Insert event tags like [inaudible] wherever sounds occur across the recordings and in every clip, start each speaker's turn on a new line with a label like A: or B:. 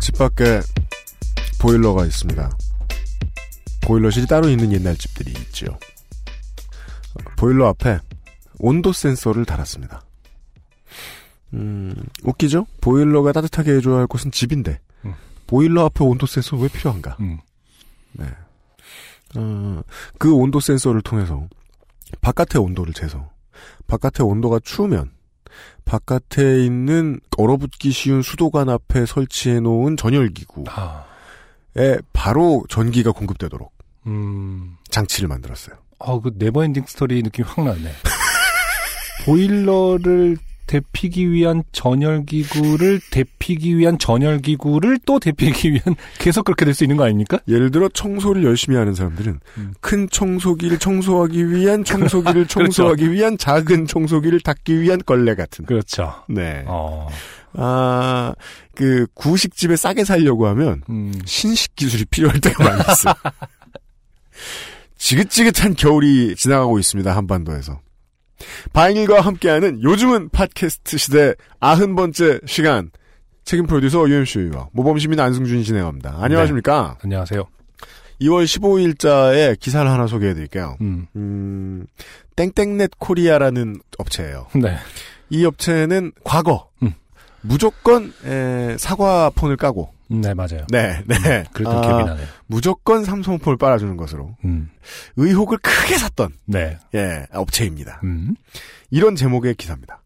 A: 집 밖에 보일러가 있습니다. 보일러실이 따로 있는 옛날 집들이 있죠. 어, 보일러 앞에 온도 센서를 달았습니다. 음, 웃기죠? 보일러가 따뜻하게 해줘야 할 곳은 집인데,
B: 음.
A: 보일러 앞에 온도 센서 왜 필요한가?
B: 음.
A: 네. 어, 그 온도 센서를 통해서 바깥의 온도를 재서, 바깥의 온도가 추우면, 바깥에 있는 얼어붙기 쉬운 수도관 앞에 설치해 놓은 전열기구.
B: 아,
A: 에 바로 전기가 공급되도록
B: 음, 아그
A: 장치를 만들었어요.
B: 네버엔딩 스토리 느낌 확 나네. [laughs] 보일러를 데피기 위한 전열기구를 데피기 위한 전열기구를 또 데피기 위한 [laughs] 계속 그렇게 될 수 있는 거 아닙니까?
A: 예를 들어 청소를 열심히 하는 사람들은
B: 음. 그렇죠.
A: 큰 청소기를 청소하기
B: [laughs]
A: 위한 청소기를 청소하기 위한 작은 청소기를 닦기 위한 걸레 같은.
B: 그렇죠.
A: 네.
B: 어,
A: 아, 그 구식집에 싸게 살려고 하면
B: 음,
A: 신식 기술이 필요할
B: [laughs]
A: 때가 많았어요. 지긋지긋한 겨울이 지나가고 있습니다. 한반도에서. 바인일과 함께하는 요즘은 팟캐스트 시대 90번째 시간. 책임 프로듀서 UMC와 모범시민 안승준이 진행합니다. 안녕하십니까?
B: 안녕하세요. 네.
A: 2월 15일자에 기사를 하나 소개해드릴게요.
B: 음,
A: 음, 땡땡넷 코리아라는 업체예요.
B: 네,
A: 이 업체는 과거
B: 음.
A: 무조건 에, 사과 폰을 까고
B: 네 맞아요.
A: 네, 네.
B: 음, 그랬던
A: 아,
B: 기억이 나네요.
A: 무조건 삼성폰을 빨아주는 것으로
B: 음,
A: 의혹을 크게 샀던
B: 네,
A: 예, 업체입니다.
B: 음,
A: 이런 제목의 기사입니다.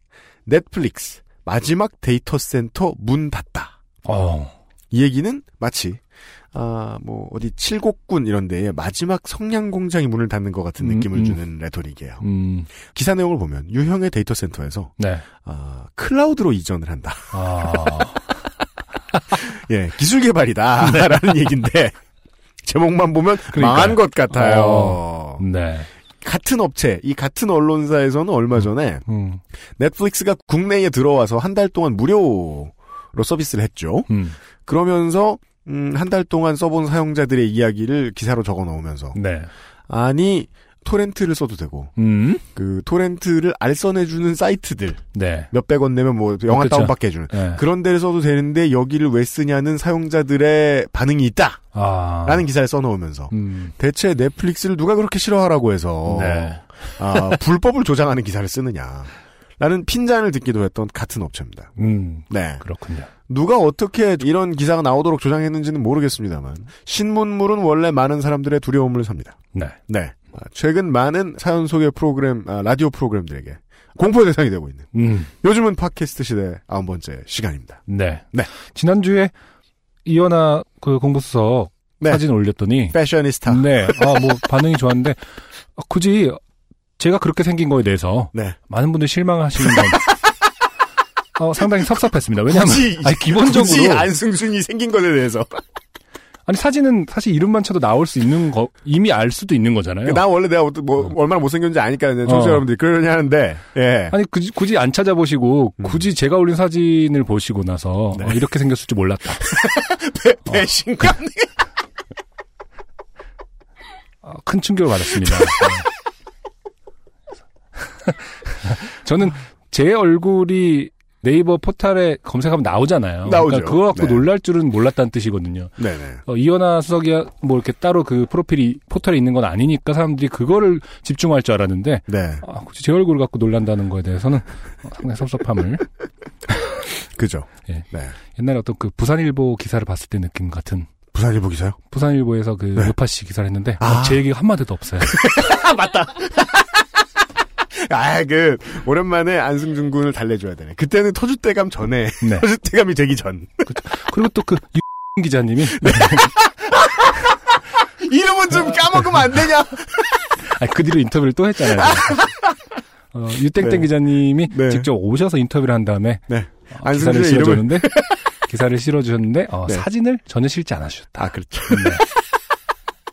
A: 넷플릭스 마지막 데이터 센터 문 닫다.
B: 어,
A: 이 얘기는 마치 아, 뭐 어디 칠곡군 이런 데에 마지막 성냥 공장이 문을 닫는 것 같은
B: 음,
A: 느낌을
B: 음.
A: 주는 레토릭이에요.
B: 음,
A: 기사 내용을 보면 유형의 데이터 센터에서
B: 네,
A: 아, 클라우드로 이전을 한다. [laughs]
B: [laughs] 아,
A: 예, 기술 개발이다라는 얘기인데 제목만 보면 망한
B: 네. 그러니까요.
A: 것 같아요.
B: 어. 네,
A: 같은 업체, 이 같은 언론사에서는 얼마 전에
B: 음,
A: 넷플릭스가 국내에 들어와서 한 달 동안 무료로 서비스를 했죠.
B: 음,
A: 그러면서 음, 한 달 동안 써본 사용자들의 이야기를 기사로 적어 넣으면서
B: 네,
A: 아니 토렌트를 써도 되고
B: 음,
A: 그 토렌트를 알선해주는 사이트들
B: 네,
A: 몇백 원 내면 뭐 영화
B: 그쵸.
A: 다운받게 해주는
B: 네.
A: 그런 데를 써도 되는데 여기를 왜 쓰냐는 사용자들의 반응이 있다라는
B: 아,
A: 기사를 써놓으면서
B: 음,
A: 대체 넷플릭스를 누가 그렇게 싫어하라고 해서
B: 네,
A: 아, 불법을 조장하는 기사를 쓰느냐. 라는 핀잔을 듣기도 했던 같은 업체입니다.
B: 음,
A: 네.
B: 그렇군요.
A: 누가 어떻게 이런 기사가 나오도록 조장했는지는 모르겠습니다만, 신문물은 원래 많은 사람들의 두려움을 삽니다.
B: 네,
A: 네. 아, 최근 많은 사연 소개 프로그램, 아, 라디오 프로그램들에게 공포의 대상이 되고 있는
B: 음,
A: 요즘은 팟캐스트 시대 아홉 번째 시간입니다.
B: 네,
A: 네.
B: 지난주에 이현아 그 공부수석
A: 네.
B: 사진 올렸더니,
A: 패셔니스타.
B: 네, 아, 뭐 반응이 좋았는데 아, 굳이 제가 그렇게 생긴 거에 대해서
A: 네.
B: 많은 분들이 실망하시는
A: [laughs]
B: 건 어, 상당히 섭섭했습니다. 왜냐하면
A: 굳이-
B: 아니, 기본적으로
A: 굳이 안승준이 생긴 것에 대해서.
B: 아니 사진은 사실 이름만 쳐도 나올 수 있는 거 이미 알 수도 있는 거잖아요.
A: 나 원래 내가 네. 어떠- 뭐, 얼마나 못생겼는지 아니까 이제 청취자
B: 어.
A: 여러분들이 그러냐 하는데, 예.
B: 아니 굳이, 굳이 안 찾아보시고
A: 음.
B: 굳이 제가 올린 사진을 보시고 나서
A: 네.
B: 어, 이렇게 생겼을 줄 몰랐다.
A: 배신감.
B: 어, 큰 충격을
A: [laughs]
B: 받았습니다. 네. [laughs] 저는 제 얼굴이 네이버 포털에 검색하면 나오잖아요.
A: 나오죠.
B: 그러니까 그거 갖고
A: 네.
B: 놀랄 줄은 몰랐다는 뜻이거든요.
A: 네네.
B: 어, 이현아 수석이 뭐 이렇게 따로 그 프로필이 포털에 있는 건 아니니까 사람들이 그거를 집중할 줄 알았는데
A: 네.
B: 아, 굳이 제 얼굴 갖고 놀란다는 거에 대해서는 어, 상당히 섭섭함을
A: 그죠.
B: 예.
A: 네.
B: 옛날에 어떤 그 부산일보 기사를 봤을 때 느낌 같은
A: 부산일보 기사요?
B: 부산일보에서 그
A: 네.
B: 요파 씨 기사를 했는데
A: 아.
B: 어, 제 얘기가 한마디도
A: [laughs]
B: 없어요.
A: 아, 그, 오랜만에 안승준 군을 달래줘야 되네. 그때는 터줏대감 전에, [laughs]
B: 네.
A: 터줏대감이 되기 전.
B: 그리고 또 그 [laughs] 기자님이
A: 네. 이름은 좀 까먹으면 안 되냐?
B: 아니, 그 뒤로 인터뷰를 또
A: [laughs]
B: 했잖아요. 어, 유땡땡
A: 네.
B: 기자님이
A: 네.
B: 직접 오셔서 인터뷰를 한 다음에
A: 네.
B: 어,
A: 안승준의
B: [laughs] 기사를
A: 이름을- [laughs]
B: 실어줬는데 기사를 실어주셨는데 어,
A: 네.
B: 사진을 전혀 실지 않으셨다.
A: 아, 그렇죠.
B: 네.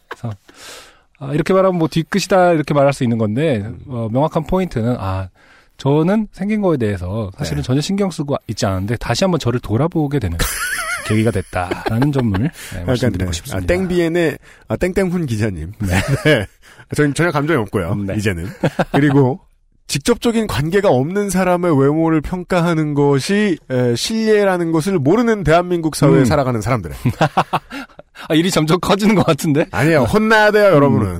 B: 그래서 아, 이렇게 말하면 뭐 뒤끝이다 이렇게 말할 수 있는 건데 어, 명확한 포인트는 아 저는 생긴 거에 대해서 사실은
A: 네.
B: 전혀 신경 쓰고 있지 않은데 다시 한번 저를 돌아보게
A: [laughs]
B: 되는 계기가 됐다라는 점을 네, 말씀드리고
A: 아,
B: 싶습니다.
A: 땡비엔의 아, 땡땡훈 기자님. [laughs] 네. 저는 전혀 감정이 없고요.
B: 네. [laughs]
A: 이제는. 그리고 직접적인 관계가 없는 사람의 외모를 평가하는 것이 에, 신뢰라는 것을 모르는 대한민국 사회에
B: 음.
A: 살아가는 사람들.
B: 아, 일이 점점 커지는 것 같은데?
A: 아니에요. 혼나야 돼요, 여러분은.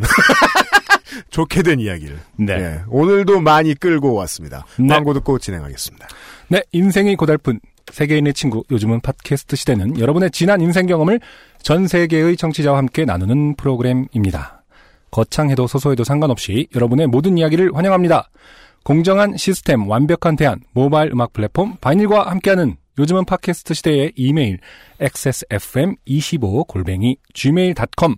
A: [laughs] 좋게 된 이야기를.
B: 음. 네.
A: 예, 오늘도 많이 끌고 왔습니다.
B: 네.
A: 광고 듣고 진행하겠습니다.
B: 네, 인생이 고달픈 세계인의 친구. 요즘은 팟캐스트 시대는 여러분의 지난 인생 경험을 전 세계의 청취자와 함께 나누는 프로그램입니다. 거창해도 소소해도 상관없이 여러분의 모든 이야기를 환영합니다. 공정한 시스템, 완벽한 대안, 모바일 음악 플랫폼 바인일과 함께하는 요즘은 팟캐스트 시대의 이메일 xsfm25 골뱅이 gmail.com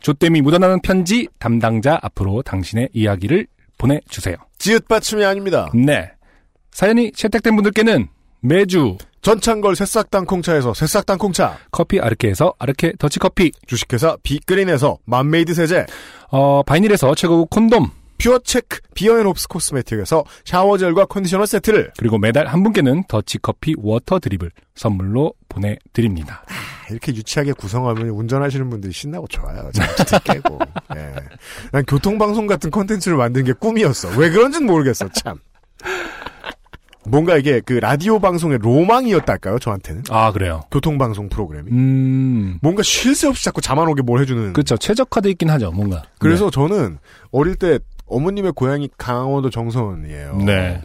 B: 조땜이 묻어나는 편지 담당자 앞으로 당신의 이야기를 보내주세요.
A: 지읒받침이 아닙니다.
B: 네. 사연이 채택된 분들께는 매주
A: 전창걸 새싹땅콩차에서 새싹땅콩차.
B: 커피 아르케에서 아르케 더치커피,
A: 주식회사 비그린에서 맘메이드 세제.
B: 어, 바이닐에서 최고급 콘돔,
A: 퓨어체크 비어앤홉스 코스메틱에서 샤워젤과 컨디셔너 세트를
B: 그리고 매달 한 분께는 더치커피 워터 드립을 선물로 보내드립니다.
A: 이렇게 유치하게 구성하면 운전하시는 분들이 신나고 좋아요. 잠도 깨고.
B: [laughs]
A: 예. 난 교통방송 같은 컨텐츠를 만드는 게 꿈이었어. 왜 그런지는 모르겠어. 참. 뭔가 이게 그 라디오 방송의 로망이었달까요? 저한테는
B: 아, 그래요?
A: 교통방송 프로그램이
B: 음,
A: 뭔가 쉴 새 없이 자꾸 잠 안 오게 뭘 해주는.
B: 그쵸. 최적화돼 있긴 하죠, 뭔가. 네.
A: 그래서 저는 어릴 때 어머님의 고향이 강원도 정선이에요.
B: 네. 네.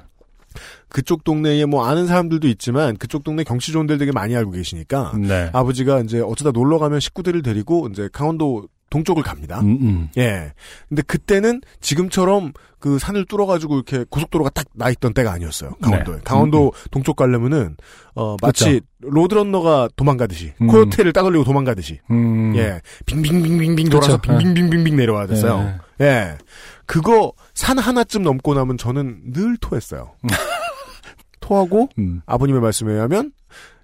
A: 그쪽 동네에 뭐 아는 사람들도 있지만 그쪽 동네 경치 좋은 데를 되게 많이 알고 계시니까
B: 네.
A: 아버지가 이제 어쩌다 놀러 가면 식구들을 데리고 이제 강원도 동쪽을 갑니다.
B: 음, 음.
A: 예. 근데 그때는 지금처럼 그 산을 뚫어가지고 이렇게 고속도로가 딱 나 있던 때가 아니었어요. 강원도에.
B: 네. 그렇죠.
A: 강원도 동쪽 가려면은, 어, 마치 로드런너가 도망가듯이,
B: 음.
A: 코요테를 따돌리고 도망가듯이,
B: 음. 그렇죠. 예.
A: 예. 빙빙빙빙빙 돌아서
B: 그쵸.
A: 빙빙빙빙빙 내려와야 됐어요.
B: 네.
A: 예. 그거 산 하나쯤 넘고 나면 저는 늘 토했어요. 토하고
B: 음.
A: 아버님의 말씀에 의하면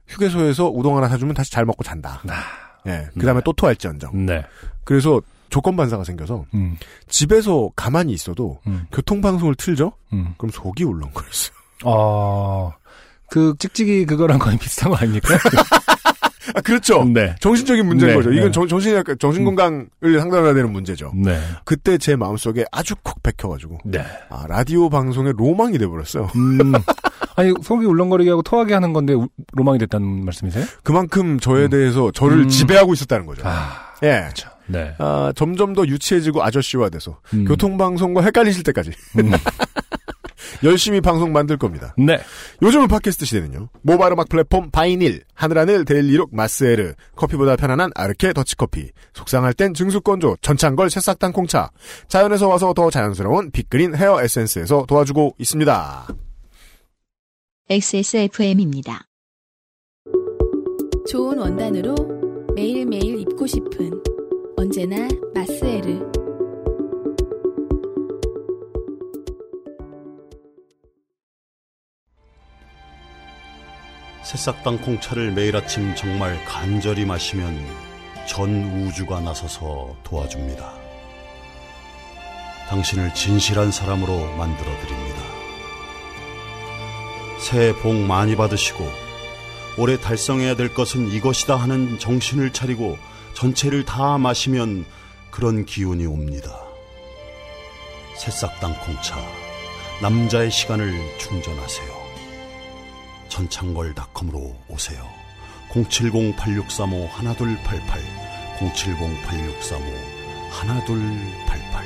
A: 휴게소에서 우동 하나 사주면 다시 잘 먹고 잔다.
B: 아.
A: 예. 그 다음에 또 토할지언정.
B: 네.
A: 그래서 조건 반사가 생겨서
B: 음.
A: 집에서 가만히 있어도
B: 음.
A: 교통방송을 틀죠?
B: 음.
A: 그럼
B: [laughs]
A: 속이 울렁거렸어요.
B: 어, 그 찍찍이 그거랑 거의 비슷한 거
A: [laughs]
B: 아닙니까?
A: 아, 그렇죠.
B: 네.
A: 정신적인 문제인
B: 네,
A: 거죠. 이건
B: 네. 음.
A: 정, 정신, 정신건강을 상담해야 되는 문제죠.
B: 네.
A: 그때 제 마음속에 아주 콕 박혀가지고,
B: 네.
A: 아, 라디오 방송의 로망이 돼버렸어요.
B: 음. [laughs] 아니 속이 울렁거리게 하고 토하게 하는 건데 우- 로망이 됐다는 말씀이세요?
A: 그만큼 저에
B: 음.
A: 대해서 저를
B: 음.
A: 지배하고 있었다는 거죠.
B: 아,
A: 예.
B: 그렇죠. 네.
A: 아, 점점 더 유치해지고 아저씨화돼서
B: 음.
A: 교통방송과 헷갈리실 때까지
B: 음.
A: 열심히 방송 만들 겁니다.
B: 네.
A: 요즘은 팟캐스트 시대는요. 모바일 음악 플랫폼 바이닐, 하늘하늘 데일리룩 마스에르, 커피보다 편안한 아르케 더치커피, 속상할 땐 증수건조, 전창걸 새싹당 콩차, 자연에서 와서 더 자연스러운 빅그린 헤어 에센스에서 도와주고 있습니다.
C: XSFM입니다.
D: 좋은 원단으로 매일매일 입고 싶은 언제나 마스에르
E: 새싹당 콩차를 매일 아침 정말 간절히 마시면 전 우주가 나서서 도와줍니다. 당신을 진실한 사람으로 만들어 드립니다. 새해 복 많이 받으시고 올해 달성해야 될 것은 이것이다 하는 정신을 차리고 전체를 다 마시면 그런 기운이 옵니다. 새싹당 콩차 남자의 시간을 충전하세요. 전창걸닷컴으로 오세요. 070-8635-1288 070-8635-1288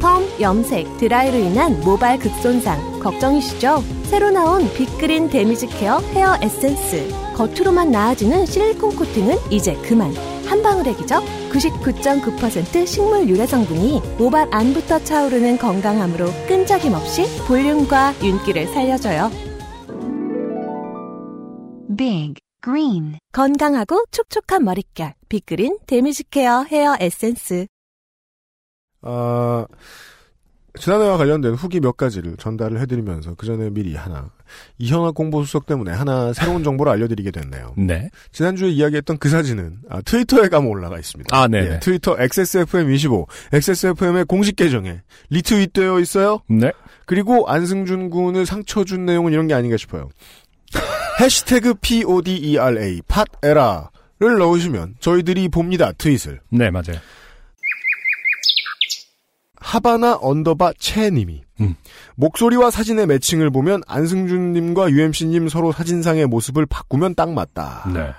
F: 펌, 염색, 드라이로 인한 모발 극손상 걱정이시죠? 새로 나온 빅그린 데미지 케어 헤어 에센스 겉으로만 나아지는 실리콘 코팅은 이제 그만 한 방울의 기적 99.9% 식물 유래 성분이 모발 안부터 차오르는 건강함으로 끈적임 없이 볼륨과 윤기를 살려줘요
G: Big Green
F: 건강하고 촉촉한 머릿결 빅그린 데미지 케어 헤어 에센스
A: 아, 지난해와 관련된 후기 몇 가지를 전달을 해드리면서 그 전에 미리 하나 이현아 공보 수석 때문에 하나 새로운 정보를 알려드리게 됐네요.
B: 네.
A: 지난주에 이야기했던 그 사진은 아, 트위터에 가면 올라가 있습니다. 예,
B: 아, 네네.
A: 트위터 XSFM25, XSFM의 공식 계정에 리트윗되어 있어요.
B: 네.
A: 그리고 안승준 군을 상처 준 내용은 이런 게 아닌가 싶어요. [laughs] 해시태그 PODERA, 팟에라를 넣으시면 저희들이 봅니다, 트윗을.
B: 네, 맞아요.
A: 하바나 언더바 채님이
B: 음.
A: 목소리와 사진의 매칭을 보면 안승준님과 UMC님 서로 사진상의 모습을 바꾸면 딱 맞다.
B: 네.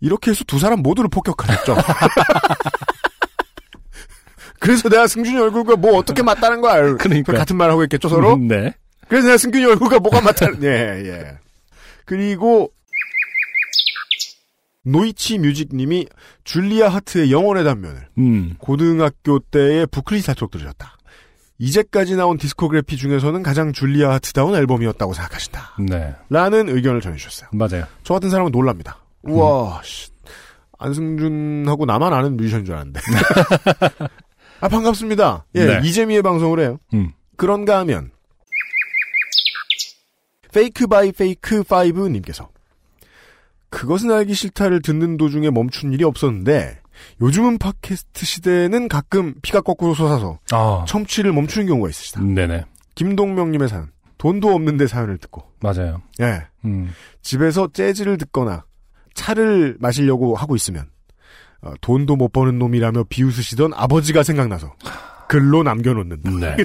A: 이렇게 해서 두 사람 모두를 폭격하셨죠. [laughs] 그래서 내가 승준이 얼굴과 뭐 어떻게
B: [laughs]
A: 맞다는 거야.
B: 그러니까요.
A: 같은 말 하고 있겠죠 서로.
B: 음, 네.
A: 그래서 내가 승균이 얼굴과 뭐가 맞다는. 예 예. 그리고 노이치 뮤직님이 줄리아 하트의 영혼의 단면을
B: 음.
A: 고등학교 때의 부클리 사쪽 들으셨다. 이제까지 나온 디스코그래피 중에서는 가장 줄리아 하트다운 앨범이었다고 생각하신다.
B: 네.
A: 라는 의견을 전해주셨어요.
B: 맞아요.
A: 저 같은 사람은 놀랍니다.
B: 음.
A: 우와, 씨. 안승준하고 나만 아는 뮤지션인 줄 알았는데. [laughs] 아, 반갑습니다. 예,
B: 네.
A: 이재미의 방송을 해요.
B: 음.
A: 그런가 하면, 페이크 바이 페이크 5님께서, 그것은 알기 싫다를 듣는 도중에 멈춘 일이 없었는데, 요즘은 팟캐스트 시대에는 가끔 피가 거꾸로 솟아서
B: 아.
A: 청취를 멈추는 경우가 있으시다.
B: 네네.
A: 김동명님의 사연, 돈도 없는데 사연을 듣고,
B: 맞아요.
A: 예,
B: 음.
A: 집에서 재즈를 듣거나 차를 마시려고 하고 있으면 어, 돈도 못 버는 놈이라며 비웃으시던 아버지가 생각나서 글로 남겨놓는다.
B: 네.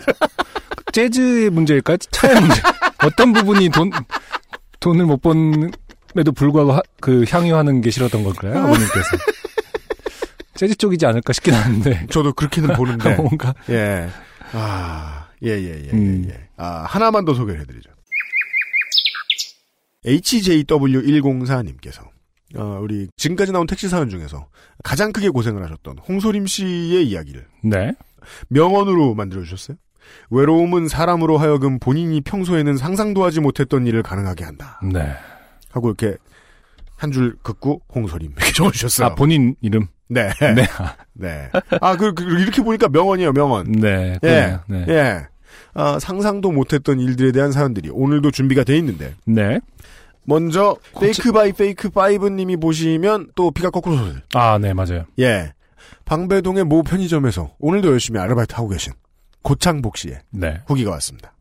B: [laughs] 재즈의 문제일까요? 차의 문제. 어떤 부분이 돈, 돈을 못 번에도 불구하고 하- 그 향유하는 게 싫었던 걸까요? [laughs] 아버님께서. 재즈 쪽이지 않을까 싶긴 한데.
A: 저도 그렇게는 [laughs] 보는데
B: 뭔가.
A: 예, 아, 예, 예, 예, 예,
B: 음.
A: 예. 아, 하나만 더 소개를 해드리죠. HJW104님께서, 어, 우리 지금까지 나온 택시 사연 중에서 가장 크게 고생을 하셨던 홍소림 씨의 이야기를
B: 네.
A: 명언으로 만들어주셨어요. 외로움은 사람으로 하여금 본인이 평소에는 상상도 하지 못했던 일을 가능하게 한다.
B: 네.
A: 하고 이렇게 한 줄 긋고 홍소림 이렇게 [laughs] 적어주셨어요.
B: 아, 본인 이름.
A: 네.
B: [laughs] 네.
A: 네. 아, 그, 그, 이렇게 보니까 명언이에요, 명언.
B: 네.
A: 예.
B: 그러네요. 네.
A: 예. 아, 상상도 못했던 일들에 대한 사연들이 오늘도 준비가 돼 있는데
B: 네.
A: 먼저 페이크 바이 페이크 파이브 님이 보시면 또 피가 거꾸로 솟을
B: 아, 네, 맞아요.
A: 예 방배동의 모 편의점에서 오늘도 열심히 아르바이트 하고 계신 고창복 씨의
B: 네.
A: 후기가 왔습니다.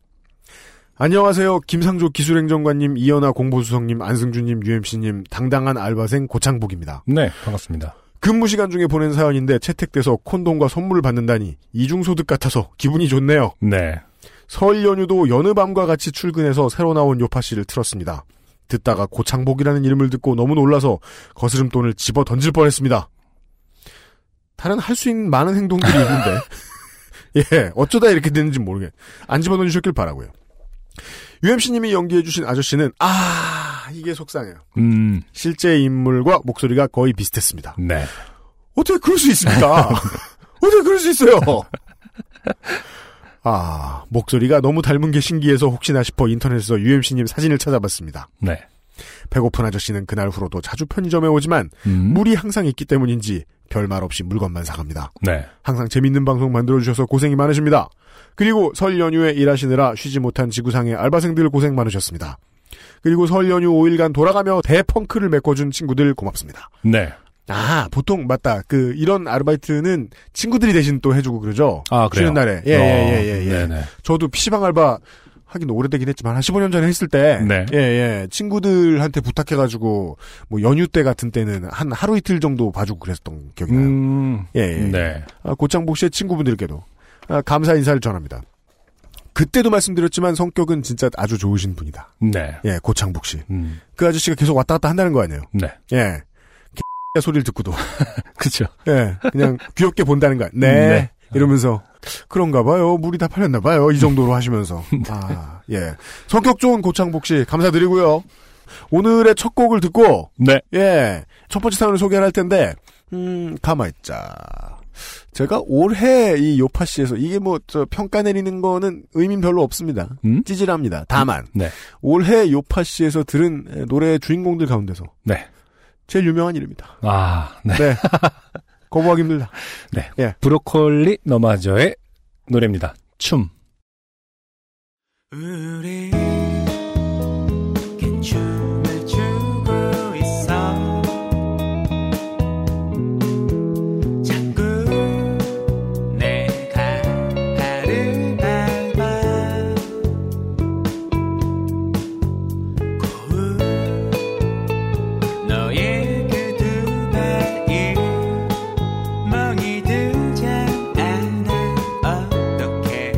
A: 안녕하세요. 김상조 기술행정관님, 이현아 공보수석님, 안승준님, UMC님, 당당한 알바생 고창복입니다.
B: 네, 반갑습니다.
A: 근무 시간 중에 보낸 사연인데 채택돼서 콘돔과 선물을 받는다니 이중소득 같아서 기분이 좋네요.
B: 네.
A: 설 연휴도 여느 밤과 같이 출근해서 새로 나온 요파 씨를 틀었습니다. 듣다가 고창복이라는 이름을 듣고 너무 놀라서 거스름돈을 집어 던질 뻔했습니다. 다른 할 수 있는 많은 행동들이 있는데 예 어쩌다 이렇게 됐는지 모르게 안 집어 던지셨길 바라고요. UMC님이 연기해주신 아저씨는 아 이게 속상해요.
B: 음,
A: 실제 인물과 목소리가 거의 비슷했습니다.
B: 네.
A: 어떻게 그럴 수 있습니까? 어떻게 그럴 수 있어요? 아, 목소리가 너무 닮은 게 신기해서 혹시나 싶어 인터넷에서 UMC님 사진을 찾아봤습니다.
B: 네.
A: 배고픈 아저씨는 그날 후로도 자주 편의점에 오지만
B: 음,
A: 물이 항상 있기 때문인지 별말 없이 물건만 사갑니다.
B: 네.
A: 항상 재밌는 방송 만들어주셔서 고생이 많으십니다. 그리고 설 연휴에 일하시느라 쉬지 못한 지구상의 알바생들 고생 많으셨습니다. 그리고 설 연휴 5일간 돌아가며 대펑크를 메꿔준 친구들 고맙습니다.
B: 네.
A: 아, 보통 맞다. 그 이런 아르바이트는 친구들이 대신 또 해주고 그러죠.
B: 아, 그래요.
A: 쉬는 날에. 예,
B: 어,
A: 예, 예, 예, 예.
B: 네, 네.
A: 저도 PC방 알바 하긴 오래되긴 했지만 한 15년 전에 했을 때
B: 네.
A: 예, 예. 친구들한테 부탁해 가지고 뭐 연휴 때 같은 때는 한 하루 이틀 정도 봐주고 그랬던 기억이 나요.
B: 음,
A: 예, 예.
B: 네.
A: 아, 고창복 씨의 친구분들께도 아, 감사 인사를 전합니다. 그때도 말씀드렸지만 성격은 진짜 아주 좋으신 분이다.
B: 네.
A: 예, 고창복 씨.
B: 음,
A: 그 아저씨가 계속 왔다 갔다 한다는 거 아니에요?
B: 네.
A: 예. [laughs] 개 소리를 듣고도
B: 그쵸.
A: 예, [laughs] 그냥 귀엽게 본다는 거. 네.
B: 네.
A: 이러면서 그런가 봐요. 물이 다 팔렸나 봐요. 이 정도로 하시면서. [laughs] 아, 예. 성격 좋은 고창복 씨 감사드리고요. 오늘의 첫 곡을 듣고
B: 네.
A: 예. 첫 번째 사연을 소개할 텐데 음, 가만 있자. 제가 올해 이 요파 씨에서 이게 뭐 저 평가 내리는 거는 의미는 별로 없습니다.
B: 음?
A: 찌질합니다. 다만
B: 네.
A: 올해 요파 씨에서 들은 노래의 주인공들 가운데서
B: 네.
A: 제일 유명한 이름이다.
B: 아, 네.
A: 네. 거부하기 힘들다.
B: 브로콜리 너마저의 노래입니다. 춤.
H: 우리 긴 춤을 추고 있어 자꾸 내가 발을 밟아 고운 너의 그 두 발이 멍이 들지 않아 어떻게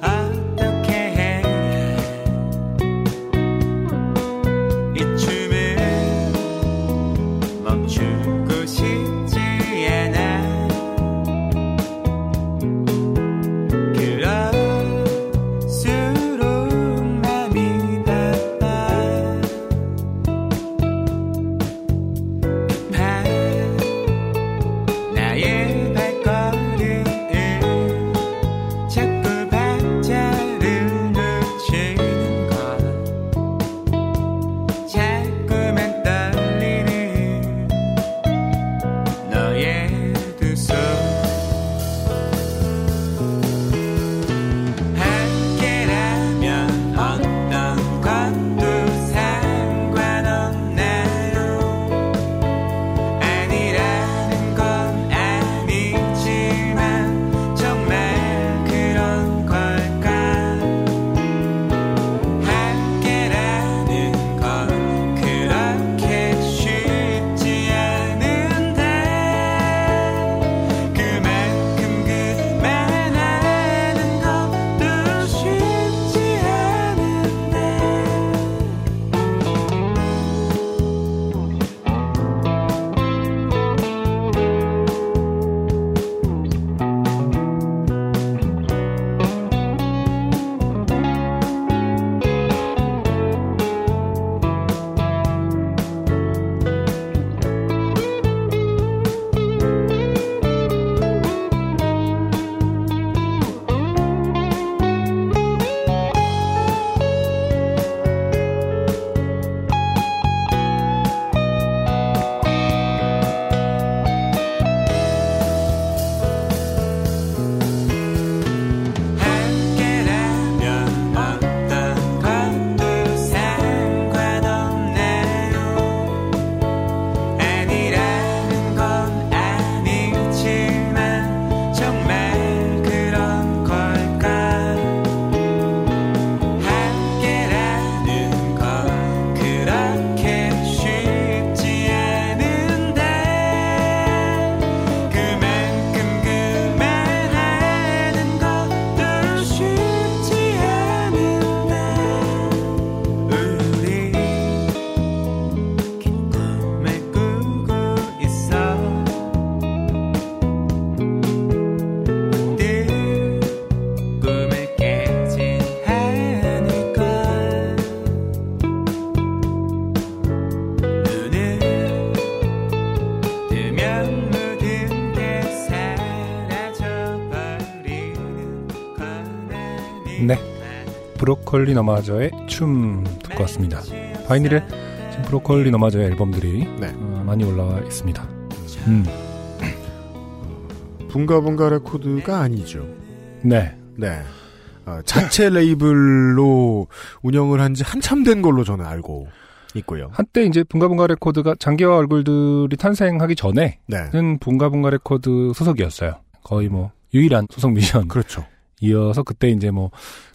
H: 어떻게 해? 이 춤을 멈추고 싶지 않아. 그럴수록 마음이 바빠. 급한 그 나의 발걸음을. 자꾸 박자를 놓치는 것 자꾸만 떨리는 너의 두 손 함께라면 어떤 것도 상관없나요 아니라는 건 아니지만 정말 그런 걸까 함께라는 건 그렇게 쉽지 않은데 그만큼 그만하는 것도 쉽지 않은데 함께라면 그 어떤 것도 상관없나요 아니라는 건 아니지만 정말 그런 걸까 함께라는 건 그렇게 쉽지 않은데 그만큼 그만하는 것도 쉽지 않은데 우리 긴 꿈을 꾸고 있어 늘 꿈을 깨진 않을걸 눈을 뜨면 모든 게 사라져버리는 거라니까
B: 네. 브로콜리 너마저의 춤 듣고 왔습니다. 바이닐에 지금 브로콜리 너마저의 앨범들이
A: 네.
B: 어, 많이 올라와 있습니다. 음,
A: 붕가붕가 레코드가 아니죠.
B: 네.
A: 네. 어, 자체 레이블로 운영을 한 지 한참 된 걸로 저는 알고 있고요.
B: 한때 이제 붕가붕가 레코드가 장기화 얼굴들이 탄생하기 전에는
A: 네.
B: 붕가붕가 레코드 소속이었어요. 거의 뭐 유일한 소속 미션
A: 그렇죠.
B: 이어서 그때 이제 뭐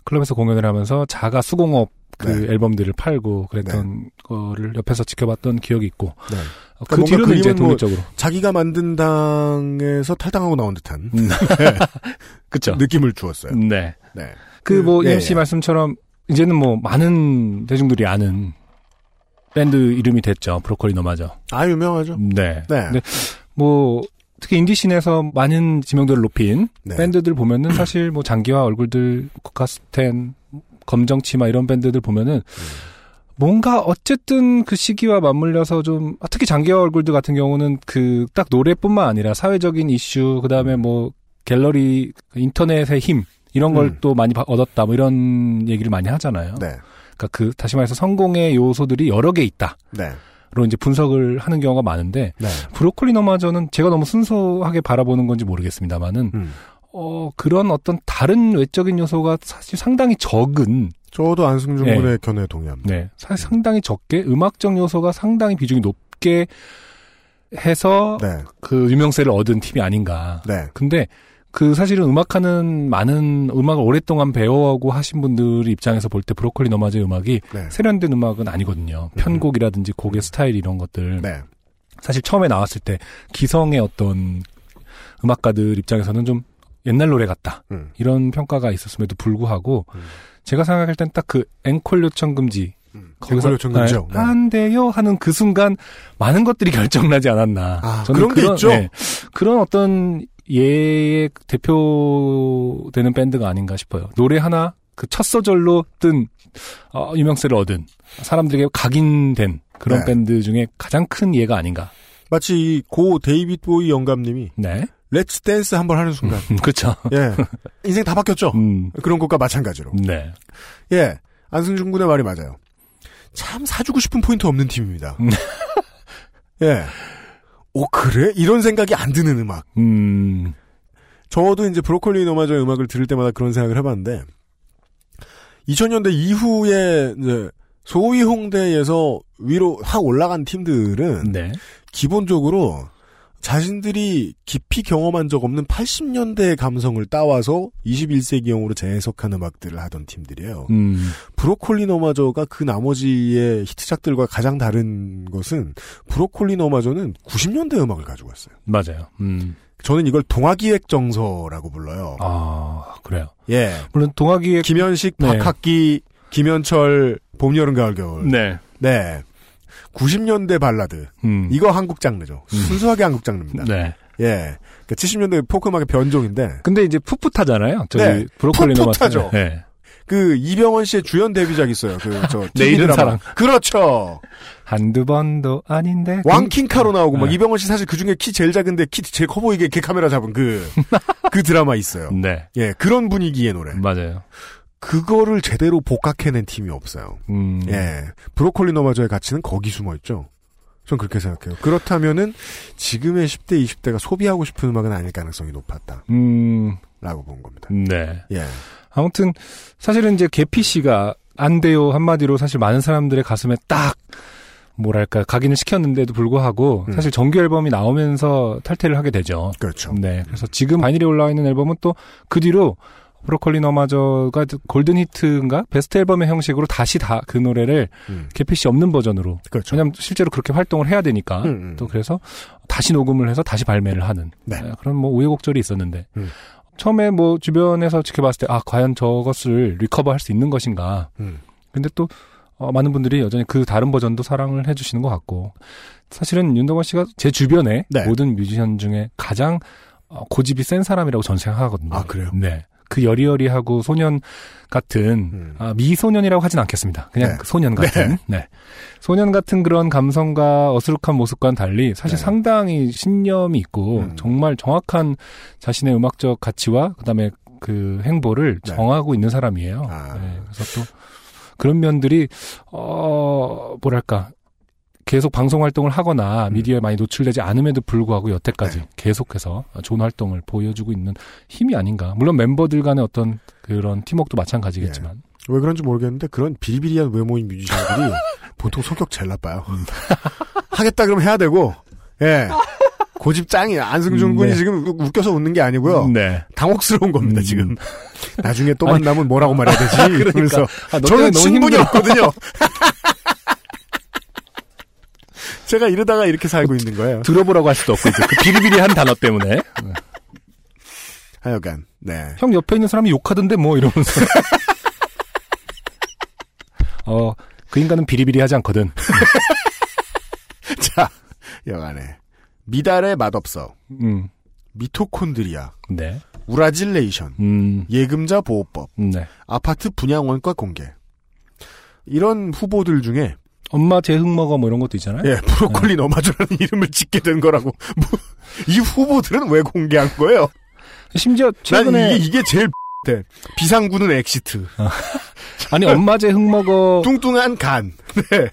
B: 클럽에서 공연을 하면서 자가 수공업 그
A: 네.
B: 앨범들을 팔고 그랬던 거를 옆에서 지켜봤던 기억이 있고
A: 네.
B: 어,
A: 그러니까
B: 그
A: 뭔가
B: 뒤로는 이제
A: 그림은 뭐-
B: 독립적으로
A: 자기가 만든 당에서 탈당하고 나온 듯한
B: 음.
A: 네.
B: [laughs] 그쵸?
A: 느낌을 주었어요.
B: 네.
A: 네.
B: 그 뭐
A: 예,
B: EMC
A: 예.
B: 말씀처럼 이제는 뭐 많은 대중들이 아는 밴드 이름이 됐죠. 브로콜리 너마저.
A: 아 유명하죠.
B: 네.
A: 네.
B: 근데 뭐 특히 인디씬에서 많은 지명도를 높인
A: 네.
B: 밴드들 보면은 사실 뭐 장기화 얼굴들 코카스텐 검정치마 이런 밴드들 보면은 뭔가 어쨌든 그 시기와 맞물려서 좀 아, 특히 장기화 얼굴들 같은 경우는 그 딱 노래뿐만 아니라 사회적인 이슈 그다음에 뭐 갤러리 인터넷의 힘 이런 걸
A: 음.
B: 또 많이 바- 얻었다 뭐 이런 얘기를 많이 하잖아요.
A: 네.
B: 그러니까 그 다시 말해서 성공의 요소들이 여러 개 있다로
A: 네.
B: 이제 분석을 하는 경우가 많은데
A: 네.
B: 브로콜리 너마저는 제가 너무 순수하게 바라보는 건지 모르겠습니다만은
A: 음.
B: 어, 그런 어떤 다른 외적인 요소가 사실 상당히 적은,
A: 저도 안승준
B: 네.
A: 군의 견해에 동의합니다.
B: 네, 사실 상당히 적게 음악적 요소가 상당히 비중이 높게 해서
A: 네.
B: 그 유명세를 얻은 팀이 아닌가.
A: 네.
B: 근데 그 사실은 음악하는 많은 음악을 오랫동안 배워오고 하신 분들 입장에서 볼 때 브로콜리 너마즈의 음악이
A: 네.
B: 세련된 음악은 아니거든요.
A: 음.
B: 편곡이라든지 곡의 스타일 이런 것들.
A: 네.
B: 사실 처음에 나왔을 때 기성의 어떤 음악가들 입장에서는 좀 옛날 노래 같다.
A: 음.
B: 이런 평가가 있었음에도 불구하고 제가 생각할 땐 딱 그 앵콜 요청 금지
A: 음.
B: 거기서
A: 앵콜 요청 금지요.
B: 네,
A: 네.
B: 안 돼요 하는 그 순간 많은 것들이 [laughs] 결정나지 않았나. 네.
A: 아, 그런 게 있죠.
B: 그런 어떤 예의 대표되는 밴드가 아닌가 싶어요. 노래 하나 그 첫 소절로 뜬 어, 유명세를 얻은 사람들에게 각인된 그런
A: 네.
B: 밴드 중에 가장 큰 예가 아닌가.
A: 마치 이고 데이빗 보이 영감님이
B: 네, [laughs]
A: 렛츠 댄스 한번 하는 순간.
B: 음, 그렇죠.
A: 예. 인생 다 바뀌었죠.
B: 음,
A: 그런 것과 마찬가지로.
B: 네,
A: 예. 안승준 군의 말이 맞아요. 참 사주고 싶은 포인트 없는 팀입니다.
B: 음.
A: 예. 오, 그래? 이런 생각이 안 드는 음악.
B: 음,
A: 저도 이제 브로콜리 노마저의 음악을 들을 때마다 그런 생각을 해봤는데, 2000년대 이후에 이제 소위 홍대에서 위로 확 올라간 팀들은
B: 네,
A: 기본적으로 자신들이 깊이 경험한 적 없는 80년대의 감성을 따와서 21세기형으로 재해석한 음악들을 하던 팀들이에요.
B: 음,
A: 브로콜리 너마저가 그 나머지의 히트작들과 가장 다른 것은 브로콜리 너마저는 90년대 음악을 가지고 왔어요.
B: 맞아요. 음,
A: 저는 이걸 동화기획 정서라고 불러요.
B: 아, 그래요.
A: 예.
B: 물론 동아기의
A: 김현식,
B: 네.
A: 박학기, 김현철, 봄, 여름, 가을, 겨울.
B: 네,
A: 네. 90년대 발라드.
B: 음,
A: 이거 한국 장르죠.
B: 음.
A: 순수하게 한국 장르입니다.
B: 네.
A: 예. 그러니까 70년대 포크음악의 변종인데
B: 근데 이제 풋풋하잖아요. 저기
A: 네.
B: 브로콜리
A: 풋풋하죠.
B: 넘어갔을 때. 네.
A: 그 이병헌 씨의 주연 데뷔작 있어요. 그저
B: [laughs] 내 이름 사랑.
A: 그렇죠.
B: 한두 번도 아닌데. 그-
A: 왕킹카로 나오고 막
B: 네.
A: 이병헌 씨 사실 그 중에 키 제일 작은데 키 제일 커 보이게 걔 카메라 잡은 그
B: [laughs]
A: 그 드라마 있어요.
B: 그- 네.
A: 예, 그런 분위기의 노래.
B: 맞아요.
A: 그거를 제대로 복각해낸 팀이 없어요.
B: 음.
A: 예, 브로콜리 너마저의 가치는 거기 숨어 있죠. 전 그렇게 생각해요. 그렇다면은 지금의 10대, 20대가 소비하고 싶은 음악은 아닐 가능성이 높았다라고
B: 음.
A: 본 겁니다.
B: 네.
A: 예,
B: 아무튼 사실은 이제 개피 씨가 안 돼요 한마디로 사실 많은 사람들의 가슴에 딱 뭐랄까 각인을 시켰는데도 불구하고
A: 음.
B: 사실 정규 앨범이 나오면서 탈퇴를 하게 되죠.
A: 그렇죠.
B: 네. 그래서 지금 바이닐에 올라와 있는 앨범은 또 그 뒤로 브로콜리 너마저가 골든 히트인가 베스트 앨범의 형식으로 다시 다 그 노래를
A: 음,
B: 개피 씨 없는 버전으로
A: 그렇죠.
B: 왜냐면 실제로 그렇게 활동을 해야 되니까
A: 음, 음.
B: 또 그래서 다시 녹음을 해서 다시 발매를 하는
A: 네.
B: 아, 그런 뭐 우여곡절이 있었는데
A: 음.
B: 처음에 뭐 주변에서 지켜봤을 때 아 과연 저것을 리커버할 수 있는 것인가
A: 음.
B: 근데 또 어, 많은 분들이 여전히 그 다른 버전도 사랑을 해주시는 것 같고 사실은 윤동건 씨가 제 주변에
A: 네.
B: 모든 뮤지션 중에 가장 어, 고집이 센 사람이라고 저는 생각하거든요.
A: 아, 그래요?
B: 네. 그 여리여리하고 소년 같은
A: 음.
B: 아, 미소년이라고 하진 않겠습니다. 그냥
A: 네.
B: 그 소년 같은 네. 소년 같은 그런 감성과 어수룩한 모습과는 달리 사실
A: 네.
B: 상당히 신념이 있고
A: 음.
B: 정말 정확한 자신의 음악적 가치와 그다음에 그 행보를
A: 네.
B: 정하고 있는 사람이에요.
A: 아.
B: 네, 그래서 또 그런 면들이 어 뭐랄까 계속 방송 활동을 하거나
A: 음.
B: 미디어에 많이 노출되지 않음에도 불구하고 여태까지
A: 네.
B: 계속해서 좋은 활동을 보여주고 있는 힘이 아닌가. 물론 멤버들 간의 어떤 그런 팀워크도 마찬가지겠지만.
A: 왜 그런지 모르겠는데 그런 비리비리한 외모인 뮤지션들이 보통 성격 제일 나빠요. [laughs] 하겠다 그러면 해야 되고 예 고집 짱이야. 안승준 군이
B: 네.
A: 지금 우- 웃겨서 웃는 게 아니고요.
B: 네.
A: 당혹스러운 겁니다
B: 음. [laughs]
A: 지금. 나중에 또
B: 아니,
A: 만나면 뭐라고 말해야 되지?
B: 그러니까.
A: 그러면서
B: [laughs] 아, 너 때문에
A: 저는
B: 너무
A: 친분이
B: 힘들어.
A: 없거든요.
B: [laughs]
A: [laughs] 제가 이러다가 이렇게 살고 있는 거예요.
B: 들어보라고 할 수도 없고 이제 그 비리비리한 단어 때문에. 네.
A: 하여간 네. [laughs]
B: 형 옆에 있는 사람이 욕하던데 뭐 이러면서. [laughs] 어, 그 인간은 비리비리하지 않거든.
A: 자 여간에 미달의 맛없어
B: 음.
A: 미토콘드리아
B: 네.
A: 우라질레이션
B: 음.
A: 예금자 보호법
B: 네.
A: 아파트 분양원과 공개. 이런 후보들 중에
B: 엄마 재흥 먹어 뭐 이런 것도 있잖아요.
A: 예,
B: 네.
A: 브로콜리 너마저라는 [laughs] 이름을 짓게 된 거라고. 뭐, 이 후보들은 왜 공개한 거예요?
B: 심지어
A: 난
B: 최근에
A: 이게, 이게 제일 돼. 비상구는 엑시트. 네.
B: 아니 엄마 재흥 먹어
A: 뚱뚱한 간. 네.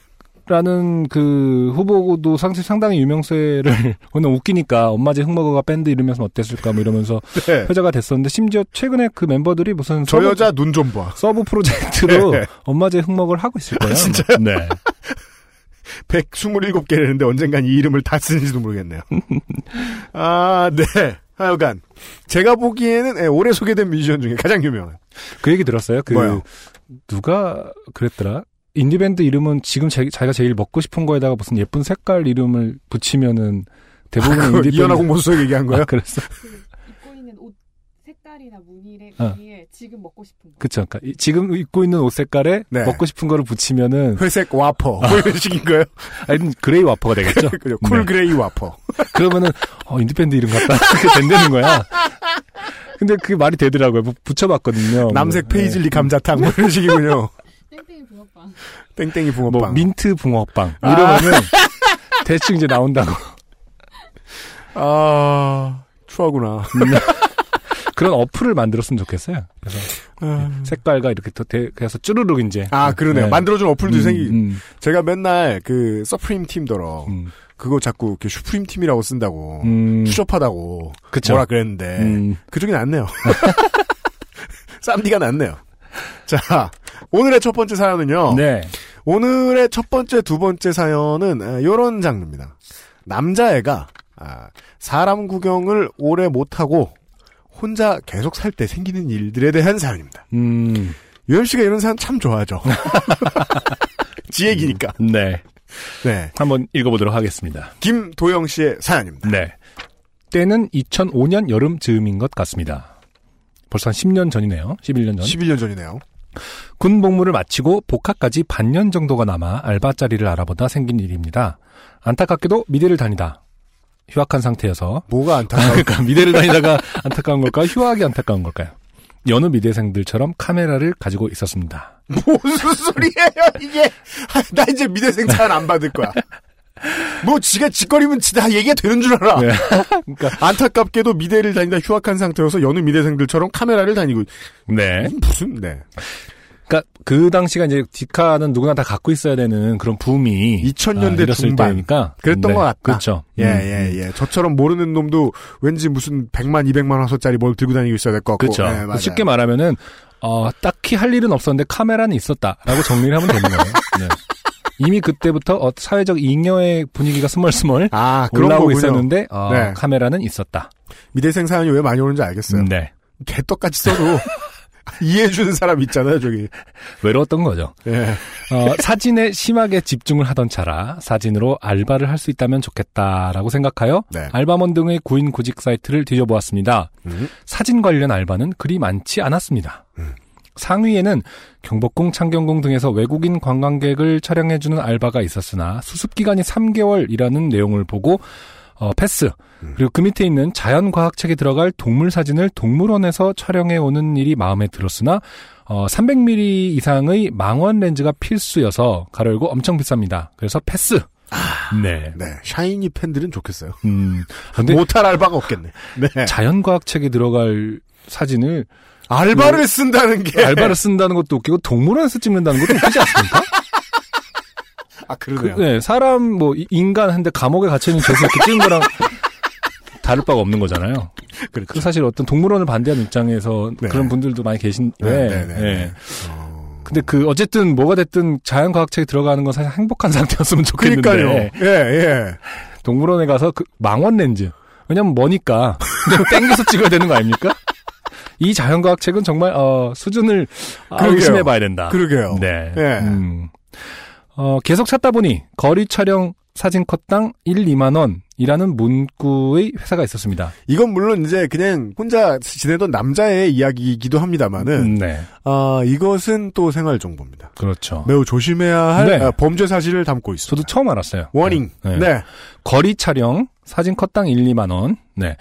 B: 라는 그 후보도 상당히, 상당히 유명세를 [laughs] 오늘 웃기니까 엄마지 흑머거가 밴드 이러면서 어땠을까 뭐 이러면서 [laughs]
A: 네.
B: 회자가 됐었는데 심지어 최근에 그 멤버들이 무슨
A: 저
B: 서브-
A: 여자 눈 좀 봐.
B: 서브 프로젝트로
A: 네. 아,
B: 엄마제 흑먹을 하고 있을 거예요.
A: 진짜요?
B: 네.
A: 127개라는데 언젠간 이 이름을 다
B: [laughs]
A: 쓰는지도 모르겠네요. 아, 네. 하여간. 제가 보기에는 예, 올해 소개된 뮤지션 중에 가장 유명한.
B: 그 얘기 들었어요. 그
A: 뭐요?
B: 누가 그랬더라? 인디밴드 이름은 지금 자, 자기가 제일 먹고 싶은 거에다가 무슨 예쁜 색깔 이름을 붙이면은 대부분
A: 그
B: 인디밴드
A: [laughs] 이현아 공모수석 얘기한 거예요?
B: 아, 그랬어.
I: 입고 있는 옷 색깔이나 무늬의
B: 어.
I: 무늬에 지금 먹고 싶은 거.
B: [laughs] 그쵸. 그러니까 이- 지금 입고 있는 옷 색깔에
A: 네.
B: 먹고 싶은 거를 붙이면은
A: 회색 와퍼. 뭐 이런 식인 거예요?
B: 네. 아니 그레이 와퍼가 되겠죠.
A: [laughs]
B: 네.
A: 그죠? 쿨 그레이 와퍼.
B: 그러면은 어, 인디밴드 이름 같다. [laughs] 그렇게 된다는 거야. 근데 그게 말이 되더라고요. 뭐 붙여봤거든요.
A: 남색
B: 뭐, 네.
A: 페이즐리 감자탕. 뭐 이런 식이군요.
I: [laughs] 땡땡이 붕어빵.
A: 땡땡이 붕어빵.
B: 뭐 민트 붕어빵
A: 아.
B: 이러면은 대충 이제 나온다고 [laughs]
A: 아, 추하구나.
B: 그런 어플을 만들었으면 좋겠어요. 그래서
A: 아,
B: 색깔과 이렇게 더 대, 그래서 쭈르륵 이제
A: [laughs] 아, 그러네요.
B: 음. 네.
A: 만들어준 어플도
B: 음,
A: 생기.
B: 음,
A: 제가 맨날 그 서프림 팀더러
B: 음,
A: 그거 자꾸 이렇게 슈프림 팀이라고 쓴다고
B: 음,
A: 추접하다고
B: 그쵸.
A: 뭐라 그랬는데
B: 음. [laughs]
A: 그쪽이 낫네요. [laughs] 쌈디가 낫네요. 자, 오늘의 첫 번째 사연은요.
B: 네.
A: 오늘의 첫 번째, 두 번째 사연은 이런 장르입니다. 남자애가 아, 사람 구경을 오래 못하고 혼자 계속 살 때 생기는 일들에 대한 사연입니다.
B: 음,
A: 유현 씨가 이런 사연 참 좋아하죠. [laughs] 지 얘기니까.
B: 네.
A: 네.
B: 한번 읽어보도록 하겠습니다.
A: 김도영 씨의 사연입니다.
B: 네. 때는 2005년 여름 즈음인 것 같습니다. 벌써 한 10년 전이네요. 11년 전.
A: 11년 전이네요.
B: 군 복무를 마치고 복학까지 반년 정도가 남아 알바 자리를 알아보다 생긴 일입니다. 안타깝게도 미대를 다니다. 휴학한 상태여서 [laughs]
A: 뭐가 안타까워?
B: 그러니까 미대를 다니다가 안타까운 걸까? 휴학이 안타까운 걸까요? 여느 미대생들처럼 카메라를 가지고 있었습니다.
A: [laughs] 무슨 소리예요 이게 아, 나 이제 미대생 사연 안 받을 거야 뭐 지가 짓거리면 지다 얘기가 되는 줄 알아 [laughs]
B: 네.
A: 안타깝게도 미대를 다니다 휴학한 상태여서 여느 미대생들처럼 카메라를 다니고
B: 네.
A: 무슨 네
B: 그러니까 그 당시가 이제 디카는 누구나 다 갖고 있어야 되는 그런 붐이 아,
A: 2000년대
B: 이랬을
A: 중반.
B: 때니까
A: 그랬던
B: 네.
A: 것 같다.
B: 그렇죠.
A: 예
B: 음.
A: 예 예 저처럼 모르는 놈도 왠지 무슨 100만 200만 화소짜리 뭘 들고 다니고 있어야 될 것 같고
B: 그렇죠.
A: 네, 맞아요.
B: 쉽게 말하면은 어, 딱히 할 일은 없었는데 카메라는 있었다라고 정리를 하면 되는 거예요. 네. 이미 그때부터 어, 사회적 잉여의 분위기가 스멀스멀
A: 아 그런
B: 올라오고
A: 거군요
B: 있었는데 어,
A: 네.
B: 카메라는 있었다.
A: 미대생 사연이 왜 많이 오는지 알겠어요
B: 네.
A: 개떡같이 써도 [laughs] 이해해주는 사람 있잖아요 저기
B: 외로웠던 거죠.
A: 예.
B: 어, 사진에 심하게 집중을 하던 차라 사진으로 알바를 할 수 있다면 좋겠다라고 생각하여
A: 네.
B: 알바몬 등의 구인 구직 사이트를 뒤져보았습니다.
A: 음.
B: 사진 관련 알바는 그리 많지 않았습니다. 상위에는 경복궁, 창경궁 등에서 외국인 관광객을 촬영해주는 알바가 있었으나 수습기간이 3개월이라는 내용을 보고 어, 패스. 그리고 그 밑에 있는 자연과학책에 들어갈 동물 사진을 동물원에서 촬영해 오는 일이 마음에 들었으나 어, 300mm 이상의 망원 렌즈가 필수여서 가려고 엄청 비쌉니다. 그래서 패스. 네.
A: 네 샤이니 팬들은 좋겠어요
B: 음. 근데
A: 못할 알바가 없겠네. 네.
B: 자연과학책에 들어갈 사진을 뭐-
A: 알바를 쓴다는 게.
B: 알바를 쓴다는 것도 웃기고 동물원에서 찍는다는 것도 웃기지 않습니까?
A: 아,
B: 그,
A: 그러네요.
B: 네, 사람 뭐 이- 인간 한데 감옥에 갇혀 있는 죄수 이렇게 찍은 거랑 다를 바가 없는 거잖아요.
A: 그렇죠.
B: 그 사실 어떤 동물원을 반대하는 입장에서
A: 네.
B: 그런 분들도 많이 계신데.
A: 네, 네, 네,
B: 예.
A: 네. 어.
B: 근데 그 어쨌든 뭐가 됐든 자연과학책에 들어가는 건 사실 행복한 [laughs] 상태였으면 좋겠는데
A: 그니까요. 예, 예.
B: 동물원에 가서 그 망원 렌즈 왜냐면 머니까
A: [laughs]
B: 그냥 땡겨서 찍어야 되는 거 아닙니까? 이 자연과학책은 정말 어, 수준을 아,
A: 그러게요.
B: 의심해봐야 된다.
A: 그러게요.
B: 네.
A: 예.
B: 음. 어, 계속 찾다 보니 거리 촬영 사진 컷당 1, 2만 원이라는 문구의 회사가 있었습니다.
A: 이건 물론 이제 그냥 혼자 지내던 남자의 이야기이기도 합니다만은,
B: 음, 네.
A: 아, 이것은 또 생활 정보입니다.
B: 그렇죠.
A: 매우 조심해야 할
B: 네.
A: 아, 범죄 사실을 담고 있습니다.
B: 저도 처음 알았어요.
A: 워닝.
B: 네.
A: 네.
B: 네. 거리 촬영 사진 컷당 1, 2만 원. 네.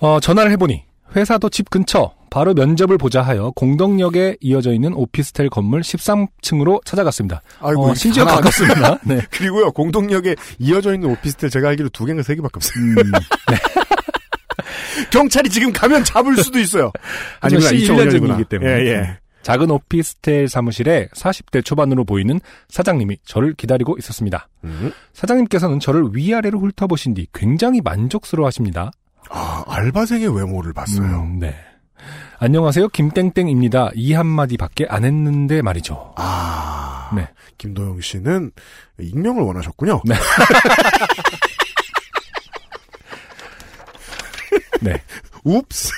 B: 어, 전화를 해보니 회사도 집 근처 바로 면접을 보자 하여 공덕역에 이어져 있는 오피스텔 건물 13층으로 찾아갔습니다.
A: 아이고,
B: 어, 심지어
A: 하나 안 [laughs]
B: 가깝습니다. 네.
A: 그리고요, 공동역에 이어져 있는 오피스텔 제가 알기로 두 개인가 세 개밖에 없어요.
B: 음.
A: [laughs]
B: 네.
A: 경찰이 지금 가면 잡을 수도 있어요.
B: 하지만
A: 아니구나,
B: 11년 [laughs]
A: 2005년이구나.
B: 전이기 때문에. 네.
A: 예, 예.
B: 작은 오피스텔 사무실에 40대 초반으로 보이는 사장님이 저를 기다리고 있었습니다.
A: 음.
B: 사장님께서는 저를 위아래로 훑어보신 뒤 굉장히 만족스러워 하십니다.
A: 아, 알바생의 외모를 봤어요.
B: 음, 네. 안녕하세요. 김땡땡입니다. 이 한마디밖에 안 했는데 말이죠.
A: 아,
B: 네.
A: 김도영 씨는 익명을 원하셨군요.
B: 네. 네.
A: 웁스.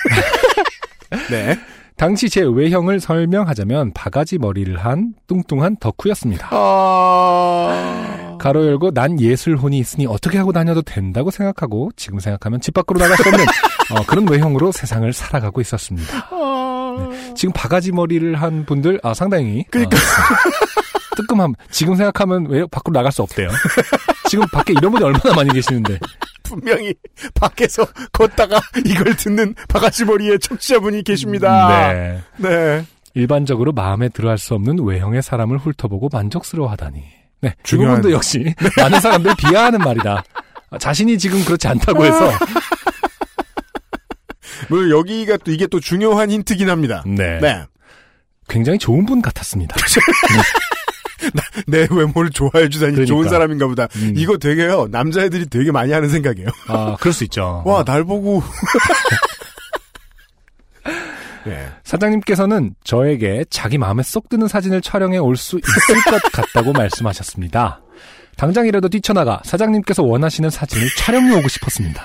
A: 네.
B: 당시 제 외형을 설명하자면 바가지 머리를 한 뚱뚱한 덕후였습니다.
A: 아,
B: 가로 열고 난 예술혼이 있으니 어떻게 하고 다녀도 된다고 생각하고 지금 생각하면 집 밖으로 나갈 수 없는 어, 그런 외형으로 세상을 살아가고 있었습니다. 네. 지금 바가지 머리를 한 분들 아 상당히
A: 어. 그러니까.
B: 어, 뜨끔함. 지금 생각하면 왜 밖으로 나갈 수 없대요. 지금 밖에 이런 분이 얼마나 많이 계시는데.
A: 분명히 [laughs] 밖에서 걷다가 [laughs] 이걸 듣는 바가지 머리의 청취자분이 계십니다.
B: 네.
A: 네.
B: 일반적으로 마음에 들어할 수 없는 외형의 사람을 훑어보고 만족스러워하다니. 네, 이
A: 중요한-
B: 부분도 역시 많은 사람들 비하하는 말이다. 아, 자신이 지금 그렇지 않다고 해서
A: 물론 뭐 여기가 또 이게 또 중요한 힌트긴 합니다.
B: 네,
A: 네.
B: 굉장히 좋은 분
A: [laughs]
B: 같았습니다.
A: 내 외모를 좋아해 주다니 좋은
B: 그러니까.
A: 사람인가 보다.
B: 음.
A: 이거 되게요. 남자애들이 되게 많이 하는 생각이에요.
B: 아, 그럴 수 있죠.
A: 와, 날 보고. [laughs] 네.
B: 사장님께서는 저에게 자기 마음에 쏙 드는 사진을 촬영해 올 수 있을 것 같다고 말씀하셨습니다. 당장이라도 뛰쳐나가 사장님께서 원하시는 사진을 촬영해 오고 싶었습니다.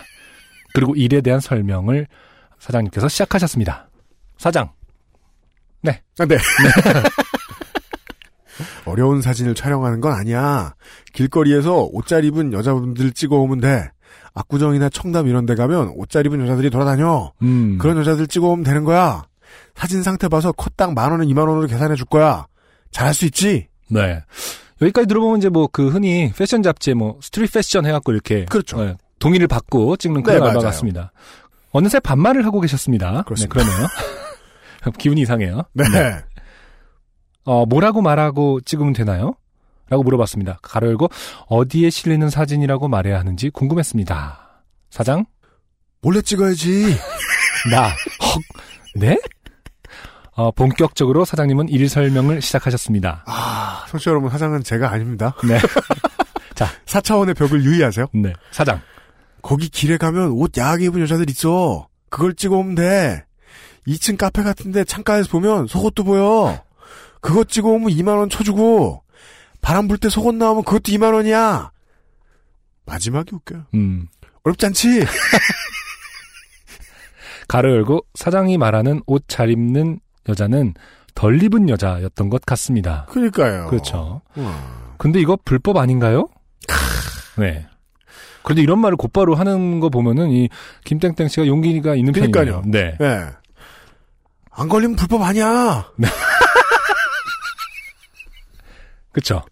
B: 그리고 일에 대한 설명을 사장님께서 시작하셨습니다. 사장,
A: 아, 네. [laughs] 어려운 사진을 촬영하는 건 아니야. 길거리에서 옷 잘 입은 여자분들 찍어오면 돼. 압구정이나 청담 이런 데 가면 옷 잘 입은 여자들이 돌아다녀.
B: 음,
A: 그런 여자들 찍어오면 되는 거야. 사진 상태 봐서 컷당 만 원에 이만 원으로 계산해 줄 거야. 잘할 수 있지?
B: 네. 여기까지 들어보면 이제 뭐 그 흔히 패션 잡지에 뭐 스트릿 패션 해갖고 이렇게
A: 그렇죠.
B: 네, 동의를 받고 찍는 그런
A: 네,
B: 알바
A: 맞아요.
B: 같습니다. 어느새 반말을 하고 계셨습니다.
A: 그렇습니다.
B: 네, 그러네요. [laughs] 기분이 이상해요.
A: 네.
B: 어, 뭐라고 말하고 찍으면 되나요? 라고 물어봤습니다. 가로 열고 어디에 실리는 사진이라고 말해야 하는지 궁금했습니다. 사장,
A: 몰래 찍어야지.
B: 나, 헉, 네? 어, 본격적으로 사장님은 일 설명을 시작하셨습니다.
A: 아, 청취자 여러분, 사장은 제가 아닙니다. [laughs]
B: 네,
A: 4차원의 벽을 유의하세요.
B: 네, 사장.
A: 거기 길에 가면 옷 야하게 입은 여자들 있어. 그걸 찍어오면 돼. 2층 카페 같은데 창가에서 보면 속옷도 보여. 그거 찍어오면 2만원 쳐주고, 바람 불 때 속옷 나오면 그것도 2만원이야. 마지막이 웃겨요.
B: 음. [laughs]
A: 어렵지 않지?
B: 가로 열고 사장이 말하는 옷 잘 입는 여자는 덜 입은 여자였던 것 같습니다.
A: 그러니까요.
B: 그렇죠.
A: 우와.
B: 근데 이거 불법 아닌가요? 네. 그런데 이런 말을 곧바로 하는 거 보면은 이 김땡땡 씨가 용기가 있는 편이에요.
A: 그러니까요.
B: 네.
A: 예. 안 걸리면 불법 아니야.
B: 그렇죠.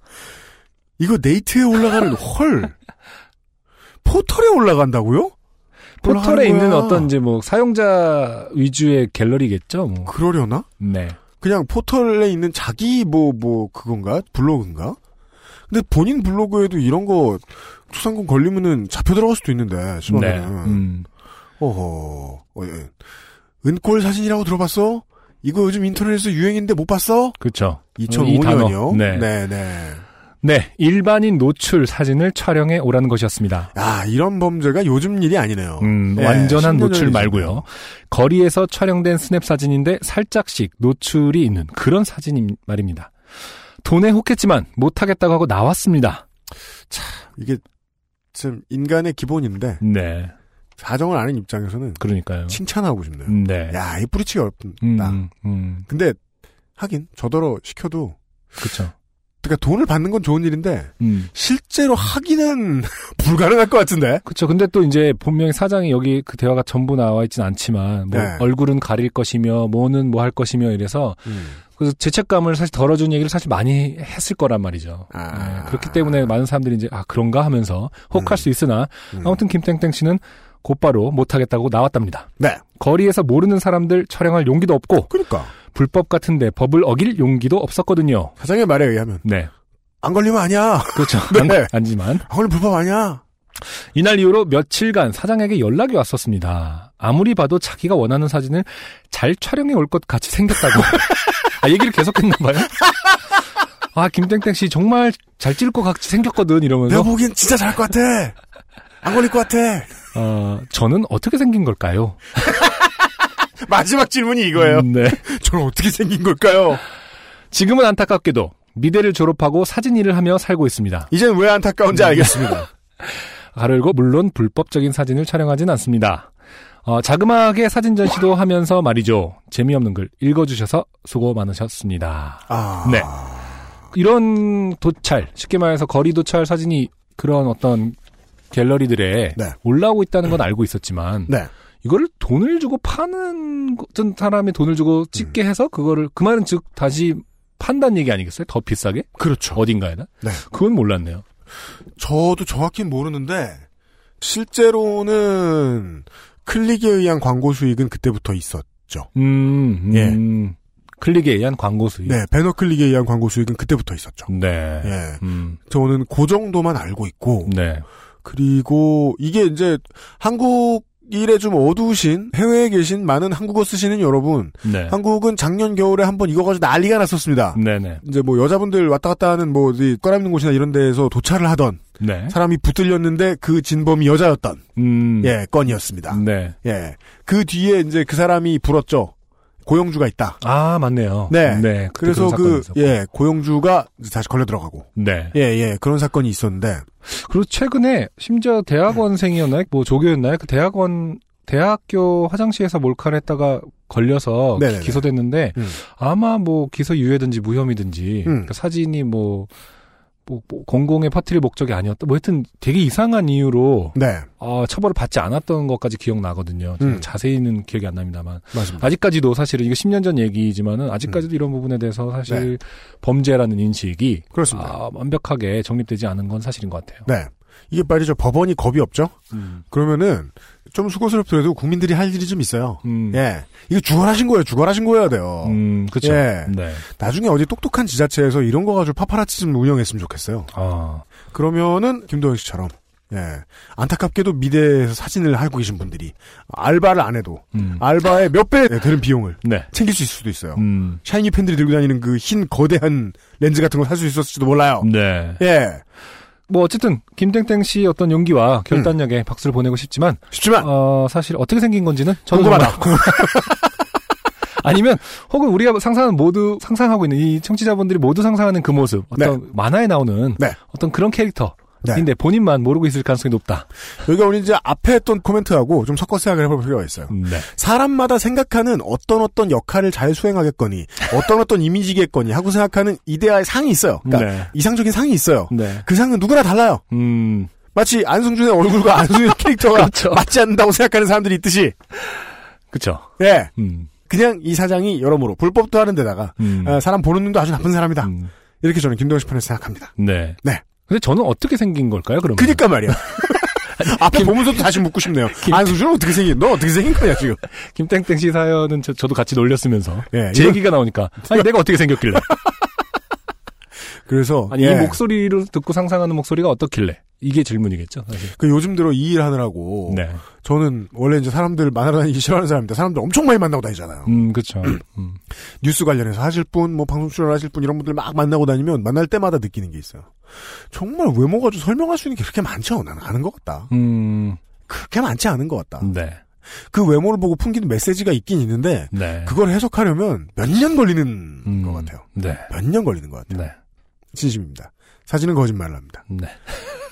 A: 이거 네이트에
B: [laughs]
A: 올라가는 헐. 포털에 올라간다고요? 올라가는
B: 포털에 있는
A: 거야.
B: 어떤 이제 뭐 사용자 위주의 갤러리겠죠. 뭐.
A: 그러려나?
B: 네.
A: 그냥 포털에 있는 자기 뭐 뭐 그건가 블로그인가? 근데 본인 블로그에도 이런 거 초상권 걸리면은 잡혀 들어갈 수도 있는데
B: 네.
A: 심하면은
B: 음.
A: 어허 어, 예. 은꼴 사진이라고 들어봤어? 이거 요즘 인터넷에서 유행인데 못 봤어?
B: 그렇죠. 이 단어.
A: 2005년이요.
B: 네.
A: 네네.
B: 네. 일반인 노출 사진을 촬영해 오라는 것이었습니다.
A: 아 이런 범죄가 요즘 일이 아니네요.
B: 음,
A: 네,
B: 완전한
A: 10년
B: 노출
A: 전이죠.
B: 말고요. 거리에서 촬영된 스냅 사진인데 살짝씩 노출이 있는 그런 사진이 말입니다. 돈에 혹했지만 못하겠다고 하고 나왔습니다.
A: 이게 참 인간의 기본인데
B: 네,
A: 사정을 아는 입장에서는
B: 음. 그러니까요.
A: 칭찬하고 싶네요.
B: 네.
A: 야이 뿌리치기 어렵다.
B: 음, 음, 음,
A: 근데 하긴 저더러 시켜도
B: 그쵸.
A: 그러니까 돈을 받는 건 좋은 일인데
B: 음.
A: 실제로 하기는 [laughs] 불가능할 것 같은데.
B: 그쵸. 근데 또 이제 분명히 사장이 여기 그 대화가 전부 나와 있진 않지만, 뭐
A: 네.
B: 얼굴은 가릴 것이며, 뭐는 뭐 할 것이며 이래서,
A: 음,
B: 그래서 죄책감을 사실 덜어준 얘기를 사실 많이 했을 거란 말이죠.
A: 아.
B: 네, 그렇기 때문에 많은 사람들이 이제, 아, 그런가 하면서 혹할
A: 음.
B: 수 있으나,
A: 음.
B: 아무튼 김땡땡 씨는 곧바로 못하겠다고 나왔답니다.
A: 네.
B: 거리에서 모르는 사람들 촬영할 용기도 없고
A: 그러니까
B: 불법 같은데 법을 어길 용기도 없었거든요.
A: 사장의 말에 의하면
B: 네,
A: 안 걸리면 아니야.
B: 그렇죠.
A: [laughs] 네.
B: 안, 아니지만
A: 안 걸리면 불법 아니야.
B: 이날 이후로 며칠간 사장에게 연락이 왔었습니다. 아무리 봐도 자기가 원하는 사진을 잘 촬영해 올 것 같이
A: [laughs]
B: 생겼다고. 아, 얘기를 계속했나 봐요. 아, 김땡땡 씨 정말 잘 찍을 것 같이 생겼거든
A: 내가
B: 이러면서
A: 보기엔 진짜 잘할 것 같아. 안 걸릴 것 같아.
B: 어, 저는 어떻게 생긴 걸까요?
A: [laughs] 마지막 질문이 이거예요.
B: 음, 네.
A: [laughs] 저는 어떻게 생긴 걸까요?
B: 지금은 안타깝게도 미대를 졸업하고 사진 일을 하며 살고 있습니다.
A: 이젠 왜 안타까운지 네, 알겠습니다.
B: [laughs] 가르고 물론 불법적인 사진을 촬영하진 않습니다. 어, 자그마하게 사진 전시도 하면서 말이죠. 재미없는 글 읽어주셔서 수고 많으셨습니다.
A: 아.
B: 네. 이런 도찰, 쉽게 말해서 거리 도찰 사진이 그런 어떤 갤러리들에
A: 네.
B: 올라오고 있다는 건 알고 있었지만
A: 네.
B: 이거를 돈을 주고 파는 어떤 사람이 돈을 주고 찍게 해서 그거를 그 말은 즉 다시 판단 얘기 아니겠어요? 더 비싸게?
A: 그렇죠.
B: 어딘가에다?
A: 네.
B: 그건 몰랐네요.
A: 저도 정확히 모르는데 실제로는 클릭에 의한 광고 수익은 그때부터 있었죠.
B: 음,
A: 예.
B: 음. 클릭에 의한 광고 수익.
A: 네, 배너 클릭에 의한 광고 수익은 그때부터 있었죠.
B: 음. 네.
A: 예.
B: 음,
A: 저는 그 정도만 알고 있고
B: 네.
A: 그리고 이게 이제 한국 일에 좀 어두우신 해외에 계신 많은 한국어 쓰시는 여러분
B: 네. 음.
A: 한국은 작년 겨울에 한번 이거 가지고 난리가 났었습니다.
B: 네네.
A: 이제 뭐 여자분들 왔다 갔다 하는 뭐 어디 꽈라입는 곳이나 이런 데에서 도착을 하던
B: 네.
A: 사람이 붙들렸는데 그 진범이 여자였던
B: 음.
A: 예 건이었습니다.
B: 네.
A: 예. 그 뒤에 이제 그 사람이 불었죠. 고영주가 있다.
B: 아, 맞네요.
A: 네.
B: 네. 그때
A: 그래서
B: 그런 사건이
A: 그,
B: 있었고.
A: 예, 고영주가 이제 다시 걸려 들어가고.
B: 네.
A: 예, 예, 그런 사건이 있었는데.
B: 그리고 최근에 심지어 대학원생이었나요? 뭐 조교였나요? 그 대학원 대학교 화장실에서 몰카를 했다가 걸려서
A: 네네네.
B: 기소됐는데
A: 음.
B: 아마 뭐 기소 유예든지 무혐의든지
A: 음.
B: 그러니까 사진이 뭐, 뭐, 뭐 공공의 퍼뜨릴 목적이 아니었다. 뭐 하여튼 되게 이상한 이유로
A: 네.
B: 아, 처벌을 받지 않았던 것까지 기억나거든요.
A: 음.
B: 자세히는 기억이 안 납니다만
A: 맞습니다. 음.
B: 아직까지도 사실은 이거 10년 전 얘기지만은 아직까지도 이런 부분에 대해서 사실
A: 네.
B: 범죄라는 인식이
A: 그렇습니다.
B: 아, 완벽하게 정립되지 않은 건 사실인 것 같아요.
A: 네. 이게 말이죠. 법원이 겁이 없죠?
B: 음.
A: 그러면은 좀 수고스럽더라도 국민들이 할 일이 좀 있어요.
B: 음.
A: 예. 이거 주관하신 거예요. 주관하신 거여야 돼요.
B: 음, 그렇죠.
A: 예.
B: 네.
A: 나중에 어디 똑똑한 지자체에서 이런 거 가지고 파파라치 좀 운영했으면 좋겠어요.
B: 아,
A: 그러면은 김도영 씨처럼 예. 안타깝게도 미대에서 사진을 하고 계신 분들이 알바를 안 해도
B: 음.
A: 알바의 몇 배 되는 비용을
B: 네.
A: 챙길 수 있을 수도 있어요.
B: 음.
A: 샤이니 팬들이 들고 다니는 그 흰 거대한 렌즈 같은 거 살 수 있었을지도 몰라요.
B: 네.
A: 예.
B: 뭐 어쨌든 김땡땡 씨의 어떤 용기와
A: 음.
B: 결단력에 박수를 보내고 싶지만
A: 쉽지만
B: 어, 사실 어떻게 생긴 건지는 저는
A: 아. 궁금하다.
B: 정말- 아니면 혹은 우리가 상상하는 모두 상상하고 있는 이 청취자분들이 모두 상상하는 그 모습 어떤 만화에 나오는
A: 네.
B: 어떤 그런 캐릭터인데
A: 네.
B: 본인만 모르고 있을 가능성이 높다.
A: 여기가 그러니까 우리 이제 앞에 했던 코멘트하고 좀 섞어 생각을 해볼 필요가 있어요.
B: 네.
A: 사람마다 생각하는 어떤 어떤 역할을 잘 수행하겠거니, 어떤 어떤 이미지겠거니 하고 생각하는 이데아의 상이 있어요. 그러니까
B: 네.
A: 이상적인 상이 있어요.
B: 네.
A: 그 상은 누구나 달라요.
B: 음.
A: 마치
B: [laughs]
A: 안승준의 얼굴과 안승준의 캐릭터가
B: 그렇죠.
A: 맞지 않는다고 생각하는 사람들이 있듯이,
B: 그쵸.
A: 예,
B: 음.
A: 그냥 이 사장이 여러모로 불법도 하는 데다가
B: 음.
A: 아, 사람 보는 눈도 아주 나쁜 사람이다.
B: 음.
A: 이렇게 저는 김동식 편에서 생각합니다.
B: 네.
A: 네.
B: 근데 저는 어떻게 생긴 걸까요, 그러면? [laughs]
A: 그니까 말이야. 앞에 보면서도 다시 묻고 싶네요. 안수준은 어떻게 생긴? 너 어떻게 생긴 거냐 지금?
B: 김땡땡 씨 사연은 저, 저도 같이 놀렸으면서.
A: 예,
B: 제
A: 이건-
B: 얘기가 나오니까. 네, 아니, 내가 어떻게 생겼길래. [laughs]
A: 그래서
B: 아니,
A: 예,
B: 이 목소리를 듣고 상상하는 목소리가 어떻길래. 이게 질문이겠죠, 사실.
A: 그 요즘 들어 이 일 하느라고
B: 네.
A: 저는 원래 이제 사람들 만나러 다니기 싫어하는 사람입니다. 사람들 엄청 많이 만나고 다니잖아요.
B: 음, 그쵸. 음.
A: 뉴스 관련해서 하실 분, 뭐 방송 출연하실 분 이런 분들 막 만나고 다니면 만날 때마다 느끼는 게 있어요. 정말 외모 가지고 설명할 수 있는 게 그렇게 많지 않아. 나는 아는 것 같다.
B: 음,
A: 그렇게 많지 않은 것 같다.
B: 네.
A: 그 외모를 보고 풍기는 메시지가 있긴 있는데
B: 네.
A: 그걸 해석하려면 몇 년 걸리는
B: 음,
A: 것 같아요.
B: 네.
A: 몇 년 걸리는 것 같아요.
B: 네.
A: 진심입니다. 사진은 거짓말을 합니다.
B: 네.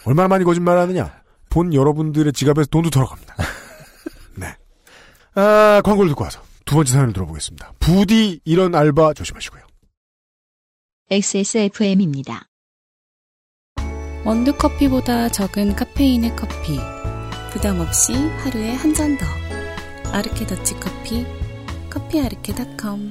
A: 얼마나 많이 거짓말을 하느냐? 본 여러분들의 지갑에서 돈도 돌아갑니다. 네. 아, 광고를 듣고 와서 두 번째 사연을 들어보겠습니다. 부디 이런 알바 조심하시고요.
C: XSFM입니다.
D: 원두 커피보다 적은 카페인의 커피. 부담 없이 하루에 한 잔 더. 아르케 더치 커피. 커피아르케닷컴.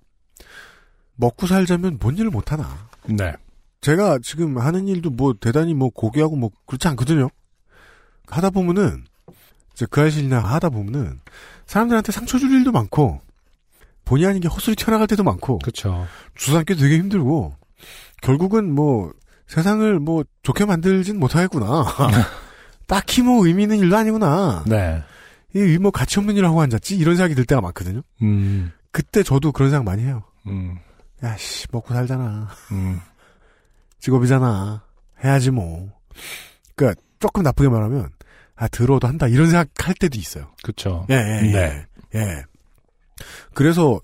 A: 먹고 살자면 뭔 일을 못하나.
B: 네.
A: 제가 지금 하는 일도 뭐 대단히 뭐 고귀하고 뭐 그렇지 않거든요. 하다 보면은 이제 그 알실이나 하다 보면은 사람들한테 상처 줄 일도 많고 본의 아니게 헛소리 튀어나갈 때도 많고
B: 그렇죠.
A: 주산기 되게 힘들고 결국은 뭐 세상을 뭐 좋게 만들진
B: [laughs]
A: 못하겠구나. 딱히 뭐 의미 있는 일도 아니구나.
B: 네.
A: 이뭐 가치 없는 일 하고 앉았지 이런 생각이 들 때가 많거든요.
B: 음.
A: 그때 저도 그런 생각 많이 해요.
B: 음.
A: 야씨 먹고 살잖아.
B: 음.
A: 직업이잖아. 해야지 뭐. 그니까 조금 나쁘게 말하면 아 들어도 한다 이런 생각할 때도 있어요.
B: 그렇죠.
A: 예, 예, 예.
B: 네.
A: 예. 그래서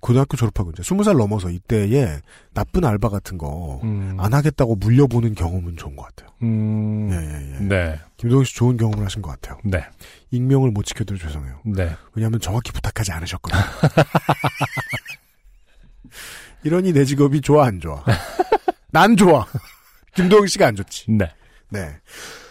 A: 고등학교 졸업하고 이제 스무 살 넘어서 이때에 나쁜 알바 같은 거 안
B: 음.
A: 하겠다고 물려보는 경험은 좋은 것 같아요.
B: 음.
A: 예, 예, 예.
B: 네.
A: 김동현 씨 좋은 경험을 하신 것 같아요.
B: 네.
A: 익명을 못 지켜드려 죄송해요.
B: 네.
A: 왜냐하면 정확히 부탁하지 않으셨거든요. [laughs] 이러니 내 직업이 좋아 안 좋아? 난 좋아. [laughs] 김도영 씨가 안 좋지.
B: 네.
A: 네.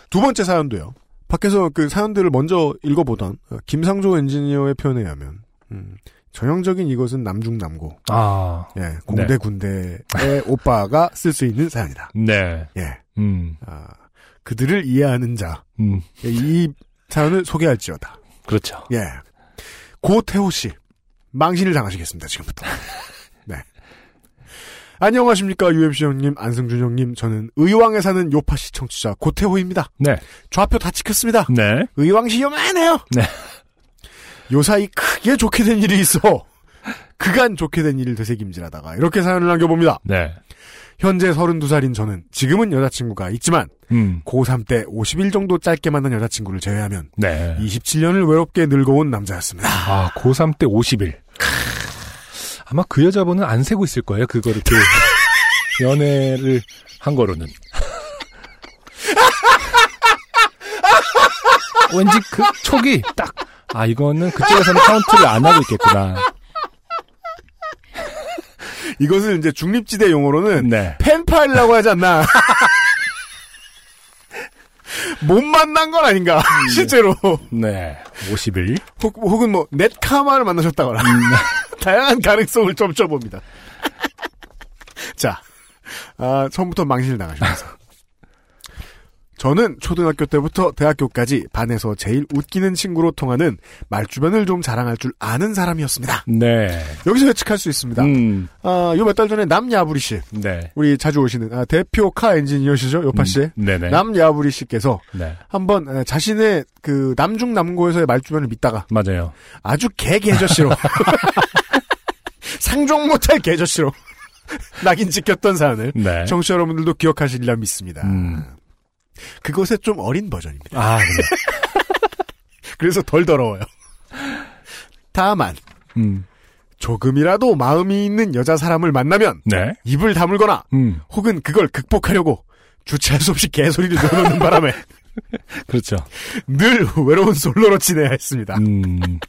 A: 두 번째 사연도요. 밖에서 그 사연들을 먼저 읽어보던 어, 김상조 엔지니어의 표현에 의하면 음, 전형적인 이것은 남중남고
B: 아.
A: 예, 공대
B: 네.
A: 군대의 오빠가 쓸 수 있는 사연이다.
B: 네.
A: 예,
B: 음.
A: 아, 그들을 이해하는 자.
B: 음.
A: 예, 이 사연을 소개할지어다.
B: 그렇죠.
A: 예. 고태호 씨. 망신을 당하시겠습니다, 지금부터. 네. 안녕하십니까, UMC 형님, 안승준 형님. 저는 의왕에 사는 요파시 청취자 고태호입니다.
B: 네.
A: 좌표 다 찍혔습니다.
B: 네.
A: 의왕시 요만해요.
B: 네.
A: 요사이 크게 좋게 된 일이 있어. 그간 좋게 된 일을 되새김질하다가 이렇게 사연을 남겨봅니다.
B: 네.
A: 현재 32살인 저는 지금은 여자친구가 있지만
B: 음.
A: 고3 때 50일 정도 짧게 만난 여자친구를 제외하면
B: 네.
A: 27년을 외롭게 늙어온 남자였습니다.
B: 아, 고3 때 50일. 아마 그 여자분은 안 세고 있을 거예요. 그거를 [laughs] 그 연애를 한 거로는. [laughs] 왠지 그 초기 딱, 아, 이거는 그쪽에서는 카운트를 안 하고 있겠구나.
A: 이것을 이제 중립지대 용어로는
B: 네.
A: 팬파일이라고
B: [laughs]
A: 하지 않나. 못 만난 건 아닌가,
B: 음,
A: 실제로.
B: 네. 50일.
A: 혹, 혹은 뭐, 넷카마를 만나셨다거나.
B: 음, 네.
A: [laughs] 다양한 가능성을 점쳐봅니다. [laughs] 자, 아, 처음부터 망신을 당하시면서. 저는 초등학교 때부터 대학교까지 반에서 제일 웃기는 친구로 통하는 말주변을 좀 자랑할 줄 아는 사람이었습니다.
B: 네.
A: 여기서 예측할 수 있습니다.
B: 음.
A: 아, 요 몇 달 전에 남야부리 씨,
B: 네.
A: 우리 자주 오시는 아, 대표 카 엔지니어시죠, 요파 씨.
B: 음, 네네.
A: 남야부리 씨께서
B: 네.
A: 한번 아, 자신의 그 남중 남고에서의 말주변을 믿다가
B: 맞아요.
A: 아주 개개저씨로 [laughs] 상종 못할 개저씨로 [laughs] 낙인 찍혔던 사안을
B: 네.
A: 청취자 여러분들도 기억하시리라 믿습니다.
B: 음.
A: 그것의 좀 어린 버전입니다.
B: 아, 그래.
A: 그래서 덜 더러워요. 다만
B: 음.
A: 조금이라도 마음이 있는 여자 사람을 만나면
B: 네.
A: 입을 다물거나
B: 음.
A: 혹은 그걸 극복하려고 주체할 수 없이 개소리를
B: [laughs]
A: 내놓는 바람에
B: 그렇죠.
A: 늘 외로운 솔로로 지내야 했습니다.
B: 음.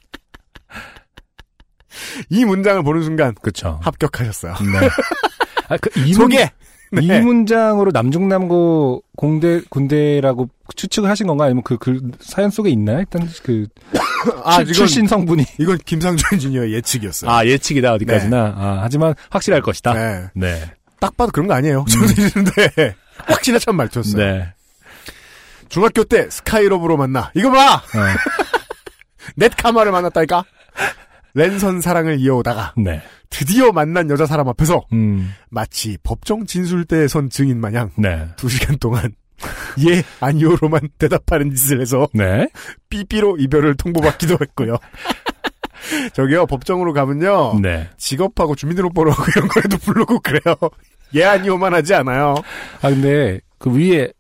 A: 이 문장을 보는 순간
B: 그렇죠.
A: 합격하셨어요. [laughs]
B: 네. 아, 그 이, 문,
A: 소개. 네.
B: 이 문장으로 남중남고 공대 군대라고 추측을 하신 건가 아니면 그, 그 사연 속에 있나요? 일단 그
A: 아,
B: 추,
A: 이건-
B: 출신 성분이
A: 이건 김상조 엔지니어의 예측이었어요.
B: 아 예측이다 어디까지나 아, 하지만 확실할 것이다. 네.
A: 네.
B: 네.
A: 딱 봐도 그런 거
B: 음.
A: 아니에요. 저는데 [laughs] 확실히 참 말투였어요.
B: 네.
A: 중학교 때 스카이럽으로 만나. 이거 봐!
B: 어,
A: [laughs] 넷카마를 만났다니까? 랜선 사랑을 이어오다가
B: 네.
A: 드디어 만난 여자 사람 앞에서
B: 음.
A: 마치 법정 진술대에 선 증인 마냥
B: 네.
A: 두 시간 동안 예, 아니요로만 대답하는 짓을 해서
B: 네.
A: 삐삐로 이별을 통보받기도 했고요. [laughs] 저기요, 법정으로 가면요.
B: 네.
A: 직업하고 주민등록번호하고 이런 거라도 부르고 그래요. 예, 아니요만 하지 않아요.
B: 아 근데 그 위에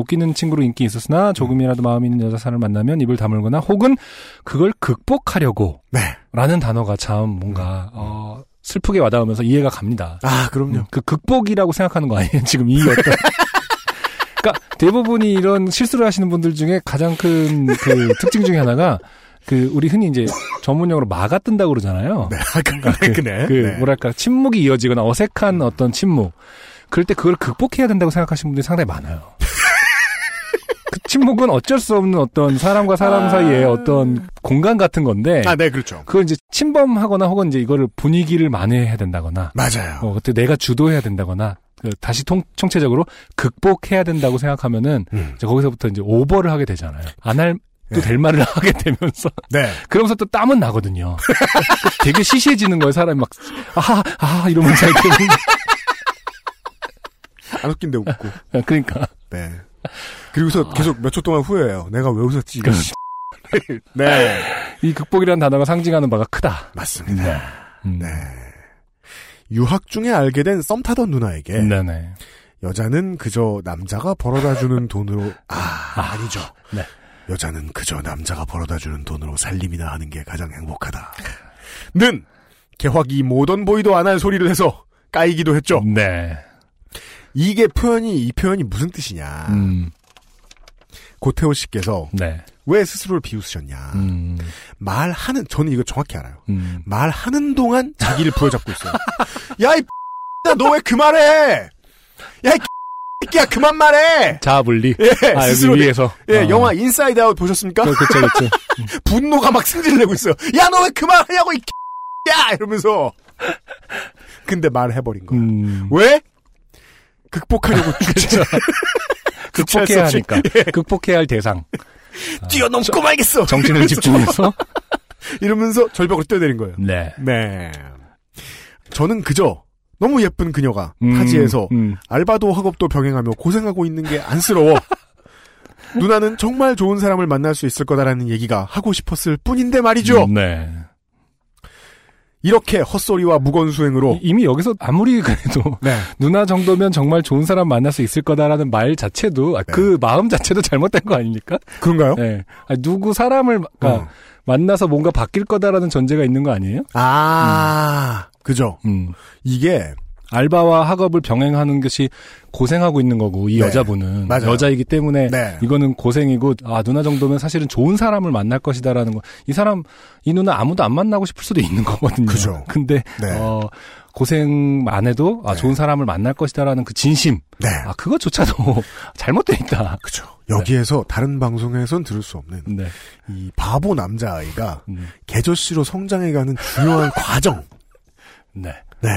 B: 웃기는 친구로 인기 있었으나 조금이라도 마음 있는 여자 사람을 만나면 입을 다물거나 혹은 그걸 극복하려고
A: 네.
B: 라는 단어가 참 뭔가 어, 슬프게 와닿으면서 이해가 갑니다.
A: 아, 그럼요.
B: 음, 그 극복이라고 생각하는 거 아니에요? [laughs] 지금 이 어떤. 그러니까 대부분이 이런 실수를 하시는 분들 중에 가장 큰 그 특징 중에 하나가 그 우리 흔히 이제 전문용어로 막아 뜬다고 그러잖아요.
A: 네, 아, 그네, 그네.
B: 그
A: 네.
B: 뭐랄까 침묵이 이어지거나 어색한 어떤 침묵. 그럴 때 그걸 극복해야 된다고 생각하시는 분들이 상당히 많아요. 그 침묵은 어쩔 수 없는 어떤 사람과 사람
A: 아.
B: 사이의 어떤 공간 같은 건데
A: 아, 네, 그렇죠.
B: 그걸 이제 침범하거나 혹은 이제 이거를 분위기를 만회해야 된다거나
A: 맞아요.
B: 어, 그때 내가 주도해야 된다거나 그 다시 통, 총체적으로 극복해야 된다고 생각하면은
A: 음. 예.
B: 이제 거기서부터 이제 오버를 하게 되잖아요. 안 할 또 될 말을 [laughs] 하게 되면서
A: 네.
B: 그러면서 또 땀은 나거든요. [laughs] 되게 시시해지는 거예요. 사람이 막 아하 아 이러면서 이렇게 [laughs]
A: 안 웃긴데 웃고.
B: 그러니까
A: 네. 그리고서 계속 몇 초 동안 후회해요. 내가 왜 웃었지? 이거. [laughs] 네.
B: 이 극복이라는 단어가 상징하는 바가 크다.
A: 맞습니다.
B: 음.
A: 네. 유학 중에 알게 된 썸 타던 누나에게
B: 네네.
A: 여자는 그저 남자가 벌어다
B: [laughs]
A: 주는 돈으로 아, 아니죠.
B: 네.
A: 여자는 그저 남자가 벌어다 주는 돈으로 살림이나 하는 게 가장 행복하다. 는 개화기 모던 보이도 안 할 소리를 해서 까이기도 했죠.
B: 네.
A: 이게 표현이 이 표현이 무슨 뜻이냐?
B: 음.
A: 고태호 씨께서
B: 네.
A: 왜 스스로를 비웃으셨냐?
B: 음.
A: 말하는 저는 이거 정확히 알아요.
B: 음.
A: 말하는 동안 자기를 부여잡고 있어요. [laughs] 야, 이 너 왜 그 말해? 야, 이 끼야 그만 말해.
B: 자아분리.
A: 예,
B: 아,
A: 스스로
B: 여기 위에서.
A: 예,
B: 아.
A: 영화 인사이드 아웃 보셨습니까?
B: 그, 그쵸, 그쵸.
A: [laughs] 분노가 막 승질내고 있어요. 야, 너 왜 그 말하냐고 이 야, 이러면서. 근데 말해버린 거야. [laughs]
B: 음.
A: 왜?
B: [laughs]
A: 극복하려고 주체
B: 극복해야
A: 수 없이. [laughs]
B: 하니까. 극복해야 할 대상.
A: 뛰어넘고 말겠어.
B: 정신을 집중해서.
A: 이러면서 절벽으로 뛰어내린 거예요.
B: [laughs] 네.
A: 네. 저는 그저 너무 예쁜 그녀가
B: 음,
A: 타지에서
B: 음.
A: 알바도 학업도 병행하며 고생하고 있는 게 안쓰러워.
B: [laughs]
A: 누나는 정말 좋은 사람을 만날 수 있을 거다라는 얘기가 하고 싶었을 뿐인데 말이죠.
B: 음, 네.
A: 이렇게 헛소리와 무건 수행으로
B: 어. 이- 이미 여기서 아무리 [laughs] 그래도
A: 네.
B: 누나 정도면 정말 좋은 사람 만날 수 있을 거다라는 말 자체도 아, 그 마음 자체도 잘못된 거 아닙니까?
A: 그런가요?
B: 네. 아니, 누구 사람을 마- 그러니까
A: 어.
B: 만나서 뭔가 바뀔 거다라는 전제가 있는 거 아니에요?
A: 아, 그죠.
B: 음.
A: 이게
B: 알바와 학업을 병행하는 것이 고생하고 있는 거고 이
A: 네,
B: 여자분은
A: 맞아요.
B: 여자이기 때문에
A: 네.
B: 이거는 고생이고 아 누나 정도면 사실은 좋은 사람을 만날 것이다라는 거 이 사람 이 누나 아무도 안 만나고 싶을 수도 있는 거거든요.
A: 그죠.
B: 근데
A: 네.
B: 어, 고생 안 해도 아
A: 네.
B: 좋은 사람을 만날 것이다라는 그 진심
A: 네,
B: 아 그것조차도 [laughs] 잘못돼 있다.
A: 그죠. 여기에서 다른 방송에선 들을 수 없는
B: 네.
A: 이 바보 남자 아이가
B: 음.
A: 개저씨로 성장해가는 중요한 [laughs] 과정.
B: 네.
A: 네.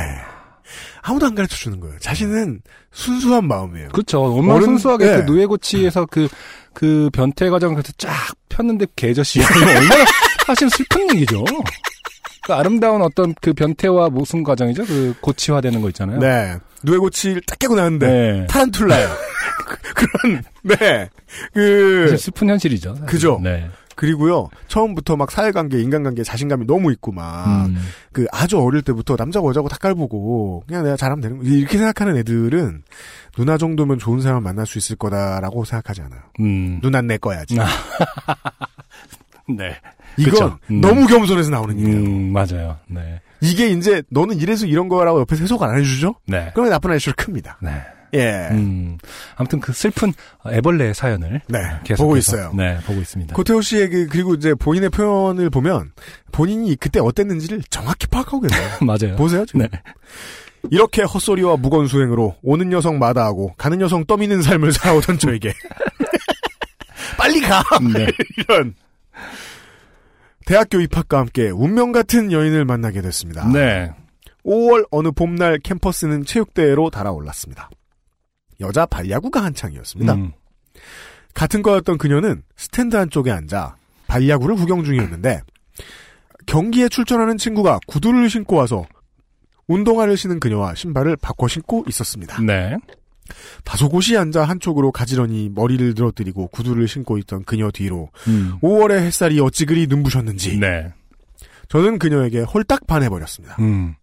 A: 아무도 안 가르쳐 주는 거예요. 자신은 순수한 마음이에요.
B: 그렇죠. 엄마
A: 어른-
B: 순수하게
A: 네.
B: 그 노예고치에서 그, 그 변태 과정 같은 쫙 폈는데 개저씨. [laughs] 얼마나 사실 슬픈 얘기죠. 그 아름다운 어떤 그 변태와 모순 과정이죠. 그 고치화되는 거 있잖아요.
A: 네. 누에고치를 딱 깨고 나는데
B: 네.
A: 타란툴라예요. [laughs] 그런 네. 그
B: 사실 슬픈 현실이죠. 사실.
A: 그죠.
B: 네.
A: 그리고요. 처음부터 막 사회관계, 인간관계 자신감이 너무 있고 막 그
B: 음.
A: 아주 어릴 때부터 남자고 여자고 다 깔보고 그냥 내가 잘하면 되는 거 이렇게 생각하는 애들은 누나 정도면 좋은 사람 만날 수 있을 거다라고 생각하지 않아요.
B: 음.
A: 누난 내 거야지.
B: 아, 네.
A: 이건
B: 그쵸. 음.
A: 너무 겸손해서 나오는 일이에요.
B: 음, 맞아요. 네.
A: 이게 이제 너는 이래서 이런 거라고 옆에서 해석 안 해주죠?
B: 네.
A: 그러면 나쁜 아저씨로 큽니다.
B: 네.
A: 예.
B: 음. 아무튼 그 슬픈 애벌레의 사연을
A: 네.
B: 계속
A: 보고 있어요.
B: 네, 보고 있습니다.
A: 고태호 씨의 그, 그리고 이제 본인의 표현을 보면 본인이 그때 어땠는지를 정확히 파악하고 계세요.
B: [laughs] 맞아요.
A: 보세요, 지금.
B: [laughs] 네.
A: 이렇게 헛소리와 무거운 수행으로 오는 여성 마다하고 가는 여성 떠미는 삶을 [laughs] 살아오던 저에게. 빨리 가! [laughs]
B: 네.
A: 이런. 대학교 입학과 함께 운명 같은 여인을 만나게 됐습니다.
B: 네.
A: 5월 어느 봄날 캠퍼스는 체육대회로 달아올랐습니다. 여자 발야구가 한창이었습니다.
B: 음.
A: 같은 과였던 그녀는 스탠드 한쪽에 앉아 발야구를 구경 중이었는데 경기에 출전하는 친구가 구두를 신고 와서 운동화를 신은 그녀와 신발을 바꿔 신고 있었습니다.
B: 네.
A: 다소 곳이 앉아 한쪽으로 가지런히 머리를 들어뜨리고 구두를 신고 있던 그녀 뒤로
B: 음.
A: 5월의 햇살이 어찌 그리 눈부셨는지
B: 네.
A: 저는 그녀에게 홀딱 반해버렸습니다.
B: 음.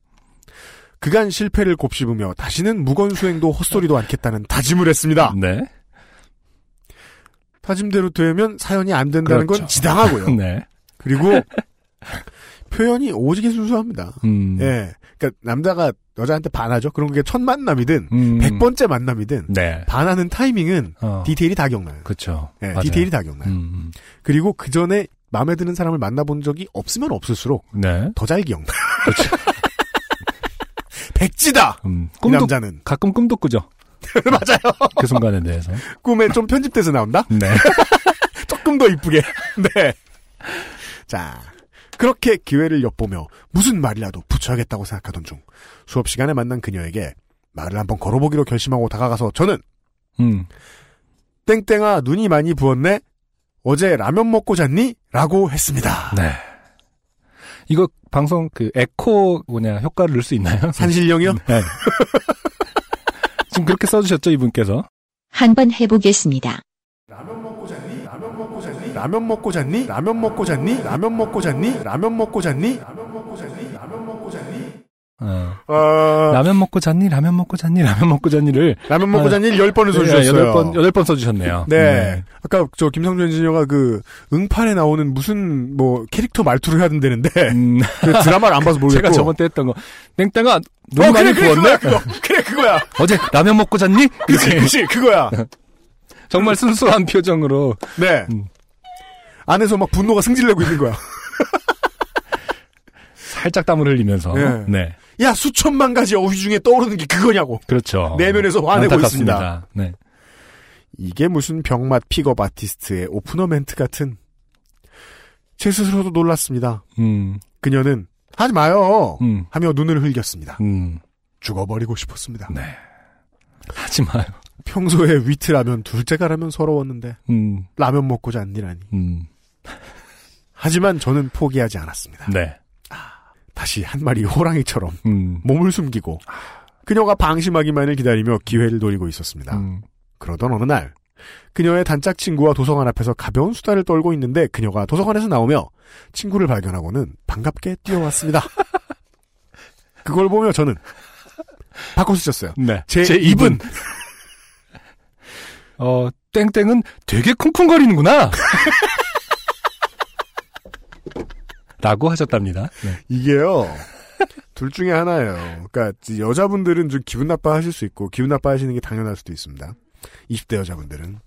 A: 그간 실패를 곱씹으며 다시는 무건 수행도 헛소리도 않겠다는 다짐을 했습니다.
B: 네.
A: 다짐대로 되면 사연이 안 된다는
B: 그렇죠.
A: 건 지당하고요.
B: [laughs] 네.
A: 그리고 [laughs] 표현이 오지게 순수합니다.
B: 음.
A: 예. 그러니까 남자가 여자한테 반하죠. 그런 게 첫 만남이든
B: 음.
A: 백 번째 만남이든
B: 네.
A: 반하는 타이밍은
B: 어.
A: 디테일이 다 기억나요.
B: 그렇죠.
A: 예,
B: 맞아요.
A: 디테일이 다 기억나요.
B: 음.
A: 그리고 그 전에 마음에 드는 사람을 만나본 적이 없으면 없을수록
B: 음. 네.
A: 더 잘 기억나. [laughs] 요 백지다.
B: 음.
A: 이
B: 그렇죠. 꿈도
A: 남자는
B: [laughs] 가끔 꿈도 꾸죠.
A: 맞아요.
B: 그 순간에
A: [laughs]
B: 대해서.
A: 꿈에 좀 편집돼서 나온다?
B: 네.
A: 조금 더 이쁘게. [laughs] 네. 자, 그렇게 기회를 엿보며 무슨 말이라도 붙여야겠다고 생각하던 중 수업 시간에 만난 그녀에게 말을 한번 걸어보기로 결심하고 다가가서 저는
B: 음.
A: 땡땡아 눈이 많이 부었네. 어제 라면 먹고 잤니? 라고 했습니다.
B: 네. 이거 방송 그 에코 뭐냐 효과를 넣을 수 있나요?
A: 산신령이요?
B: 네. 지금 그렇게 써주셨죠 이분께서?
C: 한번 해보겠습니다.
A: 라면 먹고 잤니? 라면 먹고 잤니? 라면 먹고 잤니? 라면 먹고 잤니? 라면 먹고 잤니? 라면 먹고 잤니? 라면 먹고 잤니? 라면 먹고 잤니?
B: 어.
A: 어,
B: 라면 먹고 잤니? 라면 먹고 잤니? 라면 먹고 잤니를
A: 라면 먹고
B: 아,
A: 잤니? 10번을 써주셨어요.
B: 여덟 번 여덟 번 써주셨네요.
A: 네. 아까 저 김상준 엔지니어가 그 응팔에 나오는 무슨 뭐 캐릭터 말투를 해야 된다는데
B: 네. 음,
A: [laughs] 그 드라마를 안 봐서 모르겠고
B: 제가 저번 때 했던 거 땡땡아 눈
A: 어,
B: 많이
A: 그래, 그래,
B: 부었네?
A: 그거야, 그거. [laughs] 그래, 그거야.
B: 어제 라면 먹고 잤니?
A: 그치,
B: 이렇게
A: 그치, 그거야.
B: [laughs] 정말 순수한 표정으로
A: 네.
B: 음.
A: 안에서 막 분노가 승질내고 있는 거야.
B: 살짝 땀을 흘리면서
A: 네.
B: 네,
A: [laughs] 야, 수천만 가지 어휘 중에 떠오르는 게 그거냐고.
B: 그렇죠.
A: 내면에서 화내고
B: 안타깝습니다. 네.
A: 이게 무슨 병맛 픽업 아티스트의 오프너 멘트 같은. 제 스스로도 놀랐습니다.
B: 음,
A: 그녀는 하지 마요.
B: 음,
A: 하며 눈을 흘겼습니다.
B: 음,
A: 죽어버리고 싶었습니다.
B: 네. 하지 마요.
A: 평소에 위트라면 둘째가라면 서러웠는데
B: 음,
A: 라면 먹고 잤니라니.
B: 음,
A: 하지만 저는 포기하지 않았습니다.
B: 네.
A: 다시 한 마리 호랑이처럼
B: 음,
A: 몸을 숨기고 그녀가 방심하기만을 기다리며 기회를 노리고 있었습니다.
B: 음,
A: 그러던 어느 날 그녀의 단짝 친구와 도서관 앞에서 가벼운 수다를 떨고 있는데 그녀가 도서관에서 나오며 친구를 발견하고는 반갑게 뛰어왔습니다. 그걸 보며 저는 바꿔 쓰셨어요.
B: 네.
A: 제, 입은
B: [laughs] 어, 땡땡은 되게 쿵쿵거리는구나. [laughs] 라고 하셨답니다. 네.
A: 이게요. 둘 중에 하나예요. 그러니까 여자분들은 좀 기분 나빠하실 수 있고 기분 나빠하시는 게 당연할 수도 있습니다. 20대 여자분들은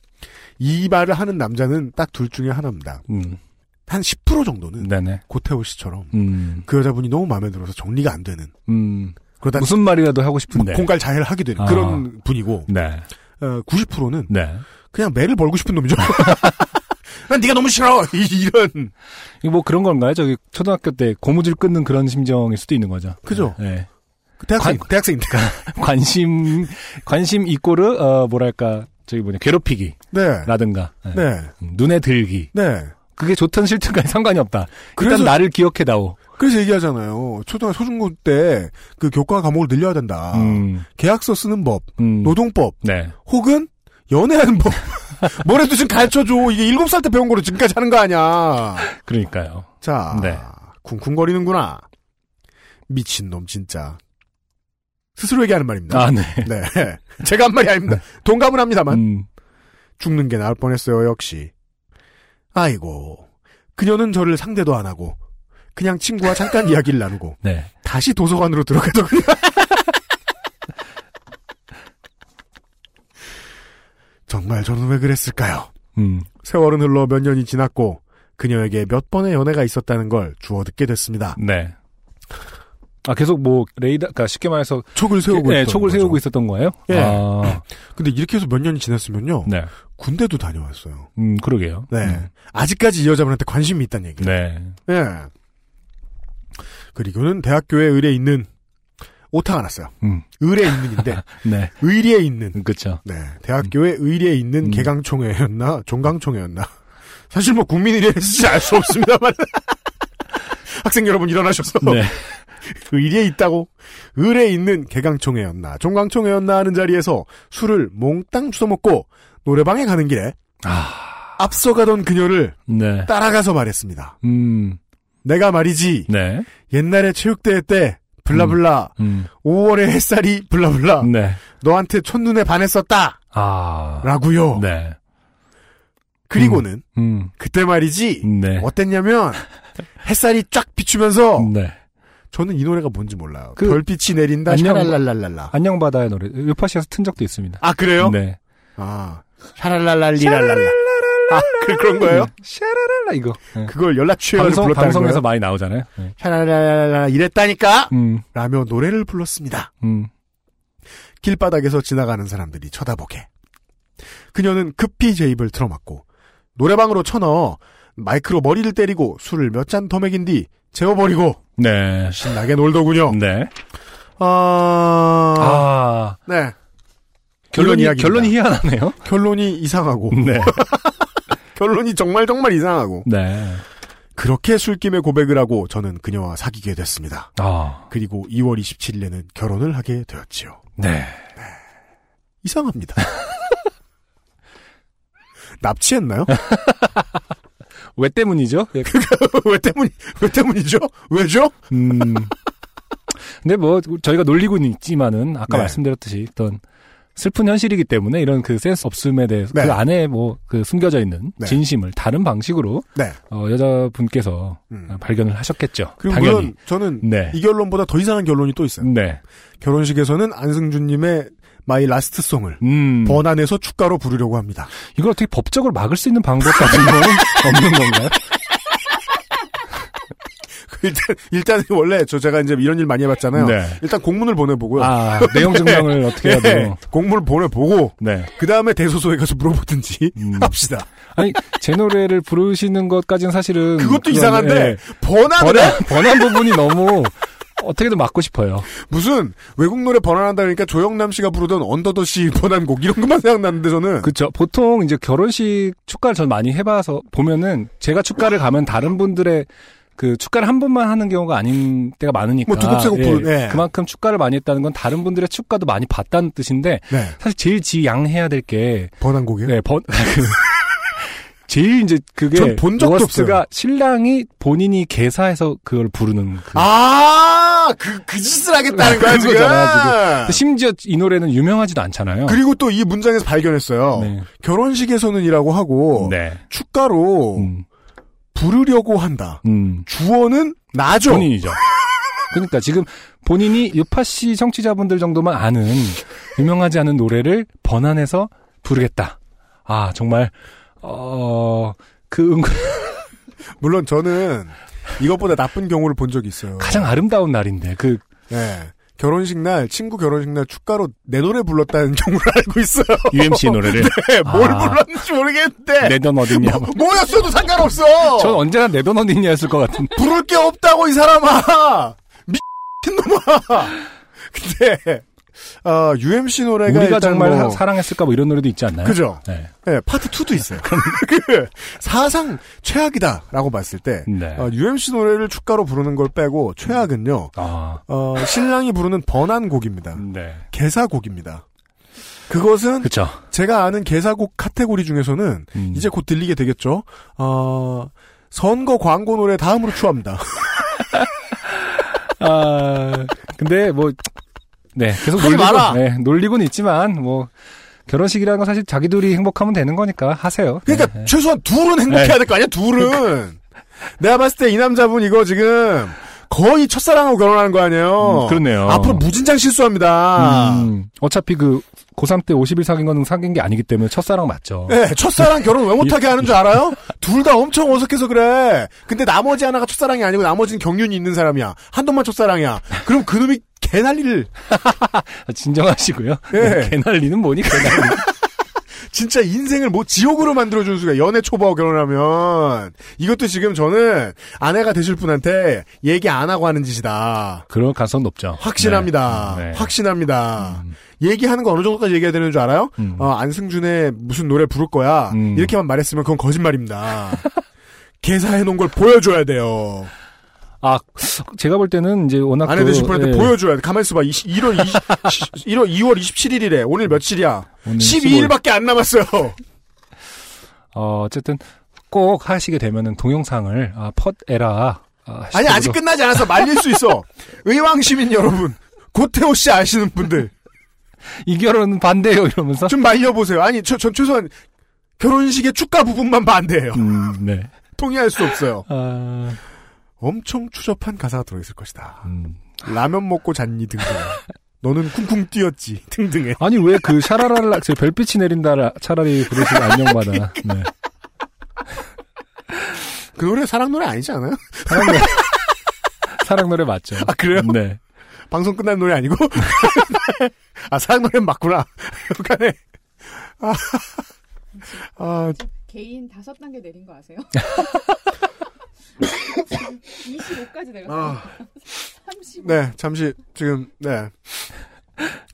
A: 이 말을 하는 남자는 딱 둘 중에 하나입니다.
B: 음,
A: 한 10% 정도는
B: 네네.
A: 고태호 씨처럼
B: 음,
A: 그 여자분이 너무 마음에 들어서 정리가 안 되는
B: 음.
A: 그러다
B: 무슨 말이라도 하고 싶은데.
A: 공갈 자해를 하게 되는
B: 아.
A: 그런 분이고
B: 네.
A: 어, 90%는
B: 네.
A: 그냥 매를 벌고 싶은 놈이죠. [laughs] 난 네가 너무 싫어. 이- 이런
B: 이게 뭐 그런 건가요? 저기 초등학교 때 고무줄 끊는 그런 심정일 수도 있는 거죠.
A: 그죠?
B: 네. [laughs]
A: 그 대학생 대학생 때.
B: 관심 관심 이꼬르 어 뭐랄까 저기 뭐냐 괴롭히기라든가
A: 네.
B: 네.
A: 네.
B: 음, 눈에 들기
A: 네.
B: 그게 좋든 싫든간 상관이 없다.
A: 그래서-
B: 일단 나를 기억해다오.
A: 그래서 얘기하잖아요. 초등학교 초중고 때 그 교과 과목을 늘려야 된다.
B: 음,
A: 계약서 쓰는 법,
B: 음,
A: 아. 노동법,
B: 네.
A: 혹은
B: [laughs]
A: 연애하는 법. 뭐라도 좀 가르쳐줘. 이게 일곱 살 때 배운 거로 지금까지 하는 거 아니야.
B: 그러니까요.
A: 자,
B: 네.
A: 쿵쿵거리는구나. 미친놈 진짜. 스스로에게 하는 말입니다.
B: 아, 네.
A: 네. [laughs] 제가 한 말이 아닙니다. 동감은 합니다만.
B: 음,
A: 죽는 게 나을 뻔했어요, 역시. 아이고. 그녀는 저를 상대도 안 하고, 그냥
B: [laughs]
A: 친구와 잠깐 이야기를 나누고,
B: 네.
A: 다시 도서관으로 들어가도 그냥. [laughs] 정말 저는 왜 그랬을까요?
B: 음,
A: 세월은 흘러 몇 년이 지났고 그녀에게 몇 번의 연애가 있었다는 걸 주워 듣게 됐습니다.
B: 네. 아 계속 뭐 레이더, 그러니까 쉽게 말해서
A: 촉을 세우고
B: 네,
A: 있던
B: 촉을
A: 거죠.
B: 세우고 있었던 거예요?
A: 예.
B: 아,
A: 근데 이렇게 해서 몇 년이 지났으면요.
B: 네.
A: 군대도 다녀왔어요.
B: 음, 그러게요.
A: 네.
B: 음,
A: 아직까지 이 여자분한테 관심이 있다는 얘기예요.
B: 네.
A: 예. 그리고는 대학교에 의뢰 있는 오타가 났어요.
B: 음,
A: 의뢰
B: [laughs]
A: 있는인데
B: 네.
A: 의리에 있는
B: 음, 그쵸.
A: 네. 대학교에 의리에 있는
B: 음.
A: 개강총회였나 종강총회였나 사실 뭐 국민의례인지 알 수 없습니다만 [laughs] 학생 여러분 일어나셔서
B: 네.
A: 의리에 있다고 의뢰에 있는 개강총회였나 종강총회였나 하는 자리에서 술을 몽땅 주워먹고 노래방에 가는 길에
B: 아.
A: 앞서가던 그녀를
B: 네.
A: 따라가서 말했습니다.
B: 음,
A: 내가 말이지
B: 네.
A: 옛날에 체육대회 때 블라블라
B: 음,
A: 5월의 햇살이 블라블라
B: 네.
A: 너한테 첫눈에 반했었다
B: 아.
A: 라고요.
B: 네.
A: 그리고는
B: 음,
A: 그때 말이지
B: 네. [laughs]
A: 어땠냐면 햇살이 쫙 비추면서
B: 네.
A: 저는 이 노래가 뭔지 몰라요.
B: 그
A: 별빛이 내린다
B: 안녕.
A: 샤랄랄랄랄라.
B: 안녕 바다의 노래. 요파시에서 튼 적도 있습니다.
A: 아 그래요?
B: 네.
A: 아 샤랄랄랄리랄랄라. 아 그, 그런 거예요?
B: 샤라랄라 이거. 네.
A: 그걸 연락 취해서
B: 방송
A: 불렀다는
B: 방송에서
A: 거예요?
B: 많이 나오잖아요. 네.
A: 샤랄랄랄라 이랬다니까
B: 음,
A: 라며 노래를 불렀습니다.
B: 음,
A: 길바닥에서 지나가는 사람들이 쳐다보게. 그녀는 급히 제 입을 틀어막고 노래방으로 쳐넣어 마이크로 머리를 때리고 술을 몇 잔 더 먹인 뒤 재워버리고
B: 네.
A: 신나게 놀더군요.
B: 네.
A: 아,
B: 아,
A: 네.
B: 결론이,
A: 이야기입니다.
B: 결론이 희한하네요.
A: 결론이 이상하고
B: 네.
A: 결론이 정말 정말 이상하고
B: 네.
A: 그렇게 술김에 고백을 하고 저는 그녀와 사귀게 됐습니다.
B: 아,
A: 그리고 2월 27일에는 결혼을 하게 되었지요.
B: 네.
A: 이상합니다. [laughs] 납치했나요? [laughs]
B: 왜 때문이죠? 예,
A: 왜 때문이 왜 때문이죠? 왜죠?
B: 음. 근데 뭐 저희가 놀리고는 있지만은 아까
A: 네.
B: 말씀드렸듯이 어떤 슬픈 현실이기 때문에 이런 그 센스 없음에 대해서
A: 네.
B: 그 안에 뭐 그 숨겨져 있는
A: 네.
B: 진심을 다른 방식으로
A: 네.
B: 어, 여자분께서 어,
A: 음.
B: 발견을 하셨겠죠.
A: 그리고
B: 당연히.
A: 물론 저는
B: 네.
A: 이 결론보다 더 이상한 결론이 또 있어요.
B: 네.
A: 결혼식에서는 안승준님의 마이 라스트 송을
B: 음.
A: 번안에서 축가로 부르려고 합니다.
B: 이걸 어떻게 법적으로 막을 수 있는 방법까지는 [laughs] 없는 건가요?
A: 그 일단 일단 원래 저 제가 이제 이런 일 많이 해봤잖아요.
B: 네.
A: 일단 공문을 보내보고요.
B: 아,
A: 네.
B: 내용 증명을 어떻게 해야
A: 예,
B: 돼요?
A: 공문을 보내보고
B: 네.
A: 그 다음에 대소소에 가서 물어보든지
B: 음.
A: [laughs] 합시다.
B: 아니, 제 노래를 부르시는 것까지는 사실은.
A: 그것도
B: 그건,
A: 이상한데
B: 예,
A: 번안을 해?
B: 번안, 번안 부분이 너무 어떻게든 막고 싶어요.
A: 무슨 외국 노래 번안한다 그러니까 조영남 씨가 부르던 언더더시 번안곡 이런 것만 생각나는데 저는
B: 그렇죠. 보통 이제 결혼식 축가를 전 많이 해봐서 보면은 제가 축가를 가면 다른 분들의 그 축가를 한 번만 하는 경우가 아닌 때가 많으니까
A: 뭐 두곡세곡
B: 예,
A: 부르- 예.
B: 그만큼 축가를 많이 했다는 건 다른 분들의 축가도 많이 봤다는 뜻인데
A: 네
B: 사실 제일 지양해야 될게
A: 번안곡이요.
B: 네, 번 그- [laughs] 제일 이제 그게
A: 전본 적도
B: 워스트가 신랑이 본인이 개사해서 그걸 부르는 그
A: 아. 아그 그 짓을 하겠다는 거야
B: 그런
A: 지금. 그
B: 거잖아, 심지어 이 노래는 유명하지도 않잖아요.
A: 그리고 또 이 문장에서 발견했어요.
B: 네.
A: 결혼식에서는이라고 하고
B: 네.
A: 축가로
B: 음.
A: 부르려고 한다.
B: 음.
A: 주어는 나죠.
B: 본인이죠. 그러니까 지금 본인이 유파 씨 청취자분들 정도만 아는 유명하지 않은 노래를 번안해서 부르겠다. 아 정말 어, 어그
A: 물론 저는 이것보다 나쁜 경우를 본 적이 있어요.
B: 가장 아름다운 날인데 그
A: 예. 결혼식 날 친구 결혼식 날 축가로 내 노래 불렀다는 [laughs] 경우를 알고 있어요.
B: [laughs] UMC 노래를
A: 네, 뭘
B: 아.
A: 불렀는지 모르겠는데
B: 내 돈 어딨냐? 고
A: 뭐였어도 상관없어.
B: 전 네. 언제나 내 돈 어딨냐였을 것 같은.
A: 부를 게 없다고 이 사람아 [laughs] 미친놈아. 근데 어, UMC 노래가
B: 우리가
A: 일단
B: 정말
A: 뭐-
B: 사- 사랑했을까 그러니까 뭐 이런 노래도 있지 않나요?
A: 그죠.
B: 네.
A: 네, 파트 2도 있어요. [laughs] 그 사상 최악이다라고 봤을 때
B: 네.
A: 어, UMC 노래를 축가로 부르는 걸 빼고 최악은요.
B: 아,
A: 어, 신랑이 부르는 번안곡입니다.
B: 네.
A: 개사곡입니다. 그것은
B: 그쵸.
A: 제가 아는 개사곡 카테고리 중에서는
B: 음.
A: 이제 곧 들리게 되겠죠. 어, 선거 광고 노래 다음으로 추합니다.
B: 아, 근데 뭐, 네. 계속
A: 하지 마라.
B: 놀리고, 네, 놀리고는 있지만, 뭐, 결혼식이라는 건 사실 자기들이 행복하면 되는 거니까 하세요.
A: 그러니까
B: 네.
A: 최소한 둘은 행복해야 될 거 아니야? 둘은 내가 봤을 때 이 남자분 이거 지금 거의 첫사랑하고 결혼하는 거 아니에요?
B: 음, 그러네요.
A: 앞으로 무진장 실수합니다.
B: 음, 어차피 그, 고3 때 50일 사귄 거는 사귄 게 아니기 때문에 첫사랑 맞죠.
A: 네, 첫사랑 결혼 왜 못하게 하는 줄 알아요? 둘 다 엄청 어색해서 그래. 근데 나머지 하나가 첫사랑이 아니고 나머지는 경륜이 있는 사람이야. 한동만 첫사랑이야. 그럼 그놈이 개난리를
B: 진정하시고요. 네,
A: 예.
B: 개난리는 뭐니,
A: [laughs]
B: 개난리.
A: 진짜 인생을 뭐 지옥으로 만들어준 수가 연애 초보하고 결혼하면 이것도 지금 저는 아내가 되실 분한테 얘기 안 하고 하는 짓이다.
B: 그럴 가능성 높죠.
A: 확신합니다.
B: 네. 네.
A: 확신합니다. 얘기하는 거 어느 정도까지 얘기해야 되는 줄 알아요?
B: 음.
A: 어, 안승준의 무슨 노래 부를 거야.
B: 음.
A: 이렇게만 말했으면 그건 거짓말입니다. 개사해 놓은 걸 보여줘야 돼요.
B: 아, 제가 볼 때는 이제 워낙.
A: 아내
B: 그-
A: 되실 분한테
B: 예.
A: 보여줘야 돼. 가만 있어봐. 20, 1월, 20, 1월, 2월 27일이래. 오늘 며칠이야?
B: 오늘
A: 12일밖에 안 남았어요.
B: 어, 어쨌든 꼭 하시게 되면은 동영상을 아, 펫에라 아,
A: 아니
B: 해시태그로-
A: 아직 끝나지 않았어. 말릴 수 있어. 의왕 시민 여러분, 고태호 씨 아시는 분들
B: 이 결혼은 반대요 이러면서
A: 좀 말려보세요. 아니 저, 전 최소한 결혼식의 축가 부분만 반대해요.
B: 음, 네.
A: 동의할 수 없어요.
B: 아,
A: 엄청 추접한 가사가 들어있을 것이다.
B: 음.
A: 라면 먹고 잤니 등등. 너는 쿵쿵 뛰었지 등등해.
B: 아니 왜 그 샤라랄라 저 별빛이 내린다 라 차라리 부르시면
A: [laughs]
B: 안녕받아. 네.
A: 그 노래 사랑 노래 아니지 않아요?
B: 사랑 노래 사랑 노래 맞죠.
A: 아, 그래요?
B: 네.
A: [laughs] 방송 끝난 노래 아니고 [laughs] 아 사랑 노래 맞구나. [laughs] 약간의 아, 아
I: 개인 다섯 단계 내린 거
D: [laughs]
I: 아세요? [laughs] 25까지 내렸어요.
A: 아.
I: 35.
A: 네, 잠시 지금 네.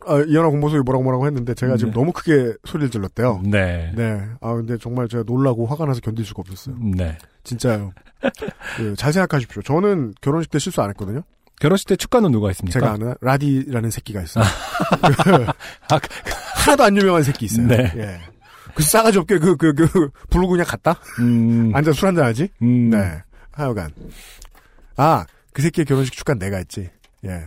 A: 아, 이현아 공보소이 뭐라고 뭐라고 했는데 제가 지금
B: 네.
A: 너무 크게 소리를 질렀대요.
B: 네.
A: 네. 아 근데 정말 제가 놀라고 화가 나서 견딜 수가 없었어요.
B: 네.
A: 진짜요. 그, 잘 생각하십시오. 저는 결혼식 때 실수 안 했거든요.
B: 결혼식 때 축가는 누가 했습니까?
A: 제가 아는 라디라는 새끼가 있어요.
B: [laughs] 아,
A: 하나도 안 유명한 새끼 있어요.
B: 네.
A: 예. 그 싸가지 없게 그 그 그 부르고 그냥 갔다.
B: 음,
A: 앉아 술 한잔 하지.
B: 음,
A: 네. 하여간 아 그 새끼의 결혼식 축가 는 내가 했지. 예.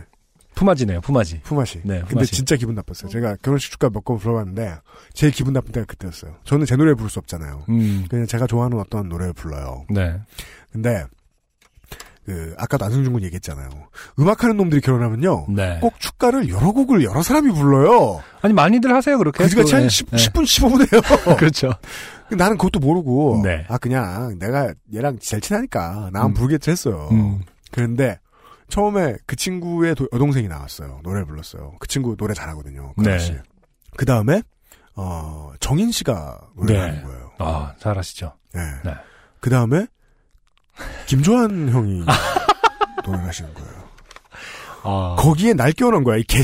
B: 품앗이네요, 품앗이.
A: 품앗이.
B: 네,
A: 근데
B: 품앗이.
A: 진짜 기분 나빴어요. 제가 결혼식 축가 몇 건 불러봤는데 제일 기분 나쁜 때가 그때였어요. 저는 제 노래 부를 수 없잖아요.
B: 음,
A: 그냥 제가 좋아하는 어떤 노래를 불러요.
B: 네.
A: 근데 그 아까도 안승준 군 얘기했잖아요. 음악하는 놈들이 결혼하면요.
B: 네.
A: 꼭 축가를 여러 곡을 여러 사람이 불러요.
B: 아니, 많이들 하세요, 그렇게.
A: 그지가
B: 또,
A: 한
B: 네,
A: 10,
B: 네.
A: 10분 15분에요.
B: [laughs] 그렇죠.
A: 나는 그것도 모르고
B: 네.
A: 아 그냥 내가 얘랑 잘 친하니까 나만
B: 음.
A: 부르겠지 했어요.
B: 음,
A: 그런데 처음에 그 친구의 도- 여동생이 나왔어요. 노래 불렀어요. 그 친구 노래 잘하거든요.
B: 네.
A: 그 다음에 어 정인 씨가 노래를
B: 네.
A: 하는 거예요.
B: 아, 잘하시죠. 네.
A: 그 다음에 김조한
B: [laughs]
A: 형이 노래를 하시는 거예요.
B: 아,
A: 거기에 날 끼워넣은 거야. 이 개.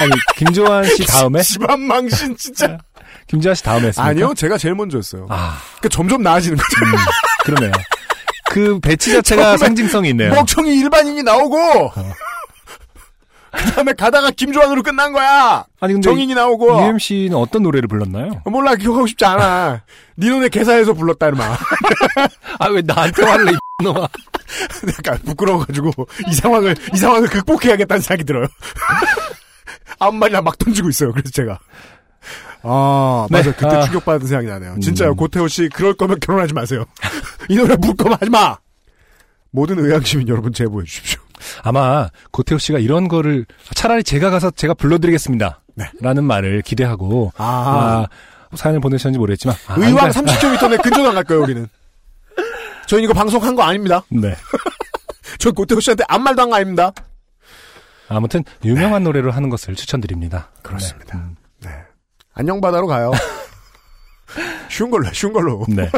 B: 아니, 김조한
A: [laughs]
B: 씨 다음에?
A: 집안 망신 진짜.
B: 김조한 씨 다음에 했습니까?
A: 아니요, 제가 제일 먼저였어요.
B: 아,
A: 그러니까 점점 나아지는 거죠.
B: 음, 그러네요. 그 배치 자체가
A: 처음에 뭐
B: 상징성이 있네요. 어.
A: 멍청이 일반인이 나오고 그 다음에 가다가 김조한으로 끝난 거야.
B: 아니, 근데
A: 정인이 나오고
B: UM 씨는 어떤 노래를 불렀나요?
A: 몰라 기억하고 싶지 않아. 니놈의 개사에서 불렀다 이놈아.
B: 아, 왜 나한테 화를 내, 놈아.
A: 약간 부끄러워가지고 이 상황을 이 상황을 극복해야겠다는 생각이 들어요. [laughs] 아무 말이나 막 던지고 있어요. 그래서 제가 아
B: 네.
A: 맞아 그때
B: 아.
A: 충격받은 생각이 나네요. 진짜요
B: 음.
A: 고태호 씨 그럴 거면 결혼하지 마세요. [laughs] 이 노래 부를 거면 하지 마. 모든 의향시민 여러분 제보해 주십시오.
B: 아마 고태호 씨가 이런 거를 차라리 제가 가서 제가 불러드리겠습니다.
A: 네.
B: 라는 말을 기대하고
A: 아,
B: 아, 사연을 보내셨는지 모르겠지만 아,
A: 의왕
B: 안 가-
A: 30km 내 근처도 안 갈 거예요 우리는. 저희 이거 방송한 거 아닙니다.
B: 네.
A: 저 고태호 씨한테 아무 말도 한 거 아닙니다.
B: 아무튼 유명한 노래로 하는 것을 추천드립니다.
A: 그렇습니다. 네. 안녕 바다로 가요. 쉬운 걸로, 해, 쉬운 걸로.
B: 네. 네.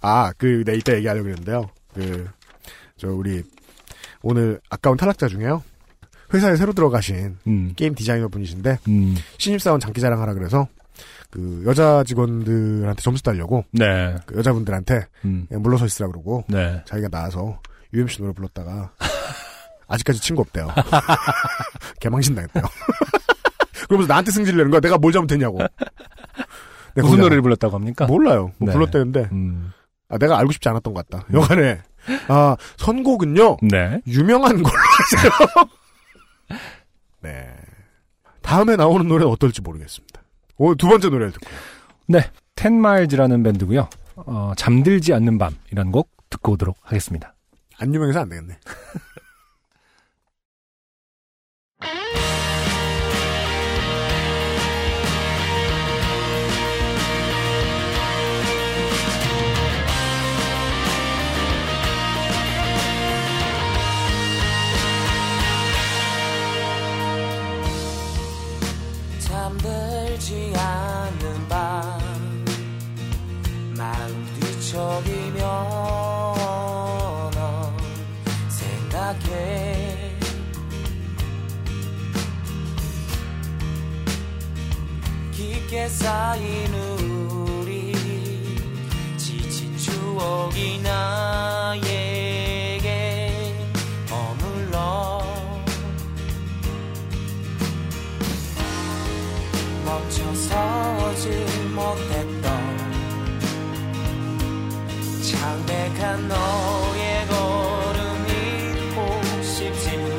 A: 아, 그, 네, 이따 얘기하려고 그랬는데요. 그, 저, 우리, 오늘 아까운 탈락자 중에요. 회사에 새로 들어가신
B: 음.
A: 게임 디자이너 분이신데,
B: 음.
A: 신입사원 장기 자랑하라 그래서, 그, 여자 직원들한테 점수 달려고,
B: 네.
A: 그 여자분들한테
B: 음.
A: 그냥 물러서 있으라 그러고,
B: 네.
A: 자기가 나와서 UMC 노래 불렀다가, [laughs] 아직까지 친구 없대요. [laughs] 개망신 당했대요. [laughs] 그러면서 나한테 승질 내는 거야. 내가
B: [laughs]
A: 뭘 잘못했냐고. 내가
B: 무슨
A: 거기다가
B: 노래를 불렀다고 합니까?
A: 몰라요. 뭐
B: 네.
A: 불렀다는데
B: 음.
A: 아, 내가 알고 싶지 않았던 것 같다. 여간에 아 선곡은요
B: 네.
A: 유명한 걸로 [laughs] 하세요. 네. 다음에 나오는 노래는 어떨지 모르겠습니다. 오늘 두 번째 노래를 듣고
B: 텐마일즈라는 네. 밴드고요. 어, 잠들지 않는 밤이라는 곡 듣고 오도록 하겠습니다.
A: 안 유명해서 안 되겠네.
H: 잠들지 않는 밤 마음 뒤척이며 넌 생각해 깊게 쌓인 우리 지친 추억이 나에게 머물러 멈춰서지 못했던 창백한 너의 걸음이 혹시지만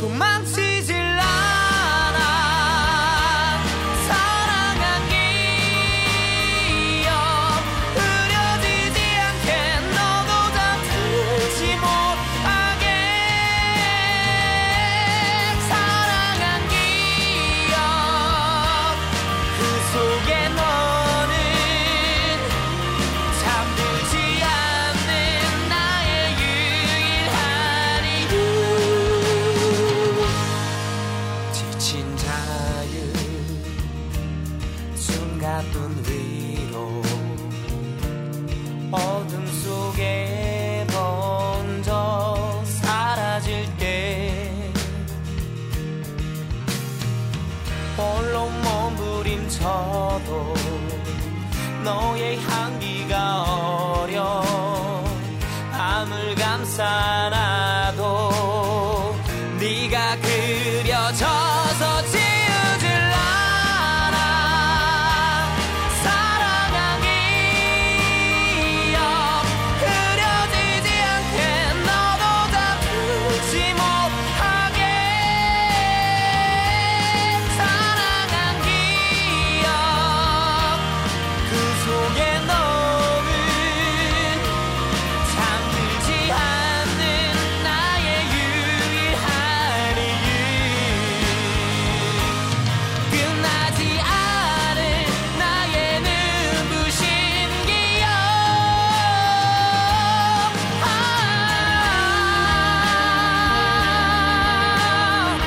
H: 도망치질 않아 사랑한 기억 흐려지지 않게 너도 잠들지 못하게 사랑한 어, 기억 그 속에 너는 잠들 있어도 너의 향기가 어려 밤을 감싸나도 네가 그려져서 지우질 않아 사랑한 기억 흐려지지 않게 너도 다투지 못하게 사랑한 기억 그 속에 너는 잠들지 않는 나의 유일한 이유 끝나지 않은 나의 눈부신 기억 아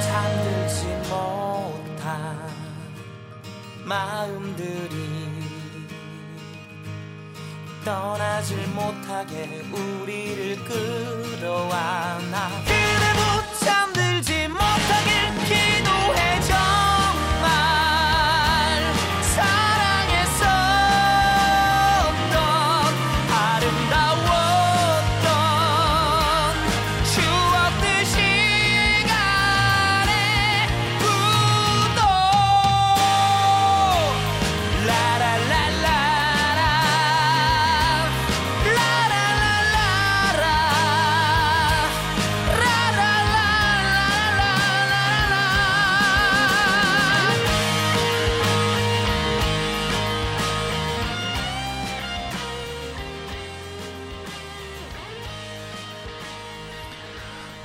H: 잠들지 못한 마음들이 떠나질 못하게 우리를 끌어안아 그대도 잠들지 못하길 기도해 정말 사랑했었던 아름다웠던 추억들 시간에 굳어 라라라라라 라라라라라 라라라라라라라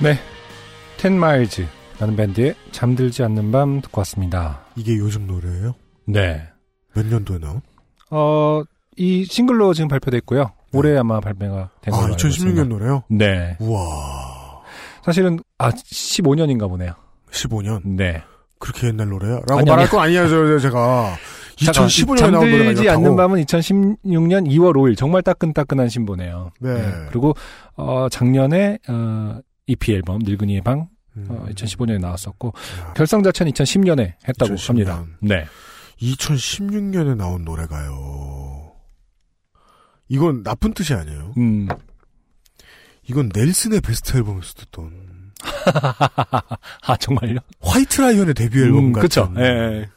B: 네. 텐마일즈라는 밴드의 잠들지 않는 밤 듣고 왔습니다.
A: 이게 요즘 노래예요?
B: 네.
A: 몇 년도에 나온?
B: 어, 이 싱글로 지금 발표됐고요. 올해 아마 발매가 된 걸로
A: 네. 아,
B: 알고 있습니다.
A: 2016년 노래요?
B: 네.
A: 우와.
B: 사실은 아 15년인가 보네요.
A: 15년.
B: 네.
A: 그렇게 옛날 노래야? 라고
B: 아니,
A: 말할
B: 아니.
A: 건 아니에요,
B: [laughs]
A: 저- 제가. 2015년에 나온 노래가
B: 잠들지
A: 이렇다고.
B: 않는 밤은 2016년 2월 5일 정말 따끈따끈한 신보네요.
A: 네.
B: 그리고 어 작년에 어 EP 앨범 늙은이의 방
A: 음. 아.
B: 어, 2015년에 나왔었고 결성 자체는 2010년에 했다고
A: 2010년.
B: 합니다. 네.
A: 2016년에 나온 노래가요. 이건 나쁜 뜻이 아니에요.
B: 음.
A: 이건 넬슨의 베스트 앨범에서 듣던
B: 아 정말요?
A: 화이트 라이언의 데뷔 앨범
B: 음,
A: 같은.
B: 그쵸. 예, 예.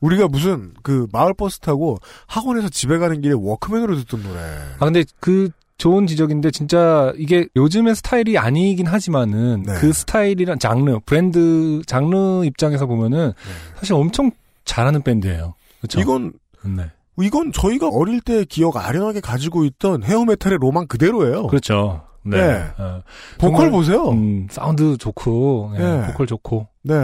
A: 우리가 무슨 그 마을 버스 타고 학원에서 집에 가는 길에 워크맨으로 듣던 노래.
B: 아 근데 그 좋은 지적인데 진짜 이게 요즘의 스타일이 아니긴 하지만은
A: 네.
B: 그 스타일이란 장르 브랜드 장르 입장에서 보면은 사실 엄청 잘하는 밴드예요. 그렇죠?
A: 네. 이건
B: 네.
A: 이건 저희가 어릴 때 기억 아련하게 가지고 있던 헤어메탈의 로망 그대로예요.
B: 그렇죠. 네.
A: 네.
B: 어,
A: 보컬
B: 정말,
A: 보세요.
B: 음, 사운드 좋고 예,
A: 네.
B: 보컬 좋고
A: 네.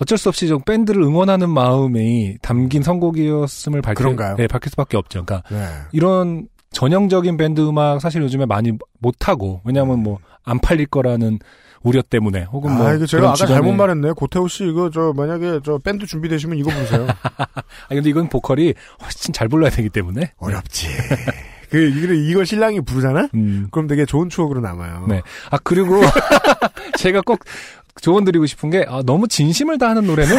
B: 어쩔 수 없이 좀 밴드를 응원하는 마음이 담긴 선곡이었음을 밝힐
A: 그런가요?
B: 네, 밝힐 수밖에 없죠. 그러니까
A: 네.
B: 이런 전형적인 밴드 음악 사실 요즘에 많이 못 하고 왜냐하면 뭐 안 팔릴 거라는 우려 때문에 혹은 뭐
A: 아, 이거 제가
B: 그런
A: 아까
B: 주변에-
A: 잘못 말했네. 고태호 씨 이거 저 만약에 저 밴드 준비되시면 이거
B: [laughs]
A: 보세요.
B: 아니 근데 이건 보컬이 훨씬 잘 불러야 되기 때문에
A: 어렵지. 그 이거 이거 신랑이 부르잖아.
B: 음.
A: 그럼 되게 좋은 추억으로 남아요.
B: 네. 아 그리고 [laughs] 제가 꼭 조언 드리고 싶은 게 아, 너무 진심을 다하는 노래는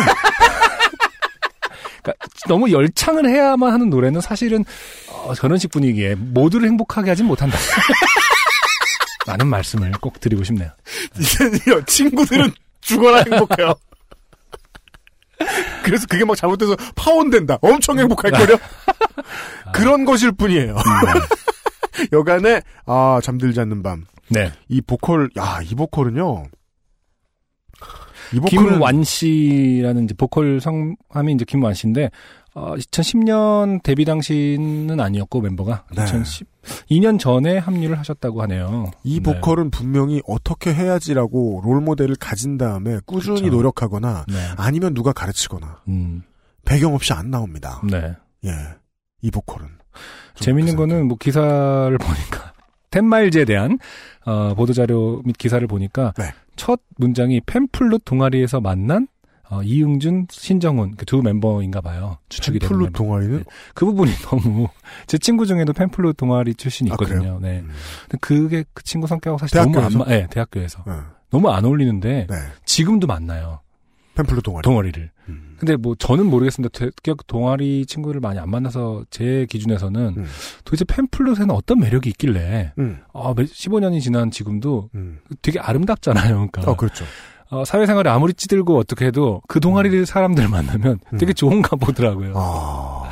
B: 그러니까 너무 열창을 해야만 하는 노래는 사실은 어, 결혼식 분위기에 모두를 행복하게 하진 못한다. [laughs] 라는 말씀을 꼭 드리고 싶네요.
A: 이제 친구들은 죽어라 행복해요.
B: [laughs]
A: 그래서 그게 막 잘못돼서 파혼된다. 엄청 행복할 거려.
B: 아.
A: 그런 것일
B: 음,
A: 뿐이에요. [laughs] 여간에 아 잠들지 않는 밤.
B: 네.
A: 이 보컬, 야, 이 보컬은요. 이 보컬은
B: 김완 씨라는 이제 보컬 성함이 이제 김완 씨인데 어, 2010년 데뷔 당시는 아니었고 멤버가
A: 네.
B: 2012년 전에 합류를 하셨다고 하네요.
A: 이
B: 네.
A: 보컬은 분명히 어떻게 해야지라고 롤 모델을 가진 다음에 꾸준히
B: 그쵸.
A: 노력하거나
B: 네.
A: 아니면 누가 가르치거나
B: 음.
A: 아, 배경 없이 안 나옵니다.
B: 네.
A: 예. 이 보컬은
B: 재밌는
A: 비싼데.
B: 거는 뭐 기사를 보니까 [laughs] 텐마일즈에 대한 어, 보도 자료 및 기사를 보니까
A: 네.
B: 첫 문장이 펜플룻 동아리에서 만난 어, 이응준, 신정훈 그 두 멤버인가 봐요. 추측이 되는
A: 플루
B: 멤버.
A: 동아리는
B: 그 부분이 [laughs] 너무 제 친구 중에도 펜플룻 동아리 출신이
A: 아,
B: 있거든요. 네.
A: 음.
B: 근데 그게 그 친구 성격하고 사실 너무 안
A: 대학교에서?
B: 맞. 네, 대학교에서
A: 어,
B: 너무 안 어울리는데
A: 네.
B: 지금도 만나요.
A: 펜플루 동아리.
B: 동아리를.
A: 음.
B: 근데 뭐 저는 모르겠습니다. 대격 동아리 친구를 많이 안 만나서 제 기준에서는
A: 음.
B: 도대체 팬플룻에는 어떤 매력이 있길래
A: 음.
B: 아, 15년이 지난 지금도
A: 음.
B: 되게 아름답잖아요. 그러니까
A: 어, 그렇죠.
B: 어, 사회생활에 아무리 찌들고 어떻게 해도 그 동아리 사람들 만나면
A: 음.
B: 되게 좋은가 보더라고요.
A: 아,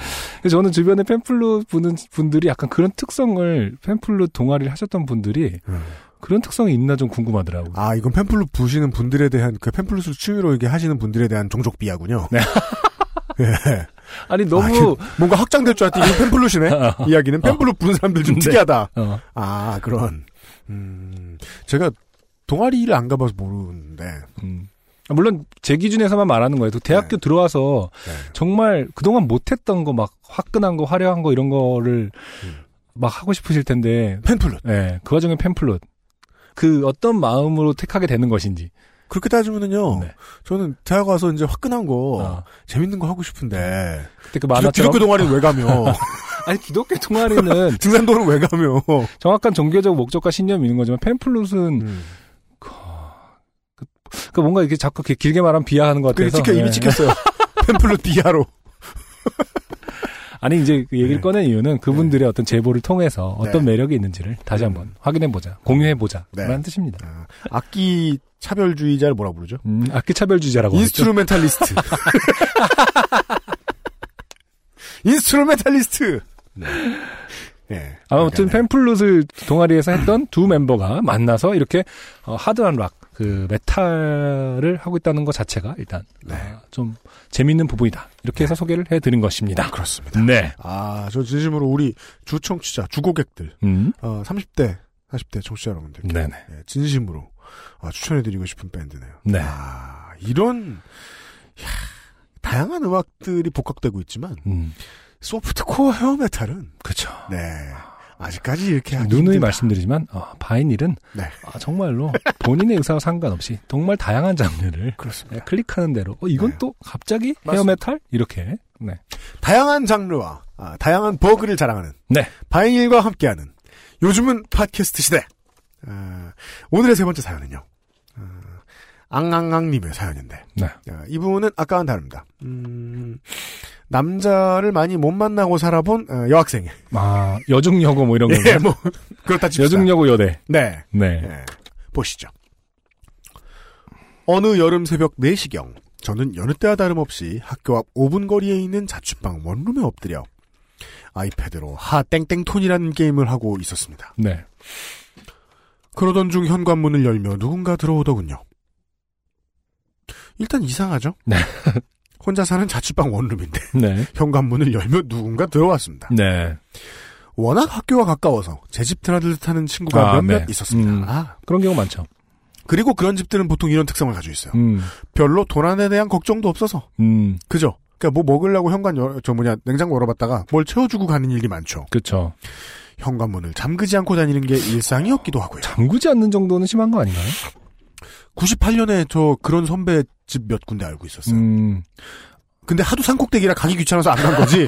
B: 그래서 저는 주변에 팬플룻 분은, 분들이 약간 그런 특성을 팬플룻 동아리를 하셨던 분들이
A: 음.
B: 그런 특성이 있나 좀 궁금하더라고요.
A: 아, 이건 펜플루 부시는 분들에 대한, 그 펜플루스를 취미로 이게 하시는 분들에 대한 종족 비하군요.
B: 네.
A: [laughs] 예.
B: 아니
A: 아,
B: 너무 어.
A: 그, 뭔가 확장될 줄 알았더니 이건 펜플루시네?
B: [laughs]
A: 이야기는 펜플루 부는 사람들 좀
B: 네.
A: 특이하다.
B: 어,
A: 아, 그런. 음, 제가 동아리를 안 가봐서 모르는데.
B: 음. 물론 제 기준에서만 말하는 거예요. 또 대학교
A: 네.
B: 들어와서
A: 네.
B: 정말 그동안 못했던 거 막 화끈한 거 화려한 거 이런 거를
A: 음.
B: 막 하고 싶으실 텐데
A: 펜플루.
B: 예, 그 와중에 팸플롯 그 어떤 마음으로 택하게 되는 것인지
A: 그렇게 따지면은요.
B: 네.
A: 저는 대학 와서 이제 화끈한 거,
B: 어.
A: 재밌는 거 하고 싶은데.
B: 그때 그
A: 기독-
B: 만화처럼
A: 기독교 동아리는
B: [laughs]
A: 왜 가며.
B: 아니 기독교
A: [laughs]
B: 동아리는
A: 등산도는 왜 가며.
B: 정확한 종교적 목적과 신념이 있는 거지만 팸플롯은
A: 음.
B: 그 뭔가 이렇게 자꾸 이렇게 길게 말하면 비하하는 것
A: 그게
B: 같아서
A: 찍혀,
B: 예.
A: 이미 [laughs] 찍혔어요. 펜플루 비하로.
B: 아니 이제 그 얘기를
A: 네.
B: 꺼낸 이유는 그분들의 어떤 제보를 통해서 어떤
A: 네.
B: 매력이 있는지를 다시 한번 확인해 보자 공유해 보자
A: 네.
B: 라는 뜻입니다.
A: 아, 악기 차별주의자를 뭐라 부르죠?
B: 음, 악기 차별주의자라고 하죠.
A: [laughs] 인스트루멘탈리스트. 인스트루멘탈리스트. 네. 네.
B: 아무튼
A: 그러니까,
B: 팸플룻을 동아리에서 했던 두 멤버가 만나서 이렇게 어, 하드한 락, 그 메탈을 하고 있다는 것 자체가 일단
A: 네. 네.
B: 어, 좀 재밌는 부분이다. 이렇게 해서 소개를 해드린 것입니다.
A: 그렇습니다.
B: 네.
A: 아, 저 진심으로 우리 주청취자, 주고객들,
B: 음.
A: 어, 30대, 40대 청취자 여러분들께
B: 네네.
A: 예, 진심으로 아, 추천해드리고 싶은 밴드네요.
B: 네.
A: 아, 이런 이야, 다양한 음악들이 복각되고 있지만
B: 음.
A: 소프트코어 헤어메탈은
B: 그쵸.
A: 네 아직까지 이렇게 하기
B: 누누이 음.
A: 힘들다.
B: 말씀드리지만 어, 바이닐은
A: 네.
B: 아, 정말로 본인의 의사와 상관없이 정말 다양한 장르를 네,
A: 그렇습니다.
B: 클릭하는 대로 어, 이건
A: 네.
B: 또 갑자기
A: 맞습니다.
B: 헤어메탈 이렇게 네.
A: 다양한 장르와 아, 다양한 버그를 자랑하는
B: 네.
A: 바인일과 함께하는 요즘은 팟캐스트 시대. 아, 오늘의 세 번째 사연은요. 아, 앙앙앙님의 사연인데
B: 네.
A: 아, 이분은 아까와는 다릅니다. 음, 남자를 많이 못 만나고 살아본 아, 여학생.
B: 아
A: 네.
B: 여중여고 뭐 이런 거
A: 예, 뭐
B: [laughs]
A: 그렇다 칩시다.
B: 여중여고 여대.
A: 네.
B: 네.
A: 예, 보시죠. 어느 여름 새벽 4시경, 저는 여느 때와 다름없이 학교 앞 5분 거리에 있는 자취방 원룸에 엎드려 아이패드로 하땡땡톤이라는 게임을 하고 있었습니다.
B: 네.
A: 그러던 중 현관문을 열며 누군가 들어오더군요. 일단 이상하죠?
B: 네.
A: [laughs] 혼자 사는 자취방 원룸인데
B: 네.
A: 현관문을 열며 누군가 들어왔습니다.
B: 네.
A: 워낙 학교와 가까워서 제 집 드나들듯 하는 친구가
B: 아,
A: 몇몇
B: 네.
A: 있었습니다.
B: 음.
A: 아,
B: 그런 경우 많죠.
A: 그리고 그런 집들은 보통 이런 특성을 가지고 있어요.
B: 음,
A: 별로 도난에 대한 걱정도 없어서
B: 음,
A: 그죠? 그러니까 뭐 먹으려고 현관 열, 저 뭐냐 냉장고 열어봤다가 뭘 채워주고 가는 일이 많죠.
B: 그쵸.
A: 현관문을 잠그지 않고 다니는 게 일상이었기도 하고요.
B: 담그지 않는 정도는 심한 거 아닌가요?
A: 98년에 저 그런 선배 집 몇 군데 알고 있었어요.
B: 음,
A: 근데 하도 산꼭대기라 가기 귀찮아서 안 간 [laughs] 거지.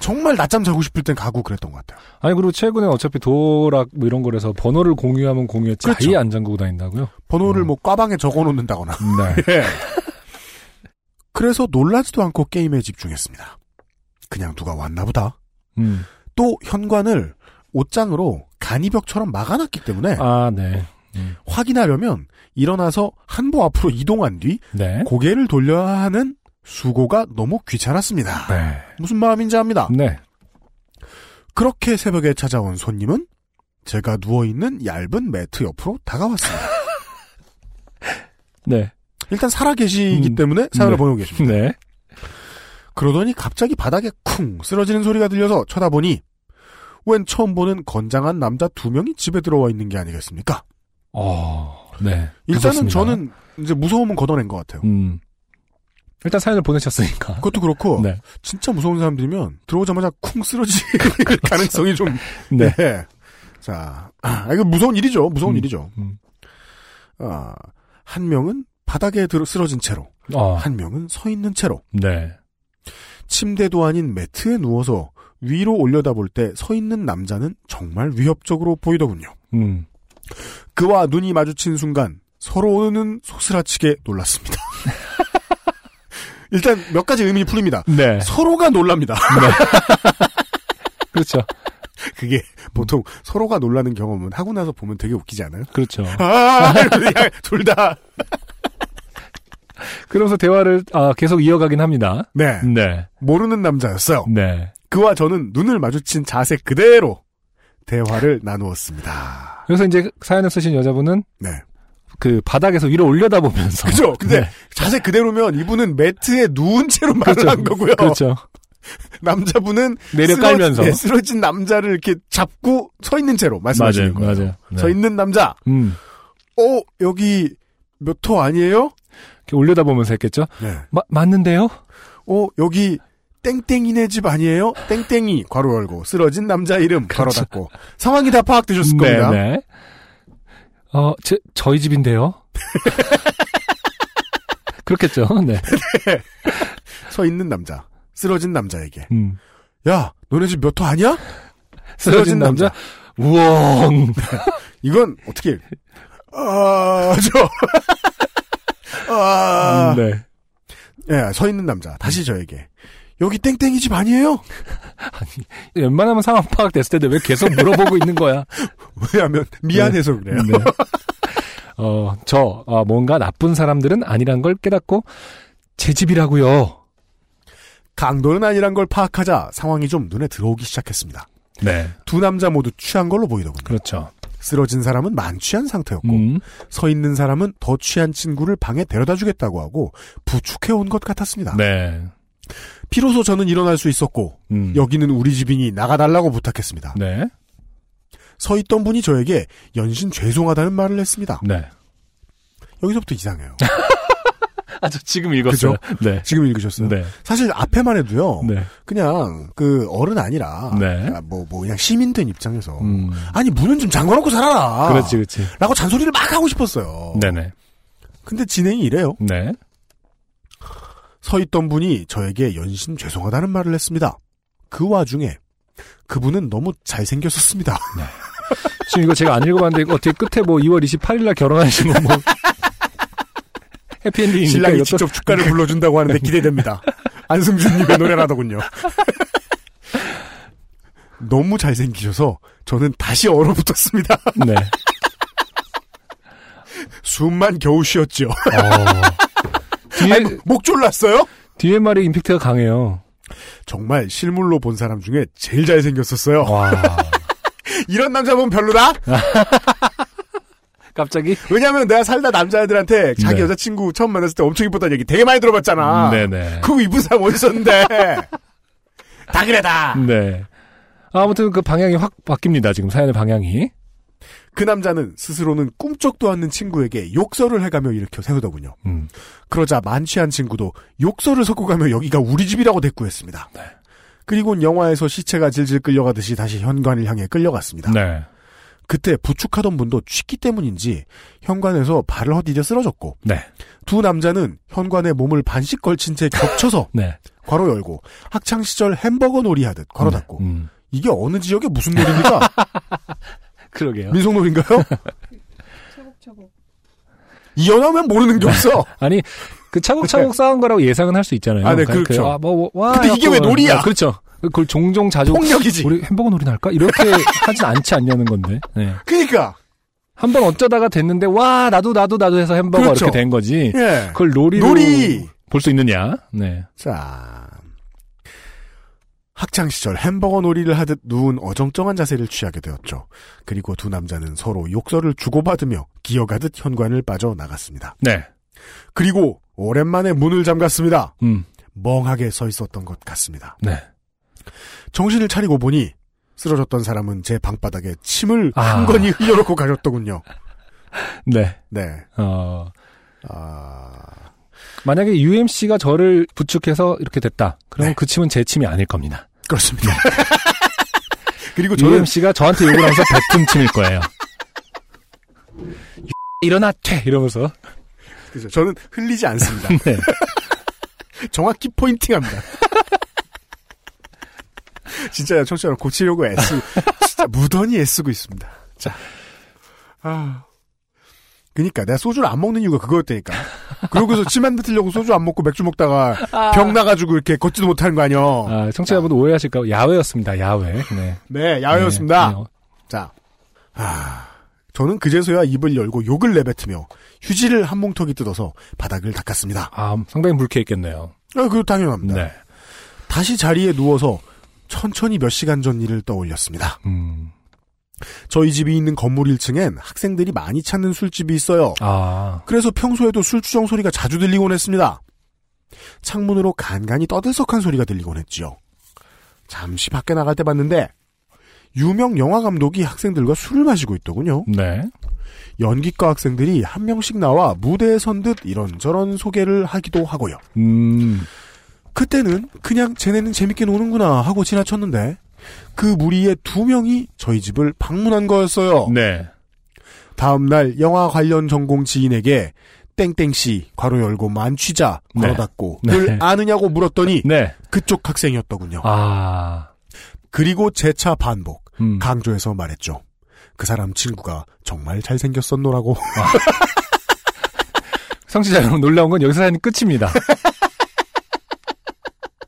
A: 정말 낮잠 자고 싶을 땐 가고 그랬던 것 같아요.
B: 아니 그리고 최근에 어차피 도락 뭐 이런 거라서 번호를 공유하면 공유했지
A: 그렇죠.
B: 아예 안 잠그고 다닌다고요?
A: 번호를
B: 음.
A: 뭐 꽈방에 적어놓는다거나. [laughs]
B: 네.
A: 예. 그래서 놀라지도 않고 게임에 집중했습니다. 그냥 누가 왔나 보다.
B: 음.
A: 또 현관을 옷장으로 간이벽처럼 막아놨기 때문에
B: 아, 네.
A: 확인하려면 일어나서 한보 앞으로 이동한 뒤
B: 네.
A: 고개를 돌려야 하는 수고가 너무 귀찮았습니다.
B: 네.
A: 무슨 마음인지 압니다.
B: 네.
A: 그렇게 새벽에 찾아온 손님은 제가 누워있는 얇은 매트 옆으로 다가왔습니다.
B: 네.
A: 일단 살아계시기
B: 음,
A: 때문에 사연을
B: 네.
A: 보내고 계십니다.
B: 네.
A: 그러더니 갑자기 바닥에 쿵 쓰러지는 소리가 들려서 쳐다보니 웬 처음 보는 건장한 남자 두 명이 집에 들어와 있는 게 아니겠습니까?
B: 어. 네.
A: 일단은
B: 무섭습니다.
A: 저는 이제 무서움은 걷어낸 것 같아요.
B: 음. 일단 사연을 보내셨으니까.
A: 그것도 그렇고
B: [laughs] 네.
A: 진짜 무서운 사람들이면 들어오자마자 쿵 [laughs] 쓰러질 가능성이 좀
B: [laughs] 네.
A: 네. 자, 아, 이거 무서운 일이죠. 무서운
B: 음.
A: 일이죠.
B: 음.
A: 아, 한 명은 바닥에 들어 쓰러진 채로,
B: 아,
A: 한 명은 서 있는 채로,
B: 네.
A: 침대도 아닌 매트에 누워서 위로 올려다볼 때 서 있는 남자는 정말 위협적으로 보이더군요.
B: 음.
A: 그와 눈이 마주친 순간 서로는 소스라치게 놀랐습니다. [laughs] 일단 몇 가지 의미 풀립니다.
B: 네.
A: 서로가 놀랍니다.
B: [laughs] 그렇죠.
A: 그게 [laughs] 보통 서로가 놀라는 경험은 하고 나서 보면 되게 웃기지 않아요? [laughs]
B: 그렇죠.
A: 아, 둘다
B: 그러면서 대화를 아, 계속 이어가긴 합니다.
A: 네.
B: 네.
A: 모르는 남자였어요.
B: 네.
A: 그와 저는 눈을 마주친 자세 그대로 대화를 나누었습니다.
B: 그래서 이제 사연을 쓰신 여자분은
A: 네.
B: 그 바닥에서 위로 올려다 보면서
A: 그죠? 근데
B: 네.
A: 자세 그대로면 이분은 매트에 누운 채로 말을
B: [laughs] 그렇죠.
A: 한 거고요.
B: 그렇죠.
A: 남자분은
B: 내려
A: 쓰러지-
B: 깔면서.
A: 예, 쓰러진 남자를 이렇게 잡고 서 있는 채로
B: 맞아요.
A: 말씀하시는 거예요.
B: 맞아요. 네.
A: 서 있는 남자.
B: 음.
A: 어, 여기 몇 호 아니에요?
B: 이렇게 올려다 보면서 했겠죠?
A: 네.
B: 마- 맞는데요?
A: 어, 여기 땡땡이네 집 아니에요? 땡땡이 괄호 열고 쓰러진 남자 이름 괄호
B: 그렇죠.
A: 닫고 상황이 다 파악되셨을 겁니다.
B: 네, 네. 어, 제, 저희 집인데요? [laughs] 그렇겠죠. 네.
A: 서 있는 남자, 쓰러진 남자에게
B: 음.
A: 야, 너네 집 몇 호 아니야?
B: 쓰러진 남자? 우엉.
A: 이건 어떻게 아, 저 아,
B: 네.
A: 예, 서 있는 남자 다시 저에게 여기 땡땡이 집 아니에요? [laughs]
B: 웬만하면 상황 파악됐을 텐데 왜 계속 물어보고 있는 [laughs] 거야?
A: 왜냐하면 미안해서 그래요.
B: 네. 어, 저, 아, 뭔가 나쁜 사람들은 아니란 걸 깨닫고, 제 집이라고요.
A: 강도는 아니란 걸 파악하자 상황이 좀 눈에 들어오기 시작했습니다.
B: 네.
A: 두 남자 모두 취한 걸로 보이더군요.
B: 그렇죠.
A: 쓰러진 사람은 만취한 상태였고
B: 음.
A: 서 있는 사람은 더 취한 친구를 방에 데려다 주겠다고 하고 부축해 온 것 같았습니다.
B: 네.
A: 비로소 저는 일어날 수 있었고
B: 음.
A: 여기는 우리 집이니 나가달라고 부탁했습니다.
B: 네.
A: 서 있던 분이 저에게 연신 죄송하다는 말을 했습니다.
B: 네.
A: 여기서부터 이상해요.
B: 아, 저 지금 읽었어요. 네.
A: 지금 읽으셨어요?
B: 네.
A: 사실 앞에만 해도요.
B: 네.
A: 그냥 그 어른 아니라
B: 네.
A: 아, 뭐, 뭐 그냥 시민된 입장에서
B: 음.
A: 아니 문은 좀 잠궈놓고 살아라.
B: 그렇지, 그렇지.
A: 라고 잔소리를 막 하고 싶었어요.
B: 네네.
A: 근데 진행이 이래요.
B: 네.
A: 서 있던 분이 저에게 연신 죄송하다는 말을 했습니다. 그 와중에 그분은 너무 잘생겼었습니다.
B: 지금 이거 제가 안 읽어봤는데 이거 어떻게 끝에 뭐 2월 28일날 결혼하시는 거 뭐. [laughs] [laughs] 해피엔딩이니까
A: 신랑이
B: 이것도-
A: 직접 축가를
B: 그러니까.
A: 불러준다고 하는데 기대됩니다. 안승준님의 노래라더군요. [laughs] 너무 잘생기셔서 저는 다시 얼어붙었습니다. [laughs]
B: 네.
A: 숨만 겨우 쉬었죠.
B: 어. 뒤에,
A: 아니, [laughs] 목 졸랐어요?
B: 뒤에 말이 임팩트가 강해요.
A: 정말 실물로 본 사람 중에 제일 잘생겼었어요.
B: 와.
A: [laughs] 이런 남자 보면 별로다?
B: 갑자기?
A: 왜냐면 하 내가 살다 남자애들한테 자기
B: 네.
A: 여자친구 처음 만났을 때 엄청 이뻤다는 얘기 되게 많이 들어봤잖아.
B: 네네.
A: 그 이쁜 사람 어디
B: [laughs]
A: 있었는데. 다 그래 다.
B: 네. 아무튼 그 방향이 확 바뀝니다. 지금 사연의 방향이.
A: 그 남자는 스스로는 꿈쩍도 않는 친구에게 욕설을 해가며 일으켜 세우더군요.
B: 음.
A: 그러자 만취한 친구도 욕설을 섞어가며 여기가 우리 집이라고 대꾸했습니다.
B: 네.
A: 그리곤 영화에서 시체가 질질 끌려가듯이 다시 현관을 향해 끌려갔습니다.
B: 네.
A: 그때 부축하던 분도 취기 때문인지 현관에서 발을 헛디뎌 쓰러졌고
B: 네.
A: 두 남자는 현관에 몸을 반씩 걸친 채 겹쳐서
B: [laughs] 네.
A: 괄호 열고 학창 시절 햄버거 놀이하듯 괄호 닫고
B: 음.
A: 이게 어느 지역의
B: [laughs]
A: 무슨 놀입니까?
I: [laughs]
B: 그러게요.
A: 민속놀인가요?
I: 처곡처곡.
A: 이연하면 모르는 게
B: [laughs]
A: 없어.
B: 아니, 그 차곡차곡 쌓은 거라고 예상은 할 수 있잖아요.
A: 네. 아, 네,
B: 그러니까
A: 그렇죠.
B: 아, 뭐, 와,
A: 근데 이게
B: 약간-
A: 왜 놀이야?
B: 아, 그렇죠. 그걸 종종 자주
A: 폭력이지.
B: 우리 햄버거 놀이 날까?
A: [laughs]
B: 이렇게 하진 않지 않냐는 건데. 네.
A: 그니까
B: 한 번 어쩌다가 됐는데 와 나도 나도 나도 해서 햄버거
A: 그렇죠.
B: 이렇게 된 거지.
A: 예.
B: 그걸 놀이로
A: 놀이.
B: 볼 수 있느냐? 네.
A: 자 학창 시절 햄버거 놀이를 하듯 누운 어정쩡한 자세를 취하게 되었죠. 그리고 두 남자는 서로 욕설을 주고받으며 기어가듯 현관을 빠져 나갔습니다.
B: 네.
A: 그리고 오랜만에 문을 잠갔습니다.
B: 음.
A: 멍하게 서 있었던 것 같습니다.
B: 네.
A: 정신을 차리고 보니 쓰러졌던 사람은 제 방바닥에 침을
B: 아.
A: 한 건이 흘려놓고 가셨더군요.
B: 네.
A: 네.
B: 어.
A: 아,
B: 만약에 UMC가 저를 부축해서 이렇게 됐다.
A: 네.
B: 그러면 그 침은 제 침이 아닐 겁니다.
A: 그렇습니다. [laughs] 그리고 저는
B: UMC가 저한테 욕을
A: [laughs]
B: 하면서 베품 침일 거예요. [laughs] 일어나 퇴 이러면서 [laughs]
A: 그죠. 저는 흘리지 않습니다.
B: 네.
A: 정확히 포인팅합니다. [laughs] 진짜 청취자 여러분 고치려고 애쓰 진짜 무던히 애쓰고 있습니다. 자, 아, 그니까 내가 소주를 안 먹는 이유가 그거였다니까. 그러고서 침안 뱉으려고 소주 안 먹고 맥주 먹다가 병 나가지고 이렇게 걷지도 못하는 거 아니여.
B: 아, 청취자분들 오해하실까 봐 야외였습니다. 야외. 네.
A: 네, 야외였습니다.
B: 네, 네.
A: 자, 아, 저는 그제서야 입을 열고 욕을 내뱉으며 휴지를 한 뭉텅이 뜯어서 바닥을 닦았습니다.
B: 아, 상당히 불쾌했겠네요.
A: 아, 그 당연합니다.
B: 네.
A: 다시 자리에 누워서 천천히 몇 시간 전 일을 떠올렸습니다.
B: 음.
A: 저희 집이 있는 건물 1층엔 학생들이 많이 찾는 술집이 있어요.
B: 아,
A: 그래서 평소에도 술주정 소리가 자주 들리곤 했습니다. 창문으로 간간이 떠들썩한 소리가 들리곤 했지요. 잠시 밖에 나갈 때 봤는데 유명 영화 감독이 학생들과 술을 마시고 있더군요.
B: 네.
A: 연기과 학생들이 한 명씩 나와 무대에 선 듯 이런저런 소개를 하기도 하고요.
B: 음.
A: 그때는 그냥 쟤네는 재밌게 노는구나 하고 지나쳤는데 그 무리의 두 명이 저희 집을 방문한 거였어요.
B: 네.
A: 다음 날 영화 관련 전공 지인에게 땡땡 씨 괄호 열고 만취자 괄호
B: 네.
A: 닫고
B: 네.
A: 늘 아느냐고 물었더니
B: 네.
A: 그쪽 학생이었더군요.
B: 아.
A: 그리고 재차 반복
B: 음.
A: 강조해서 말했죠. 그 사람 친구가 정말 잘생겼었노라고.
B: 성취자 여러분 놀라운 건 여기서 사연이 끝입니다. [laughs]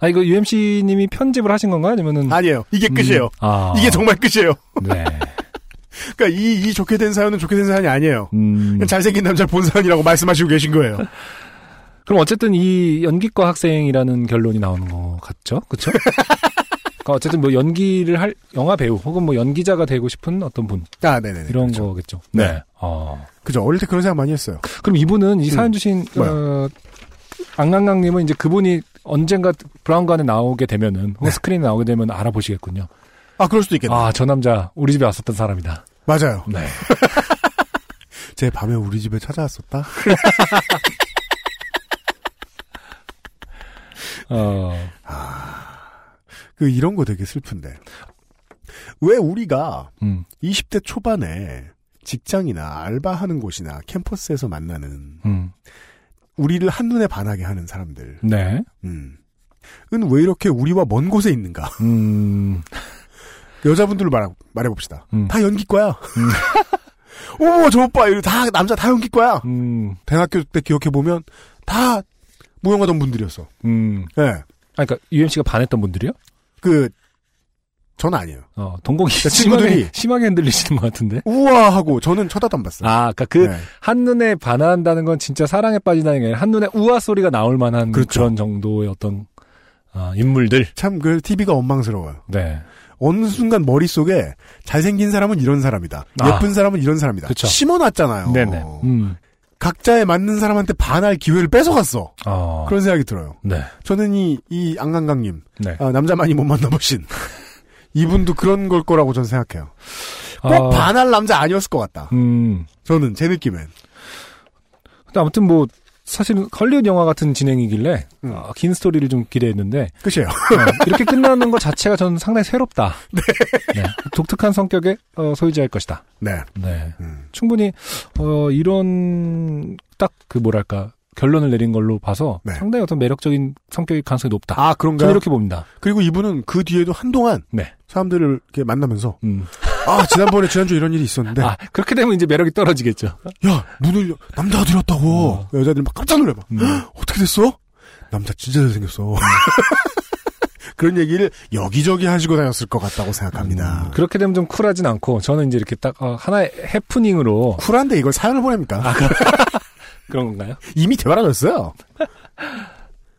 B: 아, 이거 UMC님이 편집을 하신 건가요? 아니면은.
A: [laughs] 아니에요. 이게
B: 음,
A: 끝이에요.
B: 아.
A: 이게 정말 끝이에요.
B: 네.
A: 그러니까 이, 이 좋게 된 사연은 좋게 된 사연이 아니에요.
B: [laughs] 음.
A: 그냥 잘생긴 남자 본 사연이라고 말씀하시고 계신 거예요.
B: 그럼 어쨌든 이 연기과 학생이라는 결론이 나오는 것 같죠? 그쵸? 그러니까 어쨌든 뭐 연기를 할, 영화 배우 혹은 뭐 연기자가 되고 싶은 어떤 분.
A: 아, 네네네.
B: 이런
A: 그렇죠.
B: 거겠죠.
A: 네.
B: 어.
A: 그죠. 어릴 때 그런 생각 많이 했어요.
B: 그럼 이분은 이 사연
A: 음.
B: 주신
A: 뭐야?
B: 어, 안강강님은 이제 그분이 언젠가 브라운관에 나오게 되면은 혹은 스크린에 나오게 되면 알아보시겠군요.
A: 아, 그럴 수도 있겠네.
B: 아 저 남자 우리 집에 왔었던 사람이다.
A: 맞아요.
B: 네.
A: 제 밤에 우리 집에 찾아왔었다?
B: 어,
A: 그, 이런 거 되게 슬픈데. 왜 우리가
B: 음,
A: 20대 초반에 직장이나 알바하는 곳이나 캠퍼스에서 만나는
B: 음,
A: 우리를 한눈에 반하게 하는 사람들,
B: 네,
A: 음, 은왜 이렇게 우리와 먼 곳에 있는가?
B: 음,
A: 여자분들로 말, 말해봅시다.
B: 음.
A: 다 연기과야. [laughs] 어머, 저 오빠, 이거 다, 남자 다 연기과야.
B: 음,
A: 대학교 때 기억해보면 다 무용하던 분들이었어.
B: 음.
A: 예.
B: 아, 그러니까 UMC가 반했던 분들이요?
A: 그, 전 아니에요.
B: 어, 동공이
A: 친구들이-
B: 심하게, 심하게 흔들리시는 것 같은데.
A: 우와! 하고 저는 쳐다도 안 봤어요.
B: 아, 그러니까 그
A: 네.
B: 한눈에 반한다는 건 진짜 사랑에 빠진다는 게 아니라 한눈에 우아 소리가 나올 만한 그
A: 그렇죠.
B: 런 정도의 어떤 어, 인물들.
A: 참, 그, TV가 원망스러워요.
B: 네.
A: 어느 순간 머릿속에 잘생긴 사람은 이런 사람이다.
B: 아.
A: 예쁜 사람은 이런 사람이다.
B: 그쵸.
A: 심어놨잖아요.
B: 네네. 음.
A: 각자에 맞는 사람한테 반할 기회를 뺏어갔어.
B: 어.
A: 그런 생각이 들어요.
B: 네.
A: 저는 이, 이 안강강님,
B: 네.
A: 아, 남자 많이 못 만나보신. [laughs] 이분도 그런 걸 거라고 저는 생각해요. 꼭
B: 아,
A: 반할 남자 아니었을 것 같다.
B: 음.
A: 저는 제 느낌엔.
B: 근데 아무튼 뭐 사실은 헐리우드 영화 같은 진행이길래
A: 음.
B: 아, 긴 스토리를 좀 기대했는데
A: [laughs] 끝이에요.
B: 어, 이렇게 끝나는 것 자체가 저는 상당히
A: [laughs]
B: 새롭다. 네. 독특한 성격의 어, 소유자일 것이다.
A: 네.
B: 네.
A: 음.
B: 충분히 어 이런 딱 그 뭐랄까 결론을 내린 걸로 봐서
A: 네.
B: 상당히 어떤 매력적인 성격일 가능성이 높다.
A: 아,
B: 저는
A: 그런가요?
B: 이렇게 봅니다.
A: 그리고 이분은 그 뒤에도 한동안
B: 네.
A: 사람들을 이렇게 만나면서
B: 음.
A: 아 지난번에 지난주 에 이런 일이 있었는데
B: 아 그렇게 되면 이제 매력이 떨어지겠죠.
A: 야 문을 여- 남자가 들었다고
B: 어.
A: 여자들이 막 깜짝 놀래 막
B: 음.
A: [gasps] 어떻게 됐어? 남자 진짜 잘생겼어. [laughs] 그런 얘기를 여기저기 하시고 다녔을 것 같다고 생각합니다.
B: 그렇게 되면 좀 쿨하진 않고 저는 이제 이렇게 딱 어, 하나의 해프닝으로
A: 쿨한데 이걸 사연을 보냅니까?
B: 그런 건가요?
A: 이미 되바라졌어요.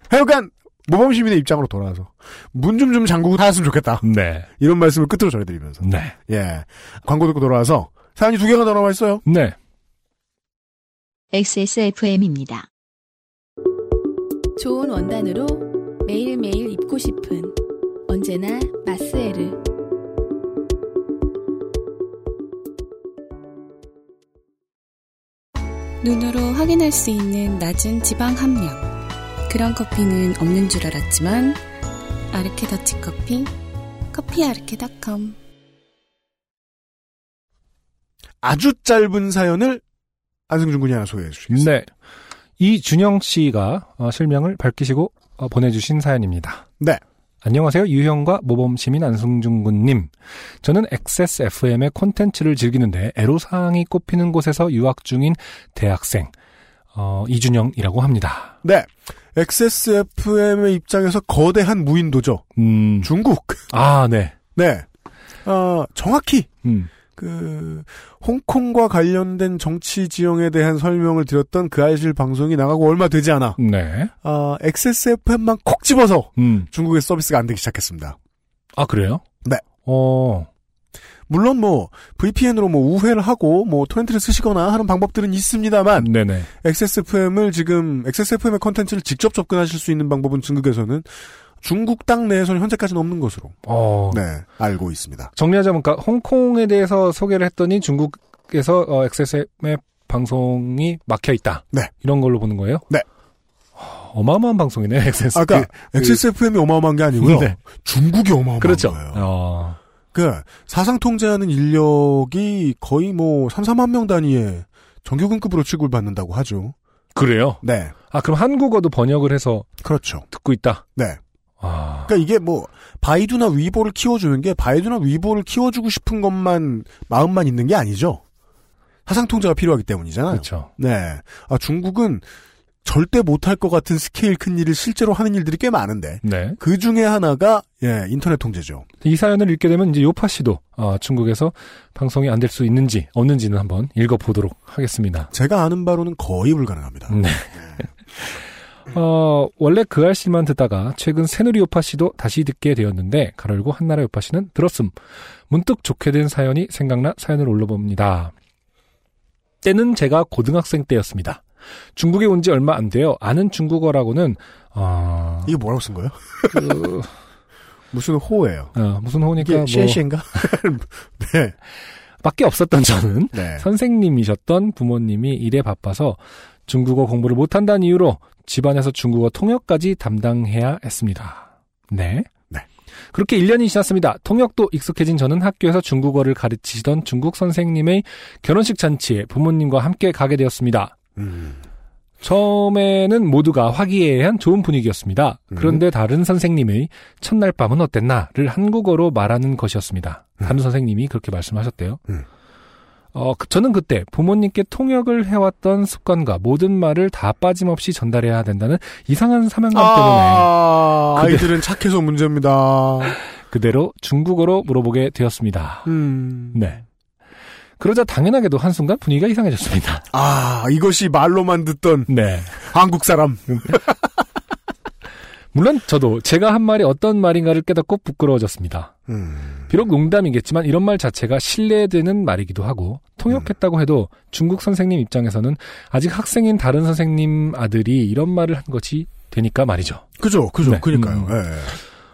A: 하여간 모범 시민의 입장으로 돌아와서 문 좀 좀 잠그고 살았으면 좋겠다.
B: 네.
A: 이런 말씀을 끝으로 전해드리면서
B: 네.
A: 예 광고 듣고 돌아와서 사연이 두 개가 더 남아 있어요.
B: 네.
C: XSFM입니다.
J: 좋은 원단으로 매일매일 입고 싶은 언제나 마스에르
D: 눈으로 확인할 수 있는 낮은 지방 함량. 그런 커피는 없는 줄 알았지만 아르케 더치 커피, 커피아르케닷컴.
A: 아주 짧은 사연을 안승준 군이 하나 소개해 주시겠습니다.
B: 네. 이준영 씨가 어, 실명을 밝히시고 어, 보내주신 사연입니다.
A: 네.
B: 안녕하세요. 유형과 모범시민 안승준 군님. 저는 XSFM의 콘텐츠를 즐기는데 애로사항이 꼽히는 곳에서 유학 중인 대학생, 어, 이준영이라고 합니다.
A: 네. XSFM의 입장에서 거대한 무인도죠.
B: 음.
A: 중국.
B: 아, 네.
A: 네. 어, 정확히
B: 음.
A: 그 홍콩과 관련된 정치 지형에 대한 설명을 드렸던 그 아이실 방송이 나가고 얼마 되지 않아
B: 네.
A: 아, XSFM만 콕 집어서
B: 음.
A: 중국의 서비스가 안 되기 시작했습니다.
B: 아, 그래요?
A: 네.
B: 어,
A: 물론 뭐 VPN으로 뭐 우회를 하고 뭐 토렌트를 쓰시거나 하는 방법들은 있습니다만
B: 네네.
A: XSFM을 지금 XSFM의 컨텐츠를 직접 접근하실 수 있는 방법은 중국에서는 중국 땅 내에서는 현재까지는 없는 것으로
B: 어,
A: 네 알고 있습니다.
B: 정리하자면, 그러니까 홍콩에 대해서 소개를 했더니 중국에서 어, XSM의 방송이 막혀 있다.
A: 네.
B: 이런 걸로 보는 거예요?
A: 네.
B: 어마어마한 방송이네, XS.
A: 아까 그러니까
B: 그,
A: XSFM이 어마어마한 게 아니고요.
B: 네.
A: 중국이 어마어마한
B: [laughs] 그렇죠.
A: 거예요.
B: 어,
A: 그 사상 통제하는 인력이 거의 뭐 3, 4만 명 단위의 정규군급으로 취급받는다고 하죠.
B: 그래요?
A: 네.
B: 아, 그럼 한국어도 번역을 해서
A: 그렇죠.
B: 듣고 있다?
A: 네.
B: 아,
A: 그러니까 이게 뭐 바이두나 위보를 키워주는 게 바이두나 위보를 키워주고 싶은 것만 마음만 있는 게 아니죠. 사상 통제가 필요하기 때문이잖아요.
B: 그렇죠.
A: 네. 아, 중국은 절대 못할 것 같은 스케일 큰 일을 실제로 하는 일들이 꽤 많은데
B: 네.
A: 그 중에 하나가 예 인터넷 통제죠.
B: 이 사연을 읽게 되면 이제 요파 씨도 어, 중국에서 방송이 안 될 수 있는지 없는지는 한번 읽어보도록 하겠습니다.
A: 제가 아는 바로는 거의 불가능합니다.
B: 네. 어, 원래 그 알씨만 듣다가 최근 새누리 요파 씨도 다시 듣게 되었는데 가로열고 한나라 요파 씨는 들었음. 문득 좋게 된 사연이 생각나 사연을 올려봅니다. 때는 제가 고등학생 때였습니다. 중국에 온 지 얼마 안 돼요. 아는 중국어라고는 어,
A: 이게 뭐라고 쓴 거예요?
B: 그,
A: 무슨 호예요?
B: 어, 무슨 호니까 뭐
A: 이게 CNC인가? [laughs] 네.
B: 밖에 없었던 저는
A: 네.
B: 선생님이셨던 부모님이 일에 바빠서 중국어 공부를 못한다는 이유로 집안에서 중국어 통역까지 담당해야 했습니다. 네.
A: 네.
B: 그렇게 1년이 지났습니다. 통역도 익숙해진 저는 학교에서 중국어를 가르치시던 중국 선생님의 결혼식 잔치에 부모님과 함께 가게 되었습니다.
A: 음.
B: 처음에는 모두가 화기애애한 좋은 분위기였습니다.
A: 음.
B: 그런데 다른 선생님의 첫날 밤은 어땠나를 한국어로 말하는 것이었습니다. 다른 선생님이 그렇게 말씀하셨대요.
A: 음.
B: 어, 그- 저는 그때 부모님께 통역을 해왔던 습관과 모든 말을 다 빠짐없이 전달해야 된다는 이상한 사명감 때문에
A: 아,
B: 그대-
A: 아이들은 착해서 문제입니다.
B: 그대로 중국어로 물어보게 되었습니다.
A: 음.
B: 네. 그러자 당연하게도 한순간 분위기가 이상해졌습니다.
A: 아, 이것이 말로만 듣던
B: 네.
A: 한국 사람.
B: [laughs] 물론 저도 제가 한 말이 어떤 말인가를 깨닫고 부끄러워졌습니다.
A: 음.
B: 비록 농담이겠지만 이런 말 자체가 신뢰되는 말이기도 하고 통역했다고 해도 중국 선생님 입장에서는 아직 학생인 다른 선생님 아들이 이런 말을 한 것이 되니까 말이죠.
A: 그죠, 그죠,
B: 네.
A: 그니까요.
B: 음.
A: 예.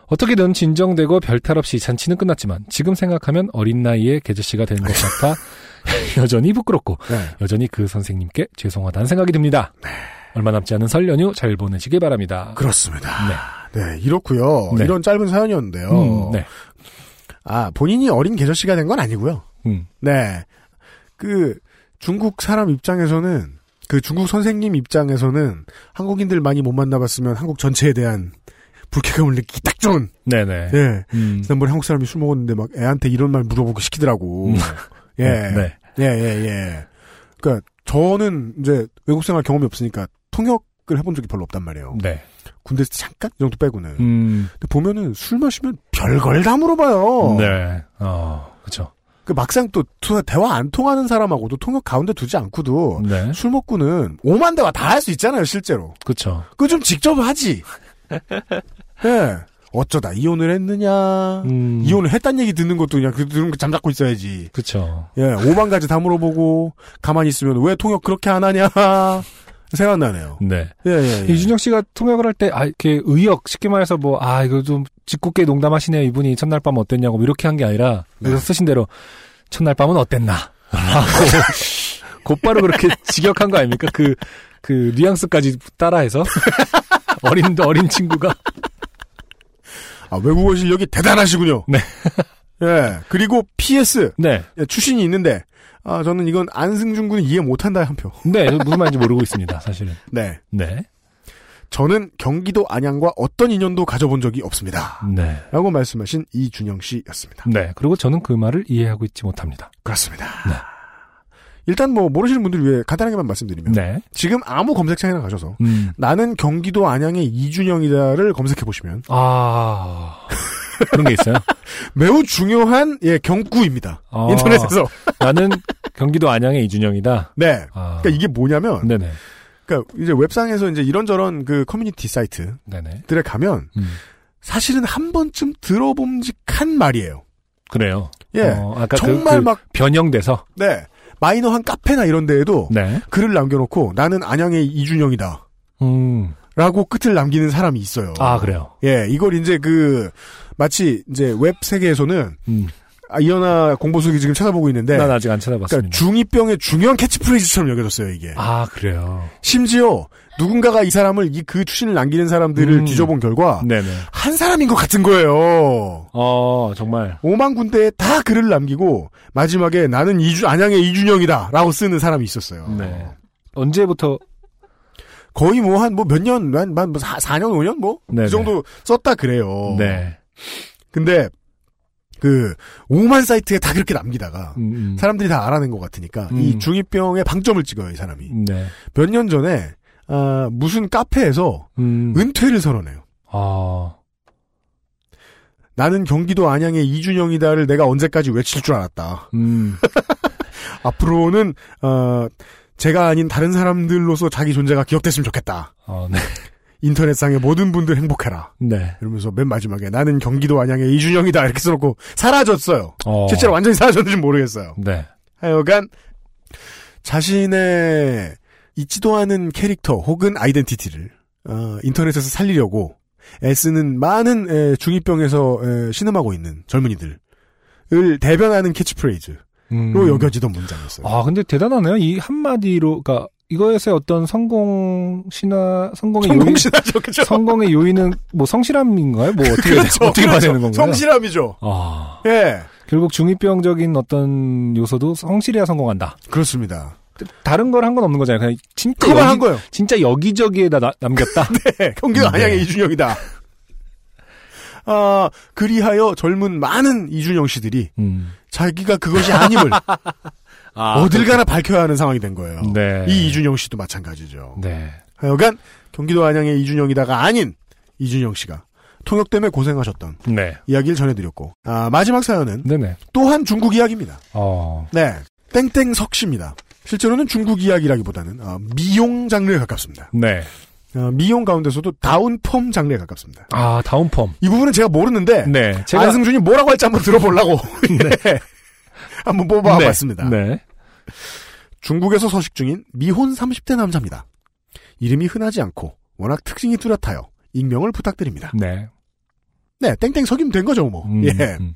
B: 어떻게든 진정되고 별탈 없이 잔치는 끝났지만 지금 생각하면 어린 나이에 개저씨가 된 것 같아 [laughs] 여전히 부끄럽고
A: 네.
B: 여전히 그 선생님께 죄송하다는 생각이 듭니다. 얼마 남지 않은 설 연휴 잘 보내시길 바랍니다.
A: 그렇습니다. 네. 이렇고요
B: 네.
A: 이런 짧은 사연이었는데요.
B: 음, 네.
A: 아, 본인이 어린 계절씨가 된 건 아니고요
B: 음,
A: 네. 그, 중국 사람 입장에서는, 그 중국 선생님 입장에서는 한국인들 많이 못 만나봤으면 한국 전체에 대한 불쾌감을 느끼기 딱 좋은,
B: 네네.
A: 예.
B: 음,
A: 지난번에 한국 사람이 술 먹었는데 막 애한테 이런 말 물어보고 시키더라고.
B: 음.
A: 예.
B: 네.
A: 예, 예, 예. 그니까, 저는 이제 외국 생활 경험이 없으니까 통역을 해본 적이 별로 없단 말이에요.
B: 네.
A: 군대에서 잠깐? 이 정도 빼고는.
B: 음,
A: 근데 보면은 술 마시면 별걸 다 물어봐요.
B: 네. 어, 그렇죠.
A: 그 막상 또 투- 대화 안 통하는 사람하고도 통역 가운데 두지 않고도
B: 네.
A: 술 먹고는 오만 대화 다 할 수 있잖아요, 실제로.
B: 그렇죠.
A: 그거 좀 직접
B: [laughs]
A: 하지. 예. 어쩌다 이혼을 했느냐.
B: 음,
A: 이혼을 했단 얘기 듣는 것도 그냥 그 들은 거 잠잡고 있어야지.
B: 그쵸.
A: 예, 오만 가지 다 물어보고 가만히 있으면 왜 통역 그렇게 안 하냐. [laughs] 생각나네요.
B: 네.
A: 예, 예, 예.
B: 이준혁 씨가 통역을 할 때, 아, 이렇게 의역, 쉽게 말해서 뭐, 아, 이거 좀 짓궂게 농담하시네요. 이분이 첫날 밤 어땠냐고, 뭐 이렇게 한 게 아니라,
A: 네.
B: [laughs] 그래서 쓰신 대로, 첫날 밤은 어땠나. 곧바로 그렇게 직역한 거 아닙니까? 그, 그 뉘앙스까지 [laughs] 따라해서. 어린, 어린 친구가.
A: 아, 외국어 실력이 대단하시군요.
B: 네.
A: [laughs] 예. 그리고 PS.
B: 네.
A: 예, 출신이 있는데, 아, 저는 이건 안승준 군은 이해 못한다 한 표.
B: 네. 저 무슨 말인지 모르고 있습니다, 사실은.
A: 네.
B: 네.
A: 저는 경기도 안양과 어떤 인연도 가져본 적이 없습니다.
B: 네.
A: 라고 말씀하신 이준영 씨였습니다.
B: 네. 그리고 저는 그 말을 이해하고 있지 못합니다.
A: 그렇습니다.
B: 네.
A: 일단 뭐, 모르시는 분들 위해 간단하게만 말씀드리면,
B: 네.
A: 지금 아무 검색창에나 가셔서,
B: 음.
A: 나는 경기도 안양의 이준영이다를 검색해보시면,
B: 아. [laughs] 그런 게 있어요.
A: 매우 중요한, 예, 경구입니다.
B: 아.
A: 인터넷에서.
B: 나는 경기도 안양의 이준영이다.
A: 네.
B: 아.
A: 그러니까 이게 뭐냐면,
B: 네네.
A: 그러니까 이제 웹상에서 이제 이런저런 그 커뮤니티 사이트들에
B: 네네.
A: 가면
B: 음.
A: 사실은 한 번쯤 들어봄직한 말이에요.
B: 그래요.
A: 예.
B: 어, 아까
A: 정말
B: 그, 그
A: 막
B: 변형돼서.
A: 네. 마이너한 카페나 이런 데에도
B: 네.
A: 글을 남겨놓고 나는 안양의 이준영이다.
B: 음.
A: 라고 끝을 남기는 사람이 있어요.
B: 아, 그래요.
A: 예, 이걸 이제 그 마치 이제 웹 세계에서는
B: 음.
A: 아, 이현아 공보숙이 지금 찾아보고 있는데
B: 난 아직 안
A: 그러니까
B: 찾아봤습니다.
A: 중이병의 중요한 캐치프레이즈처럼 여겨졌어요, 이게.
B: 아, 그래요.
A: 심지어 누군가가 이 사람을 이 그 추신을 남기는 사람들을
B: 음.
A: 뒤져본 결과
B: 네네.
A: 한 사람인 것 같은 거예요.
B: 어, 정말.
A: 오만 군데에 다 글을 남기고 마지막에 나는 이주 안양의 이준영이다라고 쓰는 사람이 있었어요.
B: 네. 언제부터
A: 거의 뭐 한 뭐 몇 년 한 뭐 4년 5년 뭐
B: 네네.
A: 그 정도 썼다 그래요.
B: 네.
A: 근데 그 오만 사이트에 다 그렇게 남기다가
B: 음, 음.
A: 사람들이 다 알아낸 것 같으니까 이
B: 음.
A: 중이병의 방점을 찍어요 이 사람이.
B: 네.
A: 몇 년 전에 아, 무슨 카페에서
B: 음.
A: 은퇴를 선언해요.
B: 아.
A: 나는 경기도 안양의 이준영이다를 내가 언제까지 외칠 줄 알았다.
B: 음.
A: 앞으로는 어, 제가 아닌 다른 사람들로서 자기 존재가 기억됐으면 좋겠다.
B: 어, 네.
A: 인터넷상의 모든 분들 행복해라.
B: 네.
A: 이러면서 맨 마지막에 나는 경기도 안양의 이준영이다 이렇게 써놓고 사라졌어요.
B: 어.
A: 실제로 완전히 사라졌는지 모르겠어요.
B: 네.
A: 하여간 자신의 있지도 않은 캐릭터 혹은 아이덴티티를 어, 인터넷에서 살리려고 애쓰는 많은 에, 중2병에서 에, 신음하고 있는 젊은이들을 대변하는 캐치프레이즈로
B: 음.
A: 여겨지던 문장이었어요.
B: 아, 근데 대단하네요. 이 한마디로, 그니까, 이거에서의 어떤 성공 신화, 성공의 요인,
A: 성공신하죠, 그죠?
B: 성공의 요인은, 뭐, 성실함인가요? 뭐, 어떻게, 어떻게 봐야 되는 건가요?
A: 그렇죠. 성실함이죠.
B: 아,
A: 예.
B: 결국 중이병적인 어떤 요소도 성실해야 성공한다.
A: 그렇습니다.
B: 다른 걸 한 건 없는 거잖아요. 그냥 진짜
A: 그만 한
B: 여기-
A: 거예요.
B: 진짜 여기저기에다 나-
A: [laughs]
B: 남겼다.
A: 예, 경기도
B: 네.
A: 안양의 이준영이다. 아, 그리하여 젊은 많은 이준영 씨들이
B: 음.
A: 자기가 그것이
B: [laughs]
A: 아님을 어딜 가나 밝혀야 하는 상황이 된 거예요.
B: 네.
A: 이 이준영 씨도 마찬가지죠.
B: 네.
A: 하여간 경기도 안양의 이준영이다가 아닌 이준영 씨가 통역 때문에 고생하셨던
B: 네.
A: 이야기를 전해드렸고 아, 마지막 사연은
B: 네네.
A: 또한 중국 이야기입니다.
B: 어.
A: 네. 땡땡석 씨입니다. 실제로는 중국 이야기라기보다는 어, 미용 장르에 가깝습니다.
B: 네.
A: 어, 미용 가운데서도 다운펌 장르에 가깝습니다.
B: 아, 다운펌.
A: 이 부분은 제가 모르는데
B: 네. 제가.
A: 안승준이 뭐라고 할지 한번
B: [laughs]
A: 들어보려고 네. [laughs] 한번 뽑아봤습니다.
B: 네.
A: 중국에서 서식 중인 미혼 30대 남자입니다. 이름이 흔하지 않고 워낙 특징이 뚜렷하여 익명을 부탁드립니다.
B: 네.
A: 네, 땡땡석이면 된 거죠, 뭐.
B: 음,
A: 예.
B: 음.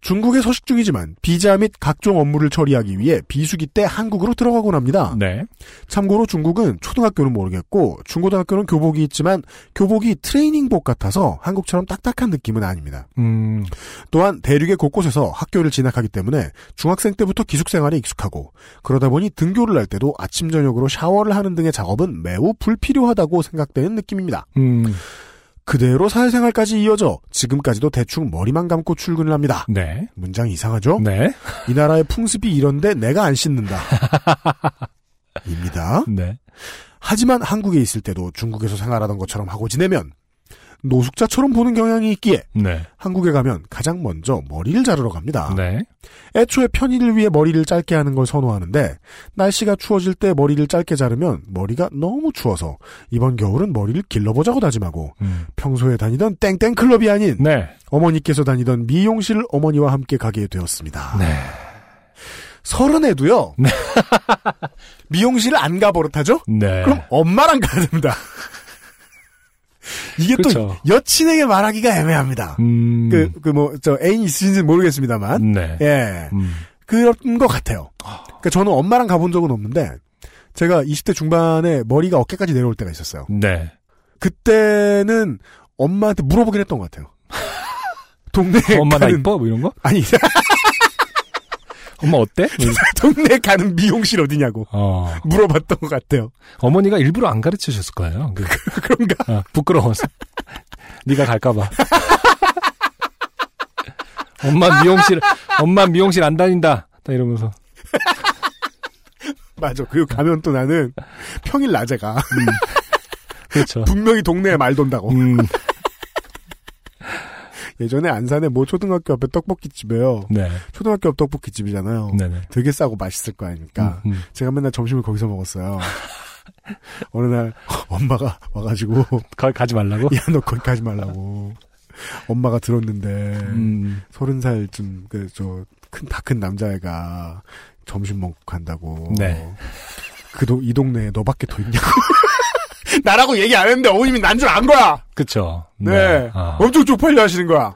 A: 중국에 서식 중이지만 비자 및 각종 업무를 처리하기 위해 비수기 때 한국으로 들어가곤 합니다.
B: 네.
A: 참고로 중국은 초등학교는 모르겠고 중고등학교는 교복이 있지만 교복이 트레이닝복 같아서 한국처럼 딱딱한 느낌은 아닙니다.
B: 음.
A: 또한 대륙의 곳곳에서 학교를 진학하기 때문에 중학생 때부터 기숙생활에 익숙하고 그러다 보니 등교를 할 때도 아침 저녁으로 샤워를 하는 등의 작업은 매우 불필요하다고 생각되는 느낌입니다.
B: 음.
A: 그대로 사회생활까지 이어져 지금까지도 대충 머리만 감고 출근을 합니다.
B: 네.
A: 문장 이상하죠?
B: 네.
A: 이 나라의 풍습이 이런데 내가 안 씻는다. 입니다.
B: 네.
A: 하지만 한국에 있을 때도 중국에서 생활하던 것처럼 하고 지내면 노숙자처럼 보는 경향이 있기에
B: 네.
A: 한국에 가면 가장 먼저 머리를 자르러 갑니다.
B: 네.
A: 애초에 편의를 위해 머리를 짧게 하는 걸 선호하는데 날씨가 추워질 때 머리를 짧게 자르면 머리가 너무 추워서 이번 겨울은 머리를 길러보자고 다짐하고
B: 음.
A: 평소에 다니던 땡땡 클럽이 아닌
B: 네.
A: 어머니께서 다니던 미용실 어머니와 함께 가게 되었습니다.
B: 네.
A: 서른에도요. [laughs] 미용실 안 가버릇하죠?
B: 네.
A: 그럼 엄마랑 가야 됩니다. 이게
B: 그쵸.
A: 또 여친에게 말하기가 애매합니다.
B: 그렇죠. 음.
A: 그, 그 뭐, 저 애인 있으신지는 모르겠습니다만.
B: 네.
A: 예.
B: 음.
A: 그런 것 같아요. 그러니까 저는 엄마랑 가본 적은 없는데 제가 20대 중반에 머리가 어깨까지 내려올 때가 있었어요.
B: 네.
A: 그때는 엄마한테 물어보긴 했던 것 같아요. [laughs] 동네
B: [laughs] 엄마 나
A: 가는-
B: 이뻐? 뭐 이런 거?
A: 아니 [laughs]
B: 엄마 어때? 뭐 이런-
A: 동네 가는 미용실 어디냐고
B: 어.
A: 물어봤던 것 같아요. [laughs]
B: 어머니가 일부러 안 가르치셨을 거예요. 그-
A: 그런가? [laughs]
B: 아, 부끄러워서. [laughs] 네가 갈까봐. [laughs] 엄마 미용실, 엄마 미용실 안 다닌다. 딱 이러면서.
A: 맞아. 그리고 가면 또 나는 평일 낮에 가. [laughs]
B: 그렇죠.
A: 분명히 동네에 말 돈다고.
B: 음,
A: 예전에 안산에 뭐 초등학교 앞에 떡볶이집에요.
B: 네.
A: 초등학교 앞 떡볶이집이잖아요.
B: 네네.
A: 되게 싸고 맛있을 거 아닙니까?
B: 음, 음.
A: 제가 맨날 점심을 거기서
B: [laughs]
A: 먹었어요. 어느 날 엄마가 와가지고 [laughs] 야
B: 가, 가지 말라고?
A: 너 거기 가지 말라고 엄마가 들었는데
B: 음,
A: 서른 살쯤 그저큰 다 큰 남자애가 점심 먹고 간다고
B: 네.
A: 그도 이 동네에 너밖에 더 있냐고 [laughs] 나라고 얘기 안 했는데 어머님이 난 줄 안 거야
B: 그쵸.
A: 네,
B: 아.
A: 엄청 쪽팔려 하시는 거야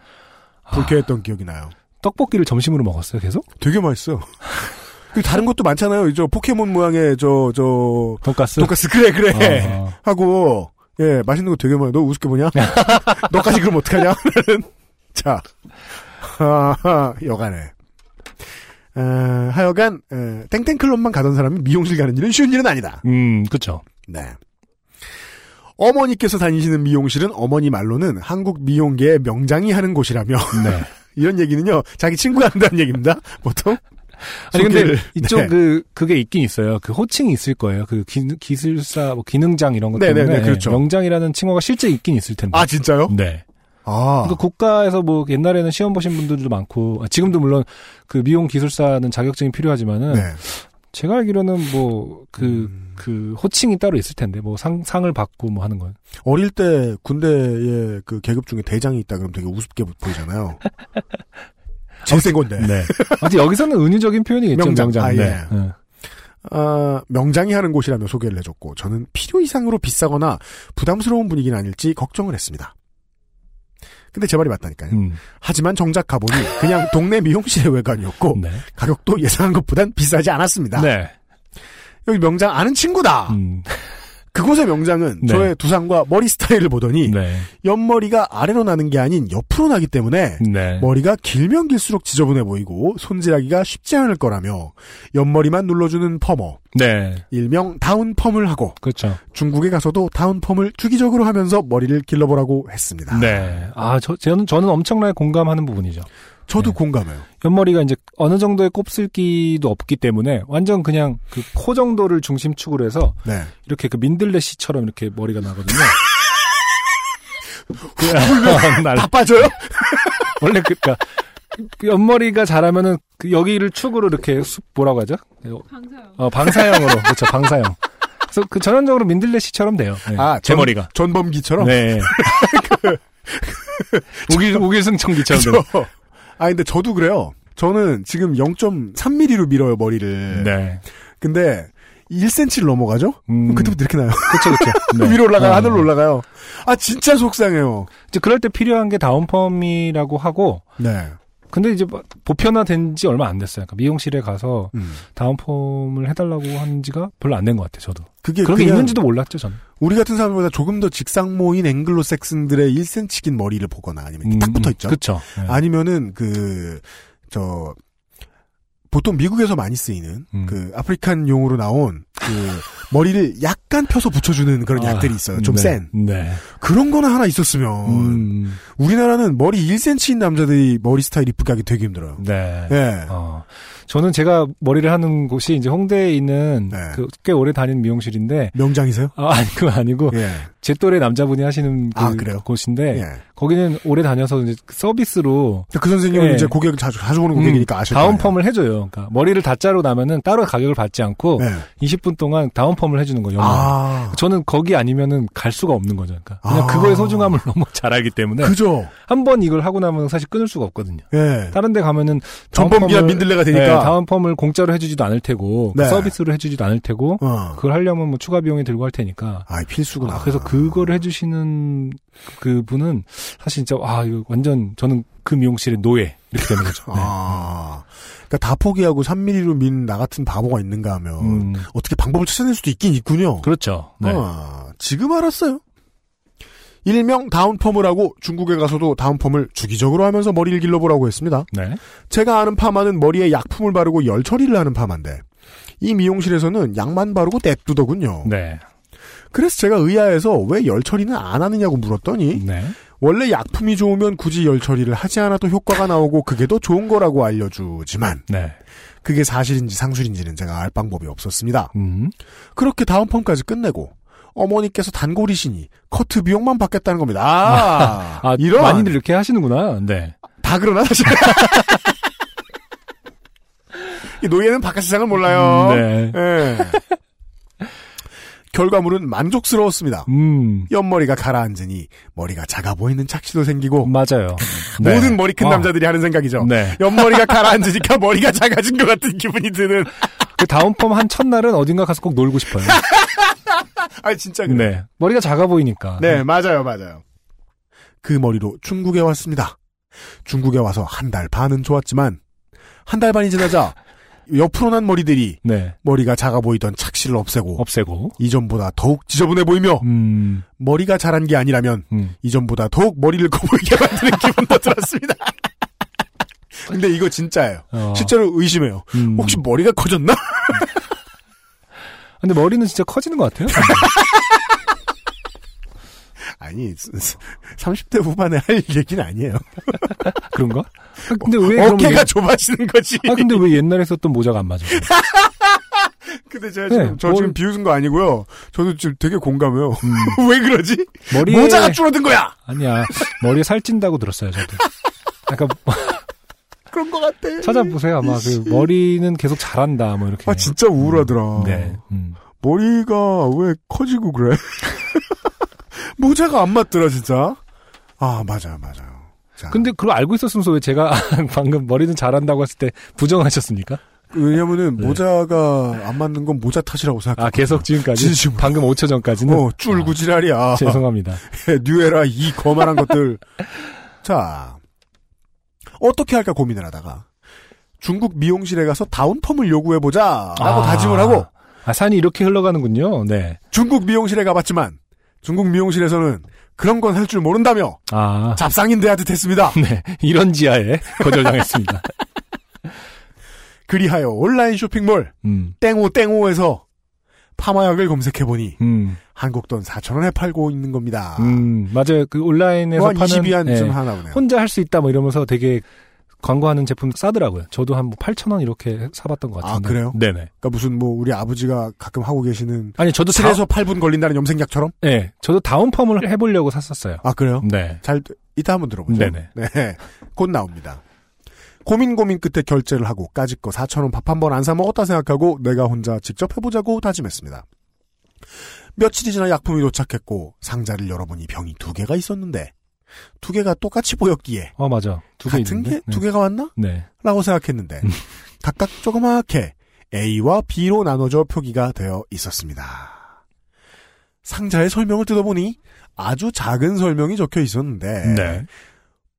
B: 아,
A: 불쾌했던 기억이 나요
B: 떡볶이를 점심으로 먹었어요, 계속?
A: 되게 [laughs] 맛있어요 그리고 다른 것도 많잖아요 저 포켓몬 모양의 저저
B: 돈가스?
A: 돈가스 네. 그래 그래
B: 어, 어. 하
A: 고 예 맛있는 거 되게 많아 너 우습게
B: [laughs]
A: 보냐 너까지 그럼 어떡하냐 자 아하, 여간에 어, 하여간 에, 땡땡클럽만 가던 사람이 미용실 가는 일은 쉬운 일은 아니다
B: 음, 그쵸.
A: 네 어머니께서 다니시는 미용실은 어머니 말로는 한국 미용계의 명장이 하는 곳이라며
B: 네.
A: [laughs] 이런 얘기는요 자기 친구가 한다는 얘기입니다 보통
B: 아니 근데
A: 소개를-
B: 이쪽
A: 네.
B: 그 그게 있긴 있어요. 그 호칭이 있을 거예요. 그 기, 술사뭐 기능장 이런 것
A: 네네네,
B: 때문에
A: 그렇죠.
B: 명장이라는 칭호가 실제 있긴 있을 텐데.
A: 아 진짜요
B: 네.
A: 아
B: 그러니까 국가에서 뭐 옛날에는 시험 보신 분들도 많고 아, 지금도 물론 그 미용 기술사는 자격증이 필요하지만은
A: 네.
B: 제가 알기로는 뭐 그 그
A: 음.
B: 호칭이 따로 있을 텐데 뭐 상 상을 받고 뭐 하는 건.
A: 어릴 때 군대의 그 계급 중에 대장이 있다 그러면 되게 우습게 보-
B: [laughs]
A: 보이잖아요. 제일 센 건데.
B: 네. 아무튼 여기서는 은유적인 표현이겠죠.
A: 명장.
B: 명장.
A: 아,
B: 네.
A: 예.
B: 응.
A: 아, 명장이 하는 곳이라며 소개를 해줬고 저는 필요 이상으로 비싸거나 부담스러운 분위기는 아닐지 걱정을 했습니다. 근데 제 말이 맞다니까요.
B: 음.
A: 하지만 정작 가보니 그냥 동네 미용실의 외관이었고
B: 네.
A: 가격도 예상한 것보단 비싸지 않았습니다.
B: 네.
A: 여기 명장 아는 친구다.
B: 음.
A: 그곳의 명장은
B: 네.
A: 저의 두상과 머리 스타일을 보더니
B: 네.
A: 옆머리가 아래로 나는 게 아닌 옆으로 나기 때문에
B: 네.
A: 머리가 길면 길수록 지저분해 보이고 손질하기가 쉽지 않을 거라며 옆머리만 눌러주는 펌어,
B: 네.
A: 일명 다운펌을 하고
B: 그렇죠.
A: 중국에 가서도 다운펌을 주기적으로 하면서 머리를 길러보라고 했습니다.
B: 네. 아, 저, 저는, 저는 엄청나게 공감하는 부분이죠.
A: 저도
B: 네.
A: 공감해요.
B: 옆머리가 이제 어느 정도의 곱슬기도 없기 때문에 완전 그냥 그 코 정도를 중심축으로 해서
A: 네.
B: 이렇게 그 민들레씨처럼 이렇게 머리가 나거든요. 그, [laughs] 아, 날-
A: 다 빠져요?
B: 원래 그, 그니까, 그 옆머리가 자라면은 그 여기를 축으로 이렇게 수- 뭐라고 하죠?
I: 강사요.
B: 어, 방사형으로. 그렇죠. 방사형. 그래서 그 전형적으로 민들레씨처럼 돼요. 네.
A: 아,
B: 제
A: 전-
B: 머리가. [laughs]
A: 전범기처럼?
B: 네. 그, 우길, 우길승천기처럼 돼요.
A: 저- [laughs] 아, 근데 저도 그래요. 저는 지금 0.3mm로 밀어요, 머리를.
B: 네.
A: 근데 1cm를 넘어가죠?
B: 음.
A: 그럼 그때부터 이렇게 나요.
B: 그쵸,
A: [laughs]
B: 그쵸. 네.
A: 위로 올라가요,
B: 어.
A: 하늘로 올라가요. 아, 진짜 속상해요.
B: 이제 그럴 때 필요한 게 다운펌이라고 하고,
A: 네.
B: 근데 이제 뭐 보편화된 지 얼마 안 됐어요. 그러니까 미용실에 가서
A: 음.
B: 다운펌을 해달라고 한 지가 별로 안 된 것 같아요, 저도.
A: 그게
B: 그런 게
A: 예, 그냥-
B: 있는지도 몰랐죠, 저는.
A: 우리 같은 사람보다 조금 더 직상모인 앵글로색슨들의 1cm 긴 머리를 보거나 아니면 이렇게 딱 붙어 있죠.
B: 그쵸. 네.
A: 아니면은 그 저 보통 미국에서 많이 쓰이는
B: 음.
A: 그 아프리칸 용으로 나온
B: [laughs]
A: 그 머리를 약간 펴서 붙여주는 그런
B: 아,
A: 약들이 있어요. 좀
B: 네.
A: 센. 어,
B: 네.
A: 그런 거나 하나 있었으면
B: 음,
A: 우리나라는 머리 1cm인 남자들이 머리 스타일 이쁘게 하기 되게 힘들어요.
B: 네.
A: 예.
B: 어, 저는 제가 머리를 하는 곳이 이제 홍대에 있는
A: 네.
B: 그 꽤 오래 다닌 미용실인데,
A: 명장이세요?
B: 아, 아니, 그건 아니고,
A: 예.
B: 제 또래 남자분이 하시는 그
A: 아, 그래요?
B: 곳인데,
A: 예.
B: 거기는 오래 다녀서 이제 서비스로
A: 그 선생님은
B: 예.
A: 이제 고객을 자주 자주 보는 고객이니까 아실 거예요.
B: 음. 다운펌을 해줘요. 그러니까 머리를 다짜로 나면은 따로 가격을 받지 않고
A: 예.
B: 20분 동안 다운펌을 해주는 거예요. 연말에.
A: 아.
B: 저는 거기 아니면은 갈 수가 없는 거죠. 그러니까 그냥
A: 아.
B: [laughs] 그거의 소중함을 너무 잘 알기 때문에
A: 그죠.
B: 한 번 이걸 하고 나면 사실 끊을 수가 없거든요.
A: 예.
B: 다른 데 가면은 다음
A: 전범기와
B: 펌을-
A: 민들레가
B: 네,
A: 되니까.
B: 다음 펌을 공짜로 해주지도 않을 테고 그
A: 네.
B: 서비스로 해주지도 않을 테고
A: 어.
B: 그걸 하려면 뭐 추가 비용이 들고 할 테니까
A: 아, 필수구나.
B: 아, 그래서 그거를 해주시는 그 분은 사실 진짜 아 이거 완전 저는 그 미용실의 노예 이렇게 되는 거죠. 네.
A: 아. 그러니까 다 포기하고 3mm로 민 나 같은 바보가 있는가 하면
B: 음,
A: 어떻게 방법을 찾아낼 수도 있긴 있군요.
B: 그렇죠. 네.
A: 아, 지금 알았어요. 일명 다운펌을 하고 중국에 가서도 다운펌을 주기적으로 하면서 머리를 길러보라고 했습니다.
B: 네.
A: 제가 아는 파마는 머리에 약품을 바르고 열 처리를 하는 파마인데 이 미용실에서는 약만 바르고 냅두더군요.
B: 네.
A: 그래서 제가 의아해서 왜 열 처리는 안 하느냐고 물었더니
B: 네.
A: 원래 약품이 좋으면 굳이 열 처리를 하지 않아도 효과가 나오고 그게 더 좋은 거라고 알려주지만
B: 네.
A: 그게 사실인지 상술인지는 제가 알 방법이 없었습니다.
B: 음.
A: 그렇게 다음 펌까지 끝내고 어머니께서 단골이시니 커트 비용만 받겠다는 겁니다.
B: [laughs]
A: 아,
B: 아,
A: 이런
B: 많이들 이렇게 하시는구나. 네.
A: 다 그러나 사실. [laughs] 이 노예는 바깥 세상을 몰라요.
B: 네.
A: 예. 결과물은 만족스러웠습니다.
B: 음.
A: 옆머리가 가라앉으니 머리가 작아 보이는 착시도 생기고
B: 맞아요.
A: [laughs] 모든 머리 큰
B: 어.
A: 남자들이 하는 생각이죠.
B: 네.
A: 옆머리가 가라앉으니까 [laughs] 머리가 작아진 것 같은 기분이 드는.
B: 그 다운펌 한 첫날은 어딘가 가서 꼭 놀고 싶어요.
A: 아 진짜 [laughs] 그래.
B: 네. 머리가 작아 보이니까.
A: 네, 맞아요, 맞아요. 그 머리로 중국에 왔습니다. 중국에 와서 한 달 반은 좋았지만 한 달 반이 지나자 옆으로 난 머리들이
B: 네.
A: 머리가 작아 보이던 착시를 없애고
B: 없애고.
A: 이전보다 더욱 지저분해 보이며
B: 음.
A: 머리가 자란 게 아니라면
B: 음.
A: 이전보다 더욱 머리를 거보이게 만드는 기분도 들었습니다. [laughs] 근데 이거 진짜예요.
B: 어.
A: 실제로 의심해요.
B: 음.
A: 혹시 머리가 커졌나?
B: 근데 머리는 진짜 커지는 것
A: [laughs]
B: 같아요.
A: 아니, [laughs] 30대 후반에 할 얘기는 아니에요.
B: 그런가? 아, 근데 왜 그러면
A: 어깨가 좁아지는 거지.
B: 예- 아 근데 왜 옛날에 썼던 모자가 안 맞아?
A: [laughs] 근데 제가
B: 네,
A: 지금 저
B: 뭘- 음.
A: 지금 비웃은 거 아니고요. 저도 지금 되게 공감해요. [laughs] 왜 그러지?
B: 머리에
A: 모자가 줄어든 거야.
B: 아니야 머리에 살찐다고 들었어요 저도. 약간 뭐
A: 그런 거 같아.
B: 찾아보세요 아마 그 머리는 계속 자란다 뭐 이렇게.
A: 아 진짜 어. 우울하더라.
B: 네. 음.
A: 머리가 왜 커지고 그래? [laughs] 모자가 안 맞더라 진짜. 아 맞아요 맞아요. 자,
B: 근데 그걸 알고 있었으면서 왜 제가 [laughs] 방금 머리는 자란다고 했을 때 부정하셨습니까?
A: 왜냐면은
B: 네.
A: 모자가 안 맞는 건 모자 탓이라고 생각.
B: 아 계속 지금까지
A: 진심으로.
B: 방금 5초 전까지는
A: 어 쫄구지랄이야.
B: 아, [laughs] 죄송합니다.
A: 뉴에라 이 거만한
B: [laughs]
A: 것들. 자, 어떻게 할까 고민을 하다가 중국 미용실에 가서 다운펌을 요구해보자라고
B: 아.
A: 다짐을 하고
B: 아 산이 이렇게 흘러가는군요. 네.
A: 중국 미용실에 가봤지만 중국 미용실에서는 그런 건 할 줄 모른다며
B: 아 [laughs]
A: 잡상인 대하듯 했습니다.
B: 네. 이런 지하에 거절당했습니다.
A: 그리하여 온라인 쇼핑몰
B: 음.
A: 땡오 땡오에서 파마약을 검색해보니
B: 음.
A: 한국 돈 4천원에 팔고 있는 겁니다.
B: 음, 맞아요. 그 온라인에서
A: 뭐한
B: 파는
A: 20위안쯤
B: 예,
A: 하나 보네요.
B: 혼자 할 수 있다 뭐 이러면서 되게 광고하는 제품 싸더라고요. 저도 한 뭐 8,000원 이렇게 사봤던 것
A: 아,
B: 같은데.
A: 그래요?
B: 네네.
A: 그러니까 무슨 뭐 우리 아버지가 가끔 하고 계시는
B: 아니 저도 다,
A: 7에서 8분 걸린다는 염색약처럼?
B: 네, 저도 다운펌을 해보려고 샀었어요.
A: 아 그래요?
B: 네.
A: 잘 이따 한번 들어보죠.
B: 네네.
A: 네. 곧 나옵니다. 고민 고민 끝에 결제를 하고 까짓 거 4천 원 밥 한 번 안 사 먹었다 생각하고 내가 혼자 직접 해보자고 다짐했습니다. 며칠이 지나 약품이 도착했고 상자를 열어보니 병이 두 개가 있었는데 두 개가 똑같이 보였기에
B: 어 맞아. 두 개
A: 같은
B: 있는데.
A: 게 두 개가 왔나?
B: 네. 네.
A: 라고 생각했는데 각각 조그맣게 A와 B로 나눠져 표기가 되어 있었습니다. 상자의 설명을 뜯어보니 아주 작은 설명이 적혀 있었는데
B: 네.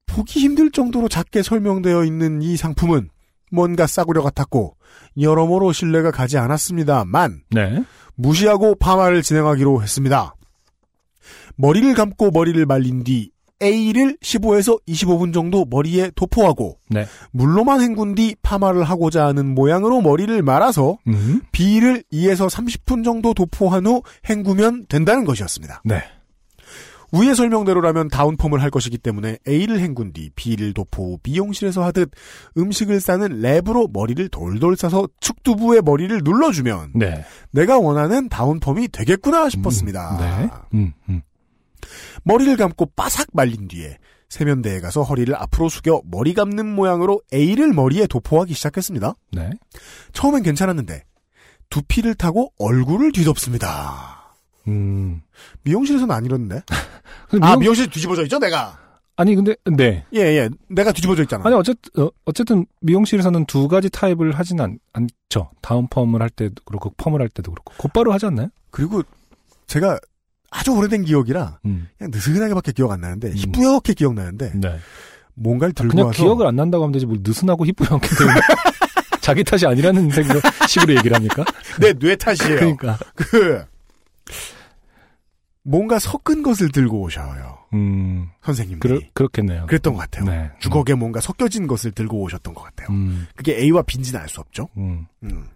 A: 보기 힘들 정도로 작게 설명되어 있는 이 상품은 뭔가 싸구려 같았고 여러모로 신뢰가 가지 않았습니다만
B: 네.
A: 무시하고 파마를 진행하기로 했습니다. 머리를 감고 머리를 말린 뒤 A를 15에서 25분 정도 머리에 도포하고
B: 네.
A: 물로만 헹군 뒤 파마를 하고자 하는 모양으로 머리를 말아서
B: 음.
A: B를 2에서 30분 정도 도포한 후 헹구면 된다는 것이었습니다.
B: 네.
A: 위의 설명대로라면 다운펌을 할 것이기 때문에 A를 헹군 뒤 B를 도포 후 미용실에서 하듯 음식을 싸는 랩으로 머리를 돌돌 싸서 축두부에 머리를 눌러주면
B: 네.
A: 내가 원하는 다운펌이 되겠구나 싶었습니다.
B: 음, 네. 음. 음.
A: 머리를 감고 바삭 말린 뒤에 세면대에 가서 허리를 앞으로 숙여 머리 감는 모양으로 A를 머리에 도포하기 시작했습니다.
B: 네.
A: 처음엔 괜찮았는데 두피를 타고 얼굴을 뒤덮습니다.
B: 음.
A: 미용실에서는 안 이러는데?
B: 근데
A: 아
B: 미용-
A: 미용실 뒤집어져 있죠 내가?
B: 아니 근데 네.
A: 예, 예. 내가 뒤집어져 있잖아.
B: 아니 어쨌든 어, 어쨌든 미용실에서는 두 가지 타입을 하진 않, 않죠. 다운 펌을 할 때도 그렇고 펌을 할 때도 그렇고 곧바로 하지 않나요?
A: 그리고 제가 아주 오래된 기억이라
B: 음.
A: 그냥 느슨하게밖에 기억 안 나는데
B: 음.
A: 뿌옇게 기억나는데
B: 네.
A: 뭔가를 들고
B: 그냥
A: 와서
B: 기억을 안 난다고 하면 되지 뭘 느슨하고 희뿌연게 되는 [laughs] 자기 탓이 아니라는 생각 식으로 얘기를
A: [laughs]
B: 합니까?
A: [laughs] 내 뇌 탓이에요.
B: 그러니까
A: 그 뭔가 섞은 것을 들고 오셔요.
B: 음 그러,
A: 선생님들이.
B: 그렇겠네요.
A: 그랬던 것 같아요.
B: 네.
A: 주걱에 뭔가 섞여진 것을 들고 오셨던 것 같아요.
B: 음,
A: 그게 A와 B인지는 알 수 없죠.
B: 음.
A: 음.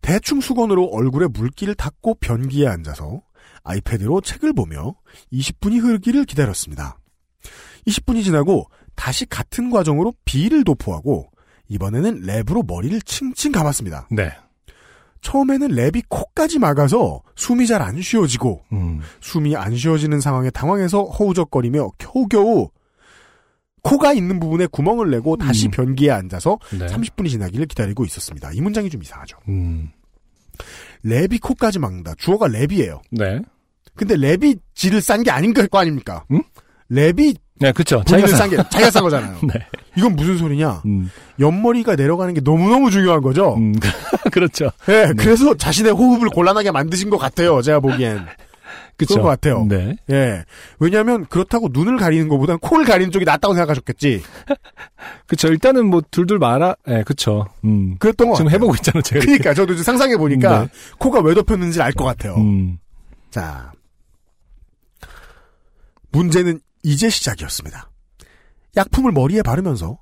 A: 대충 수건으로 얼굴에 물기를 닦고 변기에 앉아서 아이패드로 책을 보며 20분이 흐르기를 기다렸습니다. 20분이 지나고 다시 같은 과정으로 B를 도포하고 이번에는 랩으로 머리를 칭칭 감았습니다.
B: 네.
A: 처음에는 랩이 코까지 막아서 숨이 잘 안 쉬어지고
B: 음.
A: 숨이 안 쉬어지는 상황에 당황해서 허우적거리며 겨우겨우 코가 있는 부분에 구멍을 내고 다시
B: 음.
A: 변기에 앉아서
B: 네.
A: 30분이 지나기를 기다리고 있었습니다. 이 문장이 좀 이상하죠.
B: 음.
A: 랩이 코까지 막는다. 주어가 랩이에요.
B: 네.
A: 근데 랩이 지를 싼 게 아닌 거 아닙니까?
B: 음?
A: 랩이
B: 네, 그쵸.
A: 본인을
B: 자기가
A: 싼 게, 자기가 싼 거잖아요.
B: [laughs] 네.
A: 이건 무슨 소리냐?
B: 음,
A: 옆머리가 내려가는 게 너무너무 중요한 거죠?
B: 음, [laughs] 그렇죠.
A: 예, 그래서 자신의 호흡을 곤란하게 만드신 것 같아요. 제가 보기엔.
B: [laughs] 그쵸.
A: 그런 것 같아요.
B: 네.
A: 예. 왜냐하면 그렇다고 눈을 가리는 것보단 코를 가리는 쪽이 낫다고 생각하셨겠지.
B: 그쵸. 일단은 뭐, 둘둘 말아, 예, 그쵸. 음.
A: 그랬던 것
B: 지금
A: 같아요.
B: 해보고 있잖아, 제가.
A: 그러니까 저도 이제 상상해 보니까
B: 네.
A: 코가 왜 덮였는지 알 것 같아요.
B: 음.
A: 자, 문제는 이제 시작이었습니다. 약품을 머리에 바르면서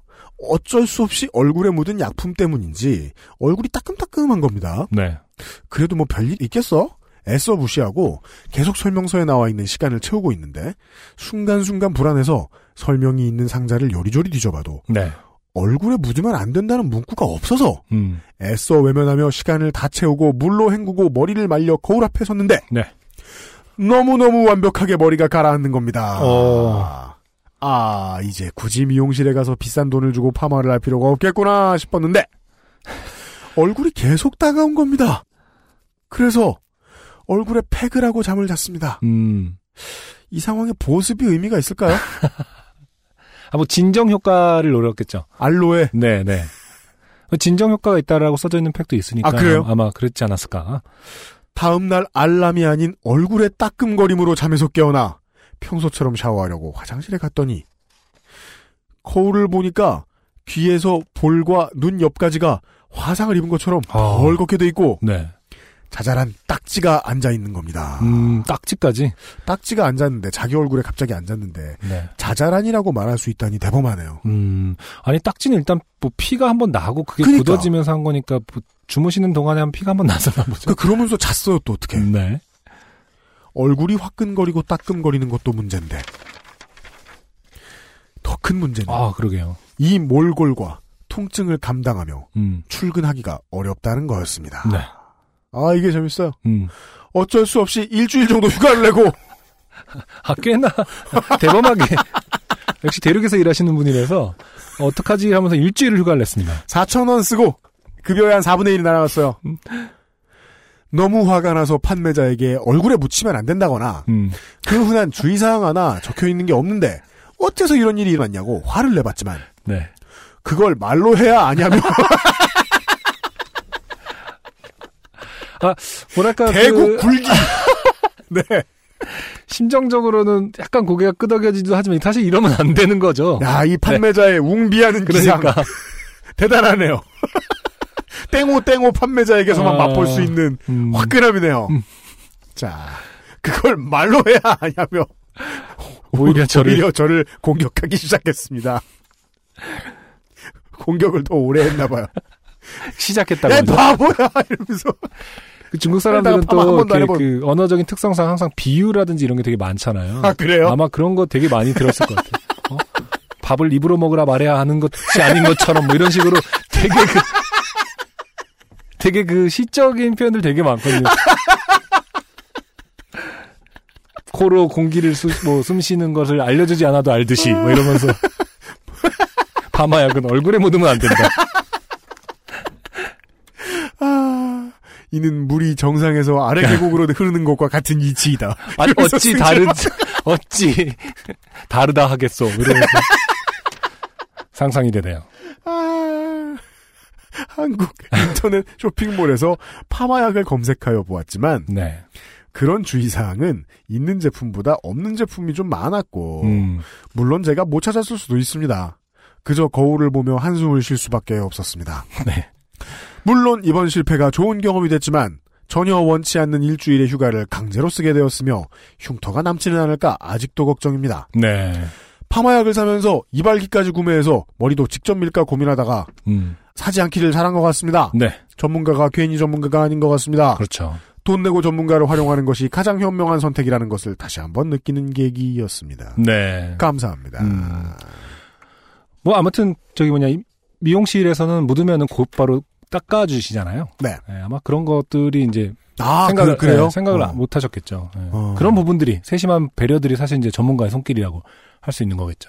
A: 어쩔 수 없이 얼굴에 묻은 약품 때문인지 얼굴이 따끔따끔한 겁니다.
B: 네.
A: 그래도 뭐 별일 있겠어? 애써 무시하고 계속 설명서에 나와 있는 시간을 채우고 있는데 순간순간 불안해서 설명이 있는 상자를 요리조리 뒤져봐도
B: 네.
A: 얼굴에 묻으면 안 된다는 문구가 없어서
B: 음.
A: 애써 외면하며 시간을 다 채우고 물로 헹구고 머리를 말려 거울 앞에 섰는데
B: 네.
A: 너무너무 완벽하게 머리가 가라앉는 겁니다.
B: 어.
A: 아 이제 굳이 미용실에 가서 비싼 돈을 주고 파마를 할 필요가 없겠구나 싶었는데 얼굴이 계속 따가운 겁니다. 그래서 얼굴에 팩을 하고 잠을 잤습니다.
B: 음.
A: 이 상황에 보습이 의미가 있을까요?
B: 아, 뭐, 진정 효과를 노렸겠죠.
A: 알로에
B: 네, 네. 진정 효과가 있다라고 써져 있는 팩도 있으니까.
A: 아, 그래요?
B: 아마 그랬지 않았을까.
A: 다음날 알람이 아닌 얼굴의 따끔거림으로 잠에서 깨어나 평소처럼 샤워하려고 화장실에 갔더니 거울을 보니까 귀에서 볼과 눈 옆까지가 화상을 입은 것처럼
B: 아.
A: 벌겋게 돼 있고
B: 네.
A: 자잘한 딱지가 앉아 있는 겁니다.
B: 음, 딱지까지.
A: 딱지가 앉았는데 자기 얼굴에 갑자기 앉았는데
B: 네.
A: 자잘한이라고 말할 수 있다니 대범하네요.
B: 음, 아니 딱지는 일단 뭐 피가 한번 나고 그게
A: 그러니까.
B: 굳어지면서 한 거니까 뭐 주무시는 동안에 한 피가 한번 [laughs] 나서나 보죠.
A: 그 그러면서 잤어요 또 어떻게?
B: 네.
A: 얼굴이 화끈거리고 따끔거리는 것도 문제인데 더 큰 문제는
B: 아 그러게요.
A: 이 몰골과 통증을 감당하며
B: 음,
A: 출근하기가 어렵다는 거였습니다.
B: 네.
A: 아 이게 재밌어요.
B: 음.
A: 어쩔 수 없이 일주일 정도 휴가를 내고
B: 아 꽤나 [laughs] 대범하게 [laughs] 역시 대륙에서 일하시는 분이라서 어떡하지 하면서 일주일을 휴가를 냈습니다.
A: 4천 원 쓰고 급여의 한 4분의 1이 날아갔어요. 너무 화가 나서 판매자에게 얼굴에 묻히면 안 된다거나
B: 음,
A: 그 흔한 주의사항 하나 적혀 있는 게 없는데 어째서 이런 일이 일어났냐고 화를 내봤지만
B: 네.
A: 그걸 말로 해야
B: [laughs]
A: 아냐며
B: 그 아, 뭐랄까
A: 대고
B: 그
A: 굴기. [laughs] 네.
B: 심정적으로는 약간 고개가 끄덕여지기도 하지만 사실 이러면 안 되는 거죠.
A: 야, 이 판매자의 웅비하는 기상.
B: 네. 그러니까
A: 대단하네요. [laughs] 땡오 땡오 판매자에게서만
B: 아.
A: 맛볼 수 있는
B: [laughs] 음,
A: 화끈함이네요.
B: 음.
A: 자, 그걸 말로 해야 하냐며
B: 오히려 저를
A: 오히려 저를 공격하기 시작했습니다. 공격을 더 오래
B: [laughs]
A: 했나봐요.
B: 시작했다고.
A: 야, 이
B: 하죠.
A: 바보야! 이러면서.
B: 그 중국 사람들은
A: 일단 파마 한
B: 또
A: 번도 안
B: 이렇게
A: 해본-
B: 그 언어적인 특성상 항상 비유라든지 이런 게 되게 많잖아요.
A: 아, 그래요?
B: 어, 아마 그런 거 되게 많이 들었을 것 같아요. 어? 밥을 입으로 먹으라 말해야 하는 것이 아닌 것처럼 뭐 이런 식으로 되게 그 되게 그 시적인 표현들 되게 많거든요. 코로 공기를 수, 뭐, 숨 쉬는 것을 알려주지 않아도 알듯이 뭐 이러면서 파마약은 얼굴에 묻으면 안 된다.
A: 아, 이는 물이 정상에서 아래 계곡으로 흐르는 것과 같은 위치이다.
B: 아,
A: 그래서
B: 어찌
A: 승질만-
B: 다르지, 어찌 다르다 하겠소. 이러면서 상상이 되네요.
A: 아, 한국 인터넷 쇼핑몰에서 파마약을 검색하여 보았지만
B: 네.
A: 그런 주의사항은 있는 제품보다 없는 제품이 좀 많았고
B: 음,
A: 물론 제가 못 찾았을 수도 있습니다. 그저 거울을 보며 한숨을 쉴 수밖에 없었습니다.
B: 네.
A: 물론 이번 실패가 좋은 경험이 됐지만 전혀 원치 않는 일주일의 휴가를 강제로 쓰게 되었으며 흉터가 남지는 않을까 아직도 걱정입니다.
B: 네.
A: 파마약을 사면서 이발기까지 구매해서 머리도 직접 밀까 고민하다가
B: 음,
A: 사지 않기를 잘한 것 같습니다.
B: 네.
A: 전문가가 괜히 전문가가 아닌 것 같습니다.
B: 그렇죠.
A: 돈 내고 전문가를 활용하는 것이 가장 현명한 선택이라는 것을 다시 한번 느끼는 계기였습니다.
B: 네.
A: 감사합니다.
B: 음. 뭐 아무튼 저기 뭐냐 이- 미용실에서는 묻으면은 곧바로 닦아주시잖아요.
A: 네.
B: 예, 아마 그런 것들이 이제
A: 아,
B: 생각을
A: 그, 래요
B: 예, 생각을 못 하셨겠죠. 예.
A: 어.
B: 그런 부분들이 세심한 배려들이 사실 이제 전문가의 손길이라고 할 수 있는 거겠죠.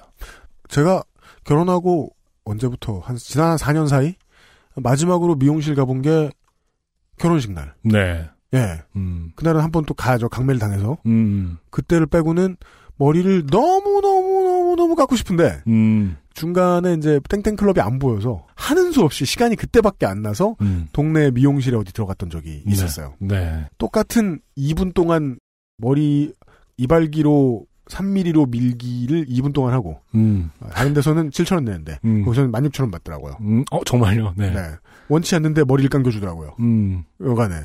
A: 제가 결혼하고 언제부터 한 지난 한 4년 사이 마지막으로 미용실 가본 게 결혼식 날.
B: 네.
A: 예.
B: 음.
A: 그날은 한 번 또 가야죠. 강매를 당해서.
B: 음.
A: 그때를 빼고는 머리를 너무너무너무너무 갖고 싶은데
B: 음.
A: 중간에 이제 땡땡 클럽이 안 보여서 하는 수 없이 시간이 그때밖에 안 나서
B: 음.
A: 동네 미용실에 어디 들어갔던 적이 있었어요.
B: 네.
A: 똑같은 2분 동안 머리 이발기로 3mm로 밀기를 2분 동안 하고
B: 음.
A: 다른 데서는 [laughs] 7,000원 내는데
B: 음.
A: 거기서는 16,000원 받더라고요.
B: 음. 어, 정말요? 네.
A: 네. 원치 않는데 머리를 감겨주더라고요.
B: 음.
A: 여간에.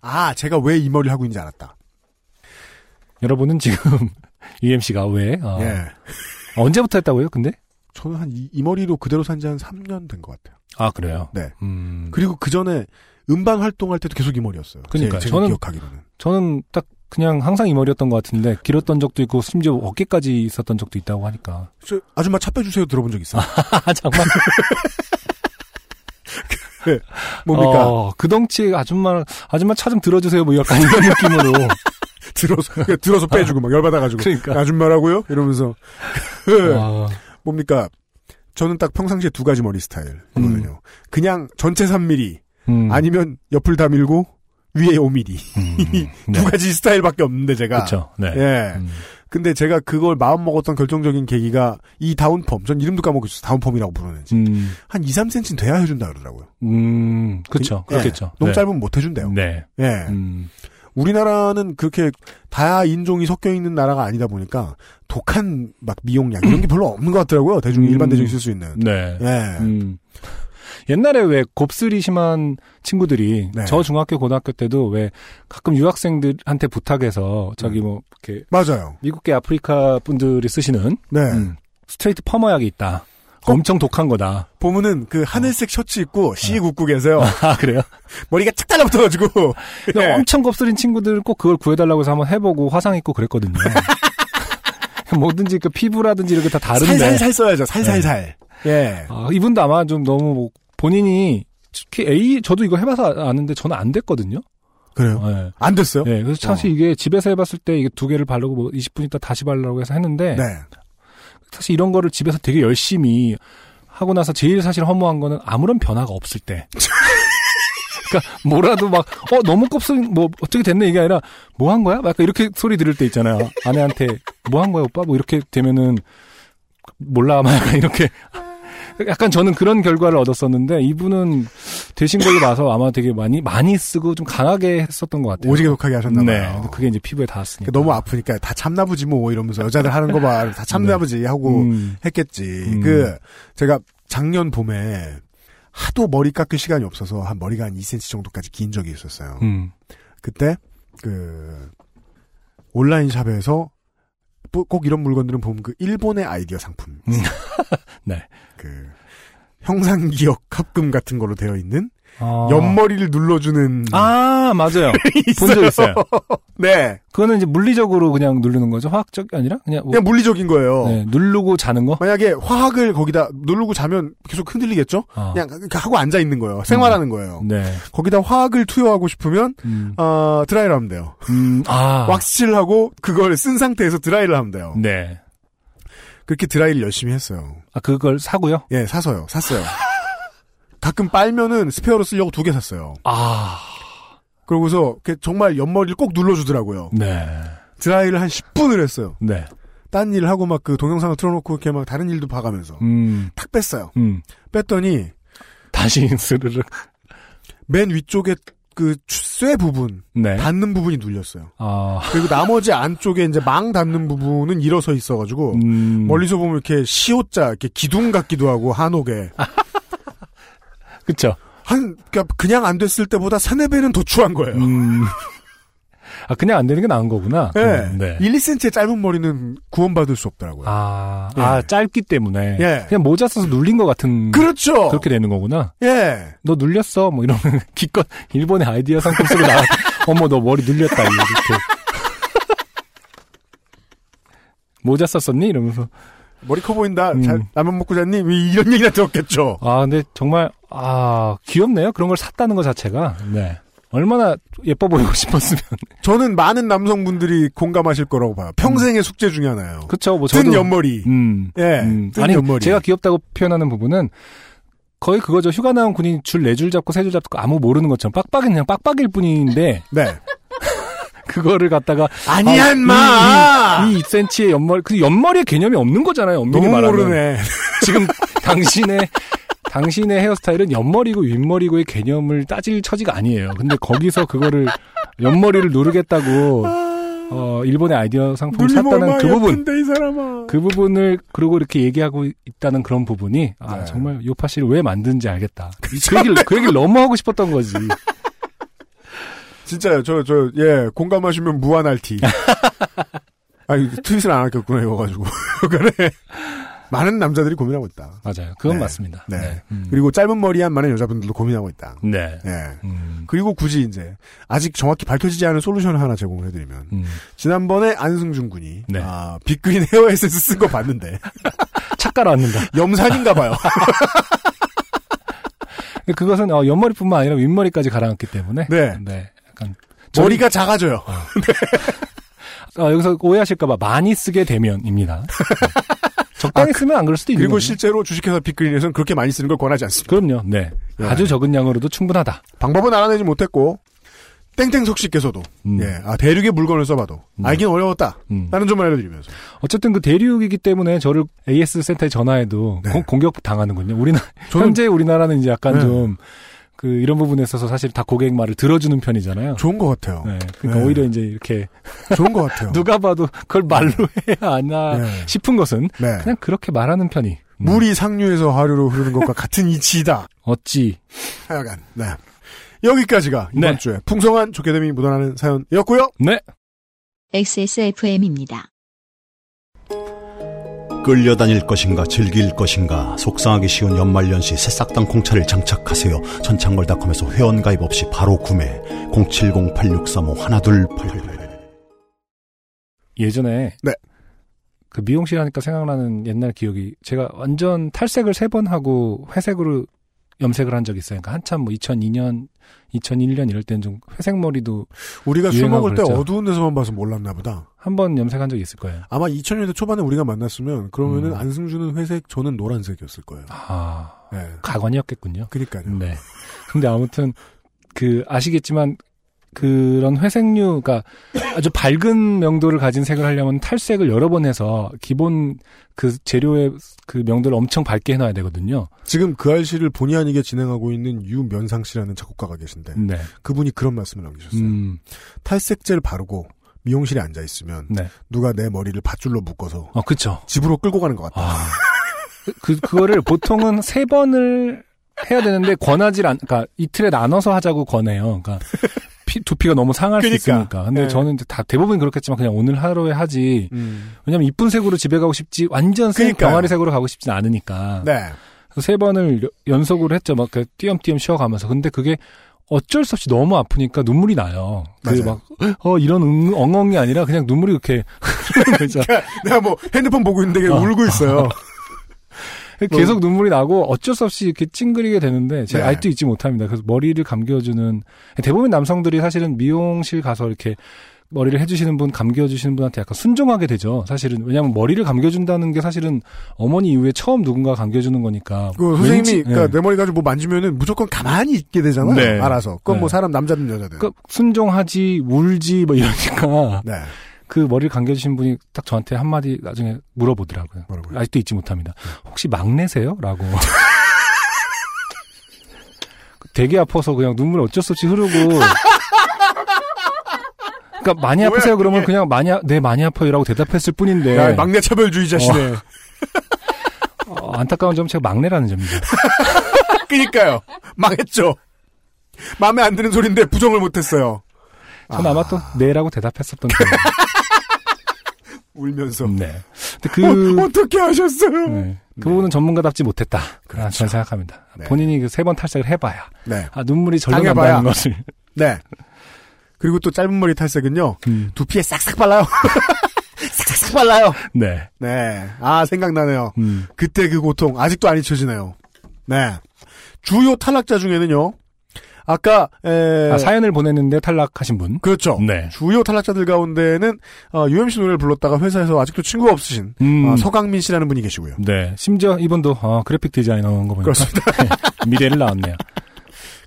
A: 아, 제가 왜 이 머리를 하고 있는지 알았다.
B: 여러분은 지금 [laughs] UMC가 왜 어,
A: 예.
B: 언제부터 했다고요? 근데?
A: 저는 한 이 머리로 그대로 산 지 한 3년 된 것 같아요.
B: 아, 그래요.
A: 네.
B: 음.
A: 그리고 그 전에 음반 활동할 때도 계속 이 머리였어요.
B: 그러니까요.
A: 제, 가
B: 저는-
A: 기억하기로는.
B: 저는 딱 그냥 항상 이 머리였던 것 같은데 길었던 적도 있고 심지어 어깨까지 있었던 적도 있다고 하니까
A: 저 아줌마 차 빼주세요 들어본 적 있어요.
B: [laughs] 아 정말 [laughs]
A: 뭡니까?
B: 어, 그 덩치 아줌마 아줌마 차 좀 들어주세요 뭐 약간 이런 [laughs] 느낌으로
A: 들어서 [laughs] 들어서 빼주고 막 열받아가지고
B: 그러니까 아.
A: 아줌마라고요? 이러면서
B: 와,
A: [laughs] 뭡니까? 저는 딱 평상시에 두 가지 머리 스타일이거든요. 그냥 전체 3mm
B: 음,
A: 아니면 옆을 다 밀고 위에 5mm
B: 음, 네.
A: [laughs] 두 가지 스타일밖에 없는데 제가
B: 그렇죠 네
A: 예.
B: 음,
A: 근데 제가 그걸 마음 먹었던 결정적인 계기가 이 다운펌 전 이름도 까먹었어요. 다운펌이라고 부르는지
B: 음,
A: 한 2, 3cm 돼야 해준다 그러더라고요.
B: 음 그렇죠
A: 예.
B: 그렇겠죠
A: 너무
B: 네.
A: 짧으면 못 해준대요.
B: 네
A: 예.
B: 음,
A: 우리나라는 그렇게 다 인종이 섞여 있는 나라가 아니다 보니까 독한 막 미용약 이런 게 별로 없는 것 같더라고요. 대중
B: 음.
A: 일반 대중이 쓸 수 있는.
B: 네
A: 예.
B: 음. 옛날에 왜 곱슬이 심한 친구들이
A: 네.
B: 저 중학교 고등학교 때도 왜 가끔 유학생들한테 부탁해서
A: 네.
B: 저기 뭐 이렇게
A: 맞아요.
B: 미국계 아프리카 분들이 쓰시는
A: 네. 어?
B: 음, 스트레이트 퍼머약이 있다.
A: 꼭-
B: 엄청 독한 거다.
A: 보면은 그 하늘색 셔츠 입고 씩 웃고 계세요.
B: 네. [laughs] 아 그래요?
A: 머리가 착
B: [laughs]
A: 달라붙어가지고. 예.
B: 근데 그러니까
A: 네.
B: 엄청 겁쓰린 친구들은 꼭 그걸 구해달라고 해서 한번 해보고 화상 입고
A: [laughs]
B: 그랬거든요. [laughs] 뭐든지 그 피부라든지 이렇게 다 다른데
A: 살살살 써야죠. 살살살. 예.
B: 아, 이분도 아마 좀 너무 뭐 본인이 특히 A 저도 이거 해봐서 아는데 저는 안 됐거든요.
A: 그래요?
B: 예.
A: 안 됐어요?
B: 예, 그래서 사실 이게 집에서 해봤을 때 이게 두 개를 바르고 뭐 20분 있다 다시 바르라고 해서 했는데
A: 네.
B: 사실 이런 거를 집에서 되게 열심히 하고 나서 제일 사실 허무한 거는 아무런 변화가 없을 때. [laughs] 그러니까 뭐라도 막 어 너무 곱슬 뭐 어떻게 됐네 이게 아니라 뭐 한 거야? 막 약간 이렇게 소리 들을 때 있잖아요. 아내한테 뭐 한 거야 오빠? 뭐 이렇게 되면은 몰라 막 약간 [laughs] 이렇게 약간 저는 그런 결과를 얻었었는데 이분은 되신 걸로 봐서 아마 되게 많이 많이 쓰고 좀 강하게 했었던 것 같아요.
A: 오지게 독하게 하셨나봐요.
B: 네, 그게 이제 피부에 닿았으니까.
A: 너무 아프니까 다 참나보지 뭐 이러면서 여자들 하는 거 봐. 다 참나보지 하고
B: 음,
A: 했겠지.
B: 음.
A: 그 제가 작년 봄에 하도 머리 깎을 시간이 없어서 한 머리가 한 2cm 정도까지 긴 적이 있었어요.
B: 음,
A: 그때 그 온라인 샵에서 뭐- 꼭 이런 물건들은 보면 그 일본의 아이디어 상품.
B: 음. [laughs] 네.
A: 그 형상 기억 합금 같은 걸로 되어 있는
B: 아.
A: 옆머리를 눌러주는 [laughs]
B: 아 맞아요. 본 적 있어요.
A: 네
B: 그거는 이제 물리적으로 그냥 누르는 거죠. 화학적이 아니라 그냥, 뭐,
A: 그냥 물리적인 거예요.
B: 네, 누르고 자는 거.
A: 만약에 화학을 거기다 누르고 자면 계속 흔들리겠죠?
B: 아,
A: 그냥 이렇게 하고 앉아 있는 거예요. 생활하는 거예요.
B: 네.
A: 거기다 화학을 투여하고 싶으면
B: 음,
A: 어, 드라이를 하면 돼요.
B: 음, 아.
A: 왁스칠을 하고 그걸 쓴 상태에서 드라이를 하면 돼요.
B: 네.
A: 그렇게 드라이를 열심히 했어요.
B: 아 그걸 사고요.
A: 예, 사서요. 샀어요. 가끔 빨면은 스페어로 쓰려고 두 개 샀어요.
B: 아,
A: 그러고서 이렇게 정말 옆머리를 꼭 눌러주더라고요.
B: 네.
A: 드라이를 한 10분을 했어요.
B: 네.
A: 딴 일을 하고 막 그 동영상을 틀어놓고 이렇게 막 다른 일도 봐가면서
B: 음,
A: 탁 뺐어요.
B: 음.
A: 뺐더니
B: 다시 [laughs] 스르르.
A: 맨 위쪽에 그쇠 부분
B: 네.
A: 닿는 부분이 눌렸어요.
B: 아,
A: 그리고 나머지 안쪽에 이제 망 닿는 부분은 일어서 있어가지고
B: 음.
A: 멀리서 보면 이렇게 시옷자 이렇게 기둥 같기도 하고 한옥에
B: 그쵸.
A: 한 그러니까 그냥 안 됐을 때보다 세네 배는 더 추한 거예요.
B: 음. 아, 그냥 안 되는 게 나은 거구나.
A: 예.
B: 음, 네.
A: 1, 2cm의 짧은 머리는 구원받을 수 없더라고요.
B: 아,
A: 예.
B: 아, 짧기 때문에.
A: 예.
B: 그냥 모자 써서 눌린 것 같은.
A: 그렇죠.
B: 그렇게 되는 거구나.
A: 예.
B: 너 눌렸어. 뭐 이러면 [laughs] 기껏 일본의 아이디어 상품 쓰고 나와. 어머, 너 머리 눌렸다. 이렇게. [laughs] 모자 썼었니? 이러면서.
A: 머리 커 보인다.
B: 음.
A: 잘 라면 먹고 잤니? 왜 이런 얘기나 들었겠죠.
B: 아, 근데 정말, 아, 귀엽네요. 그런 걸 샀다는 것 자체가. 네. 얼마나 예뻐 보이고 [laughs] 싶었으면.
A: 저는 많은 남성분들이 공감하실 거라고 봐요. 평생의 숙제 중에 하나요.
B: 그쵸, 뭐
A: 뜬
B: 저도.
A: 옆머리.
B: 음.
A: 예.
B: 음.
A: 뜬
B: 아니,
A: 옆머리.
B: 제가 귀엽다고 표현하는 부분은 거의 그거죠. 휴가 나온 군인 줄 네 줄 잡고 세 줄 잡고 아무 모르는 것처럼 빡빡이 그냥 빡빡일 뿐인데
A: 네.
B: [laughs] 그거를 갖다가
A: 아니야, 인마!
B: 이, 이 2cm의 옆머리 그 옆머리의 개념이 없는 거잖아요. 엄밀히
A: 너무
B: 말하면
A: 모르네.
B: [laughs] 지금 당신의 당신의 헤어스타일은 옆머리고 윗머리고의 개념을 따질 처지가 아니에요. 근데 거기서 그거를 옆머리를 누르겠다고 어 일본의 아이디어 상품을
A: 눈이
B: 샀다는
A: 얼마나
B: 그 부분
A: 예쁜데, 이 사람아.
B: 그 부분을 그러고 이렇게 얘기하고 있다는 그런 부분이 아
A: 네.
B: 정말 요파 씨를 왜 만든지 알겠다. 그 얘기를 그 얘기를 너무 하고 싶었던 거지.
A: 진짜요. 저, 저, 예, 공감하시면 무한할 티. 아니, 트윗을 안 아꼈구나, 이거 가지고. [laughs] 그래. 많은 남자들이 고민하고 있다.
B: 맞아요. 그건
A: 네.
B: 맞습니다.
A: 네.
B: 음.
A: 그리고 짧은 머리한 많은 여자분들도 고민하고 있다.
B: 네.
A: 예.
B: 음.
A: 그리고 굳이 이제, 아직 정확히 밝혀지지 않은 솔루션을 하나 제공을 해드리면,
B: 음.
A: 지난번에 안승준 군이,
B: 네.
A: 아, 빅그린 헤어 에센스 쓴 거 봤는데,
B: 착 깔아앉는다.
A: 염산인가 봐요.
B: 근데 그것은 어, 옆머리뿐만 아니라 윗머리까지 가라앉기 때문에
A: 네.
B: 약간 저희-
A: 머리가 작아져요.
B: 어, 여기서 오해하실까봐 많이 쓰게 되면입니다.
A: [laughs]
B: 네. 적당히 쓰면 안 그럴 수도 있는
A: 아, 그리고
B: 거죠.
A: 실제로 주식회사 빅그린에서는 그렇게 많이 쓰는 걸 권하지 않습니다.
B: 그럼요. 네.
A: 예.
B: 아주 적은 양으로도 충분하다.
A: 방법은 알아내지 못했고 땡땡석 씨께서도
B: 음.
A: 예, 아, 대륙의 물건을 써봐도 알긴 어려웠다.
B: 음.
A: 라는 점을 알려드리면서
B: 어쨌든 그 대륙이기 때문에 저를 AS 센터에 전화해도
A: 네.
B: 공- 공격 당하는군요. 우리나
A: [laughs] 저는-
B: 현재 우리나라는 이제 약간
A: 네.
B: 좀 그 이런 부분에 있어서 사실 다 고객 말을 들어주는 편이잖아요.
A: 좋은 것 같아요.
B: 네. 그러니까
A: 그렇죠. 네.
B: 오히려 이제 이렇게
A: 좋은 것 같아요.
B: [laughs] 누가 봐도 그걸 말로 [laughs] 해야 하나
A: 네.
B: 싶은 것은
A: 네.
B: 그냥 그렇게 말하는 편이 음,
A: 물이 상류에서 하류로 흐르는 것과 같은 이치이다.
B: 어찌
A: 하여간 네. 여기까지가 이번
B: 네.
A: 주에 풍성한 조개됨이 묻어나는 사연이었고요.
B: 네
C: XSFM입니다.
E: 끌려다닐 것인가 즐길 것인가 속상하기 쉬운 연말연시 새싹당 콩차를 장착하세요. 전창걸닷컴에서 회원가입 없이 바로 구매 070-8635-1288
B: 예전에
A: 네.
B: 그 미용실 하니까 생각나는 옛날 기억이 제가 완전 탈색을 세 번 하고 회색으로 염색을 한 적이 있어요. 그러니까 한참 뭐 2002년, 2001년 이럴 때는 좀 회색 머리도
A: 우리가 술
B: 유행하고
A: 먹을 때
B: 그랬죠.
A: 어두운 데서만 봐서 몰랐나 보다.
B: 한 번 염색한 적이 있을 거예요.
A: 아마 2000년대 초반에 우리가 만났으면 그러면은
B: 음.
A: 안승준은 회색, 저는 노란색이었을 거예요.
B: 아,
A: 예.
B: 가관이었겠군요.
A: 그러니까요.
B: 네. 근데 아무튼 그 아시겠지만 그런 회색류가 아주 밝은 명도를 가진 색을 하려면 탈색을 여러 번 해서 기본 그 재료의 그 명도를 엄청 밝게 해놔야 되거든요.
A: 지금 그 알씨를 본의 아니게 진행하고 있는 유면상 씨라는 작곡가가 계신데
B: 네.
A: 그분이 그런 말씀을 남기셨어요.
B: 음,
A: 탈색제를 바르고 미용실에 앉아 있으면
B: 네.
A: 누가 내 머리를 밧줄로 묶어서
B: 어, 그쵸.
A: 집으로 끌고 가는 것 같다.
B: 아. 그, 그거를 [laughs] 보통은 세 번을 해야 되는데 권하질 않, 그니까 이틀에 나눠서 하자고 권해요. 그니까 피- 두피가 너무 상할
A: 그러니까.
B: 수 있으니까. 근데
A: 네.
B: 저는 이제 다 대부분 그렇겠지만 그냥 오늘 하루에 하지.
A: 음.
B: 왜냐면 이쁜 색으로 집에 가고 싶지 완전 색
A: 그러니까요.
B: 병아리 색으로 가고 싶진 않으니까.
A: 네.
B: 그래서 세 번을 여- 연속으로 했죠. 막 그 띄엄띄엄 쉬어가면서. 근데 그게 어쩔 수 없이 너무 아프니까 눈물이 나요.
A: 맞아요.
B: 그막어 이런 응- 엉엉이 아니라 그냥 눈물이 이렇게 흐르는 거죠.
A: 내가 뭐 핸드폰 보고 있는데 그냥
B: 어.
A: 울고 있어요.
B: 계속 눈물이 나고 어쩔 수 없이 이렇게 찡그리게 되는데 제가
A: 음. 네.
B: 아직도 잊지 못합니다. 그래서 머리를 감겨주는 대부분 남성들이 사실은 미용실 가서 이렇게 머리를 해주시는 분, 감겨주시는 분한테 약간 순종하게 되죠. 사실은. 왜냐하면 머리를 감겨준다는 게 사실은 어머니 이후에 처음 누군가 감겨주는 거니까.
A: 그 선생님이
B: 왠지-
A: 그러니까
B: 예.
A: 내 머리 가지고 뭐 만지면은 무조건 가만히 있게 되잖아요.
B: 네.
A: 알아서. 그건 뭐
B: 네.
A: 사람 남자든 여자든.
B: 그러니까 순종하지, 울지 뭐 이러니까
A: 네.
B: 그 머리를 감겨주신 분이 딱 저한테 한마디 나중에 물어보더라고요.
A: 뭐라고요? 네.
B: 아직도 잊지 못합니다. 혹시 막내세요? 라고. [laughs] 되게 아파서 그냥 눈물 어쩔 수 없이 흐르고. 그러니까 많이
A: 뭐야,
B: 아프세요? 그러면
A: 그게.
B: 그냥 많이, 아, 네, 많이 아파요라고 대답했을 뿐인데.
A: 예. 야, 막내 차별주의자시네.
B: 어, 안타까운 점은 제가 막내라는 점이죠.
A: [laughs] 그니까요. 망했죠. 마음에 안 드는 소리인데 부정을 못했어요.
B: 전 아... 마또 네라고 대답했었던
A: 그-
B: 거예요.
A: 울면서.
B: 네. 근데 그,
A: 어, 어떻게 하셨어요? 네.
B: 네. 그 부분은 전문가답지 못했다. 아,
A: 그렇죠.
B: 전 생각합니다.
A: 네.
B: 본인이 그 세 번 탈색을 해봐야.
A: 네.
B: 아, 눈물이 절로
A: 당해봐야.
B: 난다는 것을.
A: 그리고 또 짧은 머리 탈색은요.
B: 음.
A: 두피에 싹싹 발라요. [laughs] 싹싹 발라요.
B: 네.
A: 네. 아, 생각나네요.
B: 음.
A: 그때 그 고통 아직도 안 잊혀지네요. 네. 주요 탈락자 중에는요. 아까 에...
B: 아, 사연을 보냈는데 탈락하신 분.
A: 그렇죠.
B: 네.
A: 주요 탈락자들 가운데는 어, UMC 노래를 불렀다가 회사에서 아직도 친구가 없으신
B: 음.
A: 어, 서강민 씨라는 분이 계시고요.
B: 네. 심지어 이분도 어, 그래픽 디자이너인 거 보니까 [laughs] 네.
A: 그렇습니다.
B: 미래를 나왔네요.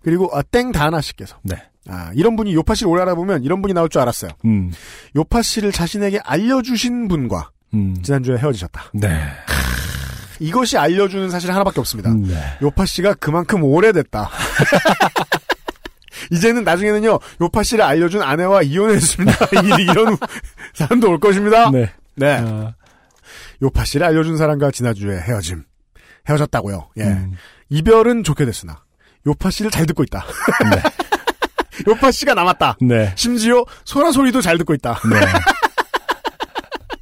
A: 그리고 아, 땡다나 씨께서
B: 네.
A: 아, 이런 분이 요파 씨를 오래 알아보면 이런 분이 나올 줄 알았어요.
B: 음.
A: 요파 씨를 자신에게 알려주신 분과
B: 음.
A: 지난주에 헤어지셨다.
B: 네.
A: 이것이 알려주는 사실 하나밖에 없습니다.
B: 네.
A: 요파 씨가 그만큼 오래됐다. [laughs] 이제는 나중에는요 요파 씨를 알려준 아내와 이혼했습니다. [laughs] 이- 이런 사람도 올 것입니다.
B: 네.
A: 네.
B: 아,
A: 요파 씨를 알려준 사람과 지난주에 헤어짐. 헤어졌다고요. 예.
B: 음.
A: 이별은 좋게 됐으나 요파 씨를 잘 듣고 있다. [laughs] 요파 씨가 남았다.
B: 네.
A: 심지어 소라 소리도 잘 듣고 있다.
B: 네.
A: [laughs]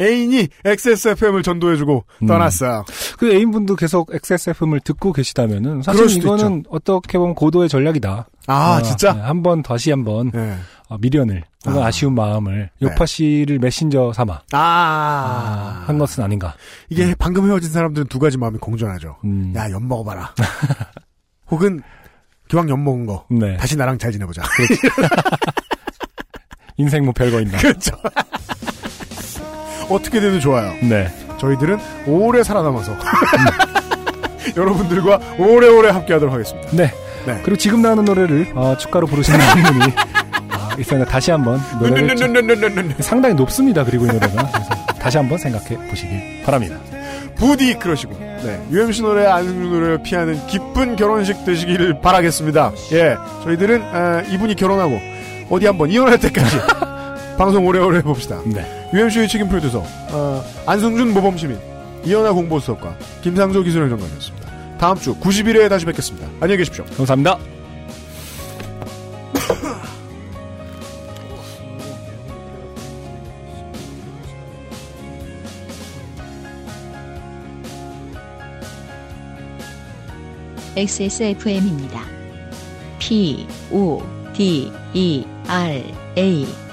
A: 애인이 XSFM을 전도해주고
B: 음.
A: 떠났어요.
B: 그 애인분도 계속 XSFM을 듣고 계시다면은 사실
A: 그럴 수도
B: 이거는 어떻게 보면 고도의 전략이다.
A: 아
B: 어, 네,
A: 진짜.
B: 한번 다시 한번
A: 예.
B: 어, 미련을 혹은
A: 아.
B: 아. 쉬운 마음을 요파 씨를 메신저 삼아
A: 아.
B: 한 것은 아닌가.
A: 이게 방금 헤어진 사람들은 두 가지 마음이 공존하죠.
B: 음.
A: 야, 엿 먹어봐라. [laughs] 혹은, 기왕 엿 먹은 거.
B: 네. 그렇죠.
A: 다시 나랑
B: [laughs]
A: 잘 지내보자.
B: 인생 뭐 별거 있나.
A: [laughs] 그렇죠. 어떻게 되든 좋아요.
B: 네.
A: 저희들은 오래 살아남아서. [laughs] 여러분들과 오래오래 함께하도록 하겠습니다.
B: 네.
A: 네.
B: 그리고 지금 나오는 노래를 어, 축가로 부르시는 [laughs] 분이 아, 있었는데 다시 한번 그
A: 네,
B: 노래를 좀- 상당히 높습니다. 그리고 이 노래가 그래서 다시 한번 생각해 보시길 바랍니다.
A: 부디 그러시고. 네. UMC 노래, 안승준 노래를 피하는 기쁜 결혼식 되시기를 바라겠습니다. 예. 저희들은, 아, 이분이 결혼하고, 어디 한번 이혼할 때까지. 방송 오래오래 해봅시다.
B: 네.
A: UMC의 책임 프로듀서 어, 안승준 모범시민 이현아 공보수석과 김상조 기술형 전관이었습니다. 다음 주 90일에 다시 뵙겠습니다. 안녕히 계십시오.
B: 감사합니다.
C: XSFM입니다. P, O, D, E, R, A.